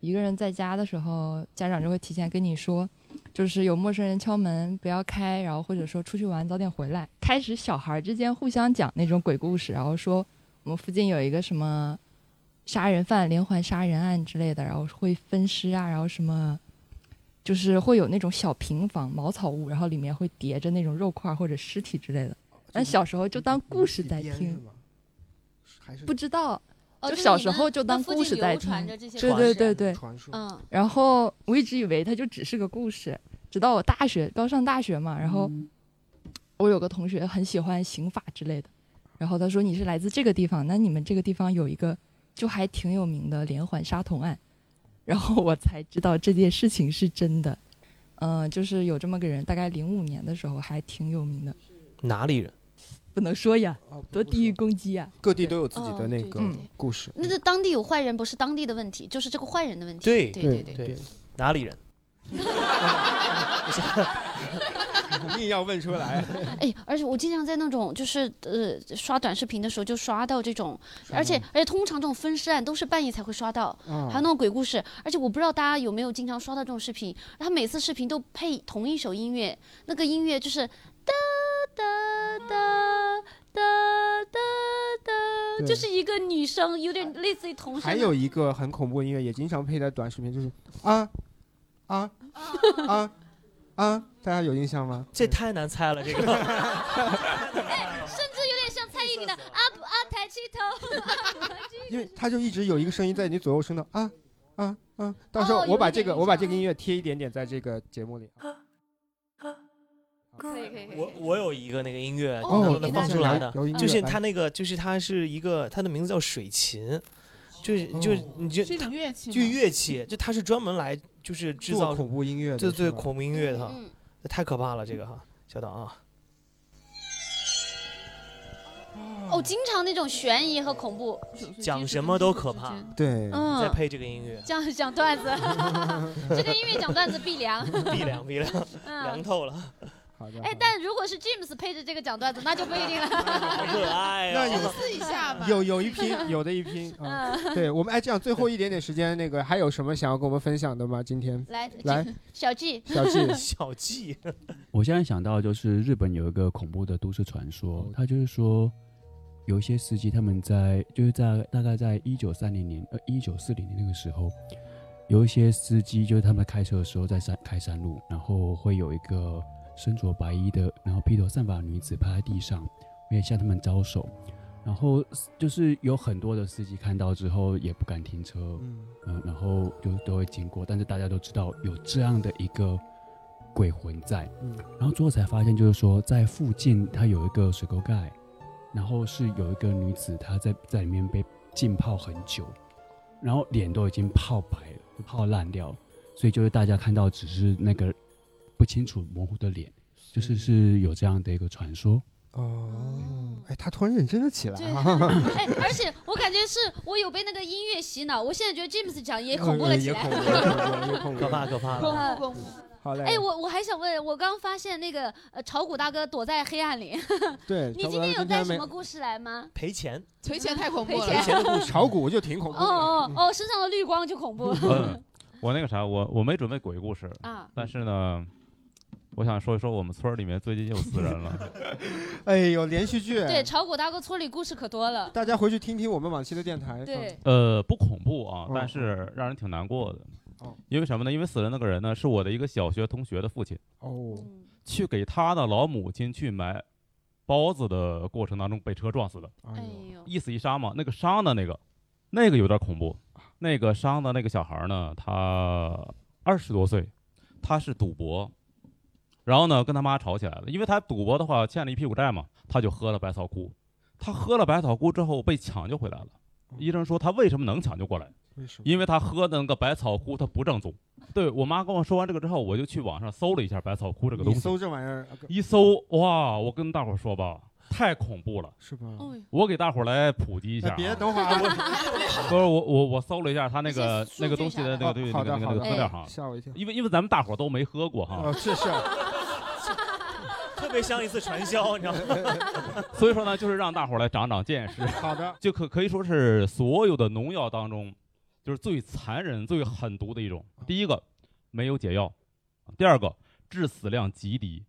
[SPEAKER 18] 一个人在家的时候，家长就会提前跟你说，就是有陌生人敲门不要开，然后或者说出去玩早点回来。开始小孩之间互相讲那种鬼故事，然后说我们附近有一个什么杀人犯连环杀人案之类的，然后会分尸啊，然后什么就是会有那种小平房茅草屋，然后里面会叠着那种肉块或者尸体之类的。但小时候就当故事在听，不知道。
[SPEAKER 8] 哦
[SPEAKER 18] 就
[SPEAKER 8] 就是
[SPEAKER 18] 小
[SPEAKER 8] 你
[SPEAKER 18] 时
[SPEAKER 8] 们
[SPEAKER 18] 候就
[SPEAKER 8] 那
[SPEAKER 18] 当
[SPEAKER 8] 附
[SPEAKER 18] 故
[SPEAKER 8] 近
[SPEAKER 18] 事在
[SPEAKER 8] 流
[SPEAKER 18] 听
[SPEAKER 8] 传着这些，
[SPEAKER 18] 对
[SPEAKER 8] 故
[SPEAKER 18] 对
[SPEAKER 8] 事
[SPEAKER 18] 对对，
[SPEAKER 8] 传说嗯
[SPEAKER 18] 然后我一直以为它就只是个故事，直到我大学刚上大学嘛，然后我有个同学很喜欢刑法之类的，然后他说你是来自这个地方，那你们这个地方有一个就还挺有名的连环杀童案，然后我才知道这件事情是真的。嗯、就是有这么个人，大概零五年的时候还挺有名的，
[SPEAKER 4] 哪里人？
[SPEAKER 18] 哦不能说呀，多地域攻击呀。
[SPEAKER 1] 各地都有自己的那个
[SPEAKER 8] 嗯
[SPEAKER 1] 故事。
[SPEAKER 8] 那这当地有坏人不是当地的问题，就是这个坏人的问题。
[SPEAKER 4] 对
[SPEAKER 8] 对对
[SPEAKER 4] 对，哪里人？
[SPEAKER 1] 硬要问出 来，
[SPEAKER 8] 哎，而且我经常在那种就是呃刷短视频的时候就刷到这种，
[SPEAKER 1] 刷
[SPEAKER 8] 而且
[SPEAKER 1] 到
[SPEAKER 8] 而且通常这种分尸案都是半夜才会刷到，
[SPEAKER 1] 啊
[SPEAKER 8] 还有那种鬼故事，而且我不知道大家有没有经常刷到这种视频，他每次视频都配同一首音乐，那个音乐就是哒哒哒哒哒哒，
[SPEAKER 1] 对
[SPEAKER 8] 就是一个女生有点类似于童声的，
[SPEAKER 1] 还有一个很恐怖的音乐也经常配在短视频，就是啊啊啊啊，大家有印象吗？
[SPEAKER 4] 这太难猜了，这个。
[SPEAKER 8] 哎甚至有点像蔡依林 的 up up 抬起头，
[SPEAKER 1] 因为它就一直有一个声音在你左右声道啊啊啊， 到时候
[SPEAKER 8] 哦
[SPEAKER 1] 我把
[SPEAKER 8] 有一
[SPEAKER 1] 这
[SPEAKER 8] 点
[SPEAKER 1] 个
[SPEAKER 8] 印
[SPEAKER 1] 我把这个音乐贴一点点在这个节目里。
[SPEAKER 8] 可以可以可以，
[SPEAKER 4] 我我有一个那个音乐，
[SPEAKER 1] 哦
[SPEAKER 4] 能不能放出来的
[SPEAKER 1] 有音？乐
[SPEAKER 4] 就是
[SPEAKER 1] 来
[SPEAKER 4] 它那个，就是它是一个，它的名字叫水琴，就是就是
[SPEAKER 1] 哦
[SPEAKER 4] 你就是
[SPEAKER 3] 一种乐器
[SPEAKER 4] 就
[SPEAKER 3] 吗
[SPEAKER 4] 乐器，就它是专门来就是制
[SPEAKER 1] 做
[SPEAKER 4] 造
[SPEAKER 1] 恐怖音乐的
[SPEAKER 4] 对对
[SPEAKER 1] 是吧
[SPEAKER 4] 恐怖音乐的哈
[SPEAKER 1] 嗯，
[SPEAKER 4] 那太可怕了这个哈，稍等啊，
[SPEAKER 8] 哦，经常那种悬疑和恐怖，
[SPEAKER 4] 讲什么都可怕，
[SPEAKER 1] 对
[SPEAKER 8] 嗯
[SPEAKER 4] 再配这个音乐，
[SPEAKER 8] 讲讲段子， 这个音乐讲段子必 凉。
[SPEAKER 4] 鼻凉鼻凉，
[SPEAKER 8] 嗯
[SPEAKER 4] 凉透了，
[SPEAKER 1] 好 的
[SPEAKER 8] 哎，但如果是 James 配着这个讲段子，那就不一定
[SPEAKER 4] 好
[SPEAKER 8] 了。
[SPEAKER 4] 可爱呀，
[SPEAKER 1] 那有
[SPEAKER 8] 试一下吧
[SPEAKER 1] 有有一 批，有的一批啊。
[SPEAKER 8] 嗯
[SPEAKER 1] 对我们哎，这样最后一点点时间，那个还有什么想要跟我们分享的吗？今天
[SPEAKER 8] 来
[SPEAKER 1] 来，
[SPEAKER 8] 小 G，
[SPEAKER 1] 小 G
[SPEAKER 4] 小 G，
[SPEAKER 6] 我现在想到就是日本有一个恐怖的都市传说，它就是说有一些司机他们在就是在大概在一九三零年呃一九四零年那个时候，有一些司机就是他们开车的时候在山开山路，然后会有一个身着白衣的然后披头散发的女子趴在地上，也向他们招手，然后就是有很多的司机看到之后也不敢停车，呃
[SPEAKER 1] 嗯、
[SPEAKER 6] 然后就都会经过，但是大家都知道有这样 的一个鬼魂在，
[SPEAKER 1] 嗯
[SPEAKER 6] 然后最后才发现就是说在附近它有一个水沟盖，然后是有一个女子她在在里面被浸泡很久，然后脸都已经泡白了，泡烂掉，所以就是大家看到只是那个不清楚模糊的脸，就是是有这样的一个传说。
[SPEAKER 1] 哦，哎，他突然认真了起
[SPEAKER 8] 对
[SPEAKER 1] 来 啊！
[SPEAKER 8] 哎，而且我感觉是我有被那个音乐洗脑，我现在觉得 James 讲也
[SPEAKER 1] 也
[SPEAKER 8] 恐怖了起
[SPEAKER 1] 呃也
[SPEAKER 8] 来
[SPEAKER 1] 恐。怖了，嗯也恐怖了，
[SPEAKER 4] 可怕 可怕了。
[SPEAKER 8] 恐怖。
[SPEAKER 1] 好嘞，
[SPEAKER 8] 哎，我我还想问，我刚发现那个呃炒股大哥躲在黑暗里，
[SPEAKER 1] 对，
[SPEAKER 8] 你
[SPEAKER 1] 差不
[SPEAKER 8] 今
[SPEAKER 1] 多
[SPEAKER 8] 天有
[SPEAKER 1] 今
[SPEAKER 8] 带
[SPEAKER 1] 天
[SPEAKER 8] 什
[SPEAKER 1] 没
[SPEAKER 8] 么故事来吗？
[SPEAKER 4] 赔钱，
[SPEAKER 3] 赔钱太恐怖
[SPEAKER 8] 赔
[SPEAKER 3] 了，
[SPEAKER 8] 钱
[SPEAKER 4] 的 故事
[SPEAKER 1] 炒股就挺恐
[SPEAKER 8] 哦
[SPEAKER 1] 怖的。
[SPEAKER 8] 哦哦，身上的绿光就恐怖。
[SPEAKER 19] 嗯，我那个啥，我我没准备鬼故事
[SPEAKER 8] 啊
[SPEAKER 19] 但是呢，我想说一说我们村儿里面最近又死人了。
[SPEAKER 1] 哎呦，连续剧，
[SPEAKER 8] 对，炒股大哥村里故事可多了。
[SPEAKER 1] 大家回去听听我们往期的电台。
[SPEAKER 8] 对，
[SPEAKER 19] 呃，不恐怖啊，
[SPEAKER 1] 嗯
[SPEAKER 19] 但是让人挺难过的。
[SPEAKER 1] 哦
[SPEAKER 19] 因为什么呢？因为死人那个人呢，是我的一个小学同学的父亲。
[SPEAKER 1] 哦，
[SPEAKER 19] 去给他的老母亲去买包子的过程当中被车撞死的。
[SPEAKER 1] 哎
[SPEAKER 19] 呦，一死一伤嘛。那个伤的那个，那个有点恐怖。那个伤的那个小孩呢，他二十多岁，他是赌博，然后呢跟他妈吵起来了，因为他赌博的话欠了一屁股债嘛，他就喝了百草枯。他喝了百草枯之后被抢救回来了。医生说他为什么能抢救过来？
[SPEAKER 1] 哦为什么？
[SPEAKER 19] 因为他喝的那个百草枯，它不正宗。对我妈跟我说完这个之后，我就去网上搜了一下百草枯这个东
[SPEAKER 1] 你
[SPEAKER 19] 西。
[SPEAKER 1] 搜这玩意儿，啊
[SPEAKER 19] 一搜，哇！我跟大伙儿说吧，太恐怖了，
[SPEAKER 1] 是吧？
[SPEAKER 8] 哦
[SPEAKER 19] 我给大伙儿来普及一下、啊。
[SPEAKER 1] 别等会儿 啊，
[SPEAKER 19] 不是我我我搜了一下他那个那个东西的那个
[SPEAKER 1] 哦
[SPEAKER 19] 对那
[SPEAKER 1] 好
[SPEAKER 19] 个
[SPEAKER 1] 的
[SPEAKER 19] 那
[SPEAKER 1] 好
[SPEAKER 19] 个那个
[SPEAKER 1] 的
[SPEAKER 19] 资料哈，
[SPEAKER 1] 吓我一跳。
[SPEAKER 19] 因为因为咱们大伙儿都没喝过哈
[SPEAKER 1] 哦，，是是，
[SPEAKER 4] 特别像一次传销，你知道吗？
[SPEAKER 19] 所以说呢，就是让大伙儿来长长见识。
[SPEAKER 1] 好的，
[SPEAKER 19] 就可可以说是所有的农药当中，就是最残忍、最狠毒的一种。第一个没有解药，第二个，致死量极低，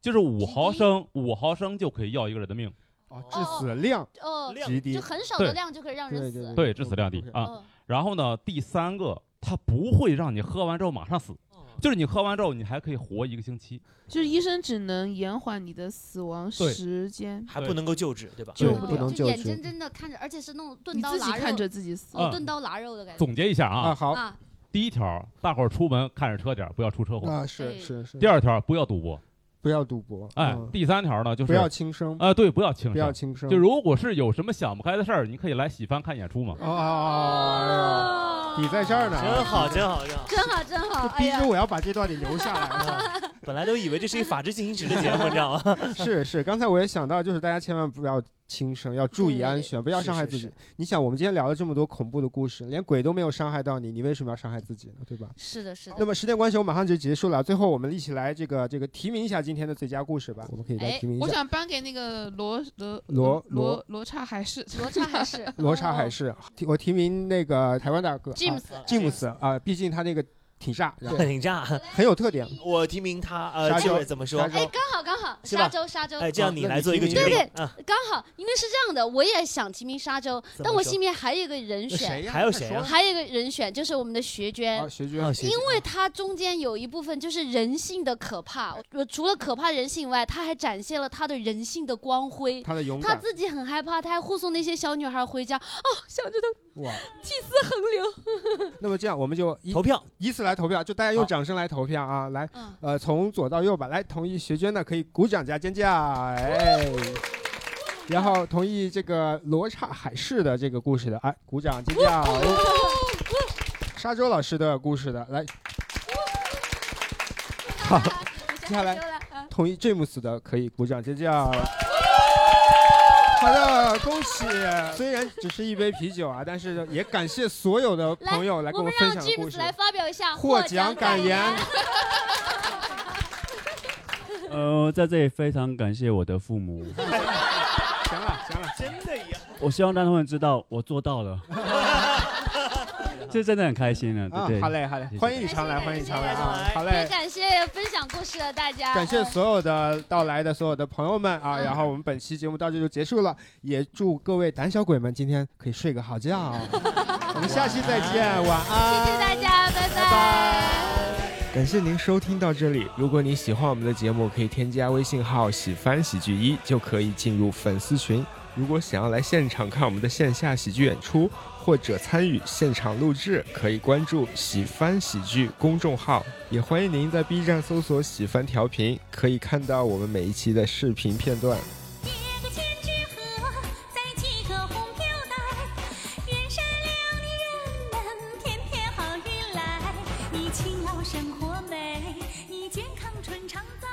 [SPEAKER 19] 就是五毫升，五毫升就可以要一个人的命。
[SPEAKER 1] 哦，致死量
[SPEAKER 8] 哦
[SPEAKER 19] 极低
[SPEAKER 8] 就很少的
[SPEAKER 19] 对
[SPEAKER 8] 量就可以让人死。嗯
[SPEAKER 19] 对，致死量低啊。然后呢，第三个，它不会让你喝完之后马上死，
[SPEAKER 8] 哦
[SPEAKER 19] 就是你喝完之后你还可以活一个星期。
[SPEAKER 3] 就是医生只能延缓你的死亡
[SPEAKER 19] 对
[SPEAKER 3] 时间，
[SPEAKER 4] 还不能够救治，对吧？
[SPEAKER 19] 救不了
[SPEAKER 8] 就眼睁睁的看着，而且是那种钝
[SPEAKER 3] 你
[SPEAKER 8] 刀
[SPEAKER 3] 自己
[SPEAKER 8] 剌肉，
[SPEAKER 3] 看着自己死
[SPEAKER 8] 哦
[SPEAKER 19] 嗯
[SPEAKER 8] 钝刀剌肉的感觉。
[SPEAKER 19] 总结一下啊，
[SPEAKER 8] 啊好啊
[SPEAKER 19] 第一条，大伙儿出门看着车点儿，不要出车祸。
[SPEAKER 1] 啊是是是
[SPEAKER 19] 第二条，不要赌博。
[SPEAKER 1] 不要赌博。
[SPEAKER 19] 哎
[SPEAKER 1] 嗯，
[SPEAKER 19] 第三条呢，就是
[SPEAKER 1] 不要轻生
[SPEAKER 19] 啊，对，不要轻生，
[SPEAKER 1] 不要轻生
[SPEAKER 19] 就如果是有什么想不开的事儿，你可以来喜番看演出嘛。
[SPEAKER 1] 哦，你在这儿呢，
[SPEAKER 4] 真好，真好，真好。
[SPEAKER 8] 真好真好，哎
[SPEAKER 1] 逼
[SPEAKER 8] 呀
[SPEAKER 1] 着，我要把这段 得留下来。
[SPEAKER 4] 本来都以为这是一法制进行时的节目，你知道吗？
[SPEAKER 1] 是是，刚才我也想到，就是大家千万不要轻生，要注意安全，不要
[SPEAKER 4] 是
[SPEAKER 1] 伤害
[SPEAKER 4] 是
[SPEAKER 1] 自己
[SPEAKER 4] 是。
[SPEAKER 1] 你想，我们今天聊了这么多恐怖的故事，连鬼都没有伤害到你，你为什么要伤害自己呢？对吧？
[SPEAKER 8] 是的，是的。
[SPEAKER 1] 那么时间关系，我马上就结束了。最后，我们一起来这个这个提名一下今天的最佳故事吧。我们可以来
[SPEAKER 3] 哎
[SPEAKER 1] 提名，一
[SPEAKER 3] 我
[SPEAKER 1] 下。
[SPEAKER 3] 想颁给那个罗罗
[SPEAKER 1] 罗
[SPEAKER 3] 罗
[SPEAKER 1] 罗
[SPEAKER 3] 罗刹海市，
[SPEAKER 8] 罗刹海市
[SPEAKER 1] 罗刹海市，提哎我提名那个台湾大哥
[SPEAKER 4] James
[SPEAKER 1] 詹姆斯啊，毕竟他那个 挺炸，然后
[SPEAKER 4] 挺炸，
[SPEAKER 1] 很有特点。
[SPEAKER 4] 我提名他，
[SPEAKER 1] 沙
[SPEAKER 4] 呃，
[SPEAKER 1] 丘
[SPEAKER 4] 这位怎么说？
[SPEAKER 1] 沙
[SPEAKER 8] 哎，刚好刚好，
[SPEAKER 4] 是吧
[SPEAKER 8] 沙洲沙洲。
[SPEAKER 4] 哎，这样你来做一个决
[SPEAKER 8] 对
[SPEAKER 4] 定
[SPEAKER 8] 对，
[SPEAKER 4] 啊。
[SPEAKER 8] 刚好，因为是这样的，我也想提名沙洲，
[SPEAKER 4] 怎么
[SPEAKER 8] 但我
[SPEAKER 4] 说
[SPEAKER 8] 心里面还有一个人选，
[SPEAKER 4] 谁呀还有谁呀
[SPEAKER 8] 还有一个人选就是我们的学娟，
[SPEAKER 2] 哦
[SPEAKER 1] 啊学娟
[SPEAKER 4] 啊学娟
[SPEAKER 8] 因为她中间有一部分就是人性的可怕，我除了可怕人性以外，她还展现了她的人性的光辉，
[SPEAKER 1] 她的勇
[SPEAKER 8] 她
[SPEAKER 1] 敢
[SPEAKER 8] 自己很害怕，她还护送那些小女孩回家，哦，想着都
[SPEAKER 1] 哇，
[SPEAKER 8] 细思 横流。
[SPEAKER 1] 那么这样，我们就投票，依次来投票，就大家用掌声来投票啊！来，呃，从左到右吧。来，同意学娟的可以鼓掌加尖叫，哎。然后同意这个罗刹海市的这个故事的，哎，鼓掌尖哦叫。沙洲老师的故事的，来。好，接下来
[SPEAKER 8] 嗯
[SPEAKER 1] 同意 James 的可以鼓掌尖叫。好的，恭喜！虽然只是一杯啤酒啊，但是也感谢所有的朋友来跟
[SPEAKER 8] 我们
[SPEAKER 1] 分
[SPEAKER 8] 让
[SPEAKER 1] 享故
[SPEAKER 8] James
[SPEAKER 1] 事。
[SPEAKER 8] 来发表一下
[SPEAKER 1] 获奖感言
[SPEAKER 6] 呃，在这里非常感谢我的父母，
[SPEAKER 1] 行了行了，
[SPEAKER 4] 真的呀，
[SPEAKER 6] 我希望让他们知道我做 到了，这真的很开心了，对
[SPEAKER 1] 啊
[SPEAKER 6] 不对？
[SPEAKER 1] 好嘞好嘞
[SPEAKER 6] 谢谢
[SPEAKER 1] 欢迎你常来，欢迎你常来啊！好
[SPEAKER 8] 也
[SPEAKER 1] 嘞，
[SPEAKER 8] 感谢分享故事的大家，
[SPEAKER 1] 感谢
[SPEAKER 8] 嗯
[SPEAKER 1] 所有的到来的所有的朋友们啊！
[SPEAKER 8] 嗯
[SPEAKER 1] 然后我们本期节目到这就结束了，也祝各位胆小鬼们今天可以睡个 好觉。我们下期再见，晚安。
[SPEAKER 8] 谢谢大家，拜拜
[SPEAKER 1] 感谢您收听到这里。如果您喜欢我们的节目，可以添加微信号“喜翻喜剧一”，就可以进入粉丝群。如果想要来现场看我们的线下喜剧演出，或者参与现场录制，可以关注“喜翻喜剧”公众号。也欢迎您在 B 站搜索“喜翻调频”，可以看到我们每一期的视频片段。
[SPEAKER 20] 叠个千纸鹤，再系个红飘带，人善良的人们，天天好运来。你勤劳生活美，你健康春常在。